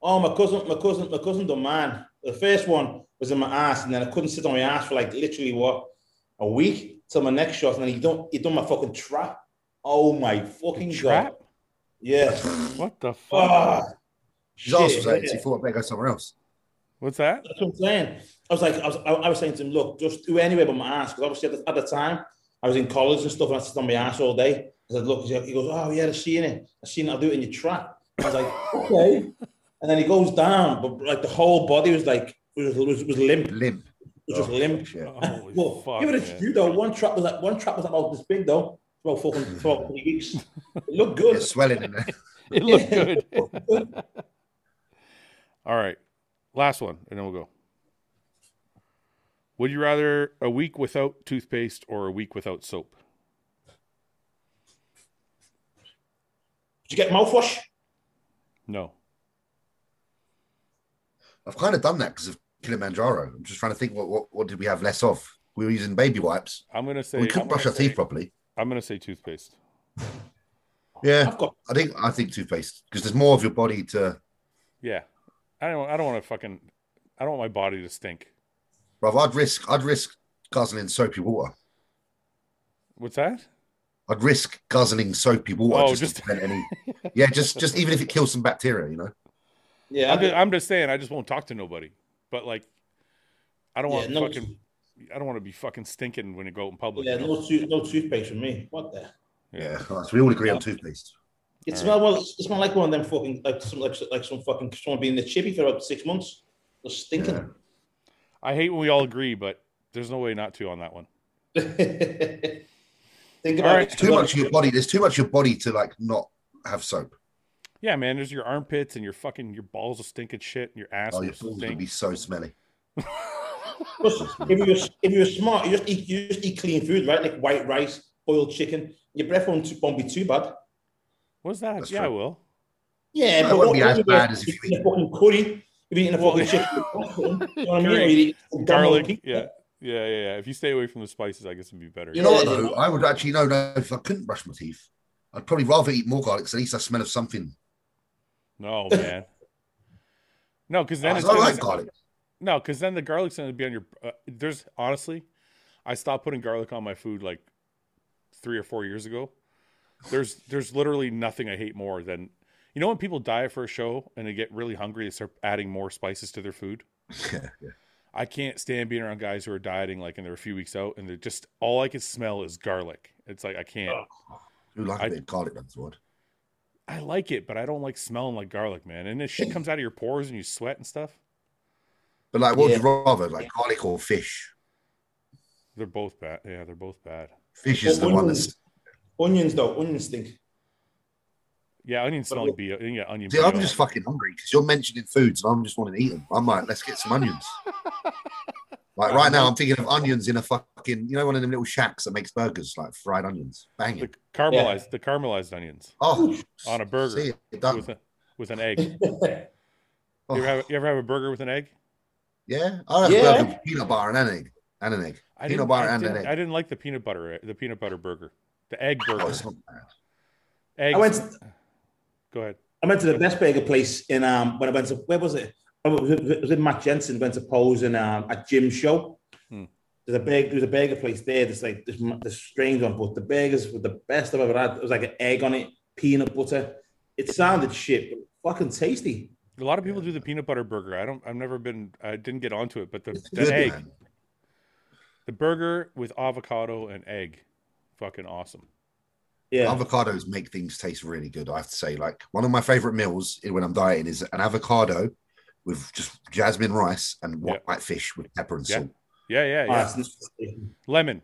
Speaker 3: oh, my cousin, my cousin, my cousin done mine. The first one was in my ass, and then I couldn't sit on my ass for like literally what a week till my next shot, and then he done he done my fucking trap. Oh my fucking
Speaker 1: trap
Speaker 3: god! Yeah.
Speaker 1: what the fuck
Speaker 3: Ah,
Speaker 2: His ass
Speaker 3: shit,
Speaker 2: was late,
Speaker 3: yeah.
Speaker 2: so he thought I'd better go somewhere else.
Speaker 1: what's that
Speaker 3: That's what I'm saying. I was like, I was, I, I was saying to him, look, just do anywhere but my ass. Because obviously at the, at the time, I was in college and stuff, and I sit on my ass all day. I said, look, he goes, oh yeah, I've seen it. I've seen it. I'll do it in your trap. I was like, okay. And then he goes down, but like the whole body was like, was, was, was limp. It
Speaker 2: Limp.
Speaker 3: was just
Speaker 2: Oh,
Speaker 3: limp.
Speaker 2: shit.
Speaker 1: Holy
Speaker 3: Well,
Speaker 1: fuck,
Speaker 3: give it a
Speaker 1: man.
Speaker 3: few though. One trap was like, one trap was about this big though. Well, fucking 12 three weeks. It looked good.
Speaker 2: There's swelling in there.
Speaker 1: it looked good all right last one and then we'll go would you rather a week without toothpaste or a week without soap
Speaker 3: Did you get mouthwash?
Speaker 1: No.
Speaker 2: I've kind of done that because of Kilimanjaro. I'm just trying to think what, what what did we have less of? We were using baby wipes.
Speaker 1: I'm gonna say
Speaker 2: we
Speaker 1: I'm
Speaker 2: couldn't brush
Speaker 1: gonna
Speaker 2: our teeth
Speaker 1: say-
Speaker 2: properly.
Speaker 1: I'm gonna say toothpaste.
Speaker 2: Yeah,
Speaker 3: I've got
Speaker 2: I think I think toothpaste because there's more of your body to.
Speaker 1: Yeah. I don't I don't want to fucking I don't want my body to stink.
Speaker 2: Bruv, I'd risk I'd risk guzzling soapy water.
Speaker 1: What's that?
Speaker 2: I'd risk guzzling soapy water
Speaker 1: Oh,
Speaker 2: just,
Speaker 1: just-
Speaker 2: to prevent any. Yeah, just just even if it kills some bacteria, you know.
Speaker 3: yeah.
Speaker 1: I'm
Speaker 3: I did-
Speaker 1: just, I'm just saying I just won't talk to nobody. But like I don't
Speaker 3: yeah,
Speaker 1: want
Speaker 3: no,
Speaker 1: fucking I don't want to be fucking stinking when you go out in public.
Speaker 3: yeah,
Speaker 1: you know?
Speaker 3: no, tooth, no toothpaste for me. What the?
Speaker 2: Yeah, all right, so we all agree on toothpaste.
Speaker 3: It
Speaker 1: All
Speaker 3: smelled well. It smelled like one of them fucking like some like, like some fucking someone being in the chippy for about six months. It was stinking.
Speaker 1: I hate when we all agree, but there's no way not to on that one.
Speaker 3: Think
Speaker 1: All
Speaker 3: about
Speaker 1: right,
Speaker 3: it.
Speaker 2: Too much of your body. There's too much of your body to like not have soap.
Speaker 1: Yeah, man, there's your armpits and your fucking your balls will stink and shit and your ass
Speaker 2: Oh,
Speaker 1: will
Speaker 2: your balls would
Speaker 1: stink.
Speaker 2: be so smelly.
Speaker 3: Plus, if you're if you're smart, you just eat you just eat clean food, right? Like white rice, boiled chicken. Your breath won't, too- won't be too bad.
Speaker 1: What's that?
Speaker 2: That's
Speaker 1: yeah,
Speaker 2: true.
Speaker 1: I will.
Speaker 3: Yeah,
Speaker 2: That
Speaker 3: but
Speaker 2: wouldn't
Speaker 3: what-
Speaker 2: be as
Speaker 3: what
Speaker 2: bad
Speaker 3: you-
Speaker 2: as if
Speaker 3: you're
Speaker 2: you
Speaker 3: eating a fucking curry. You're eating a fucking chicken. you know what I mean? Or
Speaker 1: Curry,
Speaker 3: you're eating some damn old
Speaker 1: garlic.
Speaker 3: pizza.
Speaker 1: Yeah. yeah, yeah, yeah. If you stay away from the spices, I guess it'd be better.
Speaker 2: You know what
Speaker 3: Yeah.
Speaker 2: though? I would actually no, no. If I couldn't brush my teeth, I'd probably rather eat more garlic. 'cause at least I smell of something.
Speaker 1: No, man. No, because then it's
Speaker 2: I
Speaker 1: gonna-
Speaker 2: like garlic.
Speaker 1: No, because then the garlic's gonna be on your. Uh, there's honestly, I stopped putting garlic on my food like three or four years ago. There's there's literally nothing I hate more than you know when people diet for a show and they get really hungry, they start adding more spices to their food.
Speaker 2: Yeah,
Speaker 1: I can't stand being around guys who are dieting like and they're a few weeks out and they're just all I can smell is garlic. It's like I can't.
Speaker 2: Who like a
Speaker 1: I-
Speaker 2: bit of garlic? That's what.
Speaker 1: I like it, but I don't like smelling like garlic, man. And this shit comes out of your pores and you sweat and stuff.
Speaker 2: But like, what
Speaker 3: Yeah.
Speaker 2: would you rather, like garlic or fish?
Speaker 1: They're both bad. Yeah, they're both bad.
Speaker 2: Fish is
Speaker 3: Well,
Speaker 2: the one
Speaker 3: onions-
Speaker 2: that's.
Speaker 3: Onions, though, onions stink.
Speaker 1: Yeah, onion smell like bio. uh, Yeah, onion.
Speaker 2: See, I'm
Speaker 1: bio.
Speaker 2: just fucking hungry because you're mentioning foods and I'm just wanting to eat them. I'm like, let's get some onions. Like right now, I'm thinking of onions in a fucking, you know, one of them little shacks that makes burgers, like fried onions. Bang
Speaker 1: the
Speaker 2: it.
Speaker 1: caramelized the caramelized onions
Speaker 2: Oh,
Speaker 1: on a burger
Speaker 2: see it done.
Speaker 1: with a, with an egg. You
Speaker 3: yeah,
Speaker 2: Oh,
Speaker 1: ever, have, you ever have a burger with an egg?
Speaker 2: yeah, I have
Speaker 3: Yeah.
Speaker 2: a burger with peanut butter and an egg and an egg.
Speaker 1: I
Speaker 2: Peanut
Speaker 1: didn't-
Speaker 2: butter
Speaker 1: I
Speaker 2: and an
Speaker 1: didn't,
Speaker 2: egg.
Speaker 1: I didn't like the peanut butter eh, the peanut butter burger. The egg
Speaker 2: Oh,
Speaker 1: burger.
Speaker 2: it's not bad.
Speaker 1: Eggs.
Speaker 3: I went-
Speaker 1: Go ahead.
Speaker 3: I went to the best burger place in um when I went to where was it? Oh, it was- it was in Matt Jensen went to pose in um at Jim Show.
Speaker 1: Hmm.
Speaker 3: There's a big there's a burger place there. There's like this, this strange one, but the burgers were the best I've ever had. It was like an egg on it, peanut butter. It sounded shit, but fucking tasty.
Speaker 1: A lot of people do the peanut butter burger. I don't. I've never been. I didn't get onto it, but the,
Speaker 2: It's
Speaker 1: the
Speaker 2: good,
Speaker 1: egg,
Speaker 2: man.
Speaker 1: the burger with avocado and egg, fucking awesome.
Speaker 3: Yeah,
Speaker 2: Avocados make things taste really good. I have to say, like one of my favorite meals when I'm dieting is an avocado with just jasmine rice and
Speaker 1: Yeah.
Speaker 2: white fish with pepper and
Speaker 1: Yeah.
Speaker 2: salt.
Speaker 1: Yeah, yeah, yeah.
Speaker 3: Oh, it's-
Speaker 1: Lemon.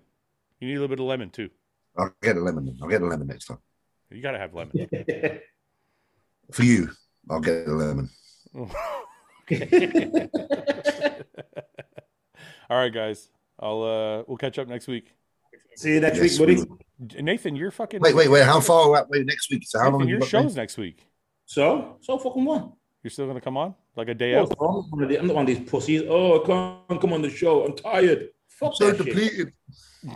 Speaker 1: You need a little bit of lemon too.
Speaker 2: I'll get a lemon. I'll get a lemon next time
Speaker 1: You gotta have lemon.
Speaker 2: for you. I'll get a lemon.
Speaker 1: Okay. All right, guys. I'll uh we'll catch up next week.
Speaker 3: See you next
Speaker 2: Yes,
Speaker 3: week,
Speaker 2: we
Speaker 3: buddy.
Speaker 2: will.
Speaker 1: Nathan, you're fucking
Speaker 2: Wait, wait, wait. How far? out- Wait, next week. So how
Speaker 1: Nathan,
Speaker 2: long? have you
Speaker 1: your
Speaker 2: got
Speaker 1: show's next week.
Speaker 3: So so fucking what?
Speaker 1: You're still gonna come on like a day
Speaker 3: Yeah.
Speaker 1: out.
Speaker 3: I'm not one of the- I'm not one of these pussies. Oh, I can't come on the show. I'm tired. Fuck
Speaker 2: left? So
Speaker 3: that shit.
Speaker 2: depleted.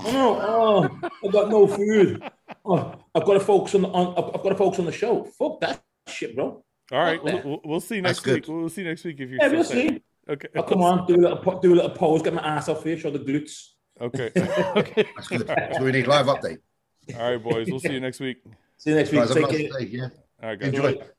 Speaker 3: Oh, no, oh, I've got no food. Oh, I've got to focus on, the, on I've got to focus on the show. Fuck that shit, bro.
Speaker 1: All right, we'll,
Speaker 3: Yeah.
Speaker 1: we'll, we'll see
Speaker 2: That's
Speaker 1: next week.
Speaker 2: good.
Speaker 1: We'll see next week if you're.
Speaker 3: Yeah,
Speaker 1: still
Speaker 3: we'll
Speaker 1: saying-
Speaker 3: see.
Speaker 1: Okay.
Speaker 3: I'll come on, do a little, po- do a little pose, get my ass off here, show the glutes.
Speaker 1: Okay. okay.
Speaker 2: That's good. So we need live update.
Speaker 1: All right, boys. We'll see you next week.
Speaker 3: See you next week.
Speaker 2: Guys, have a
Speaker 3: Take
Speaker 2: nice
Speaker 3: care.
Speaker 2: day, yeah.
Speaker 1: All right, guys.
Speaker 2: Enjoy.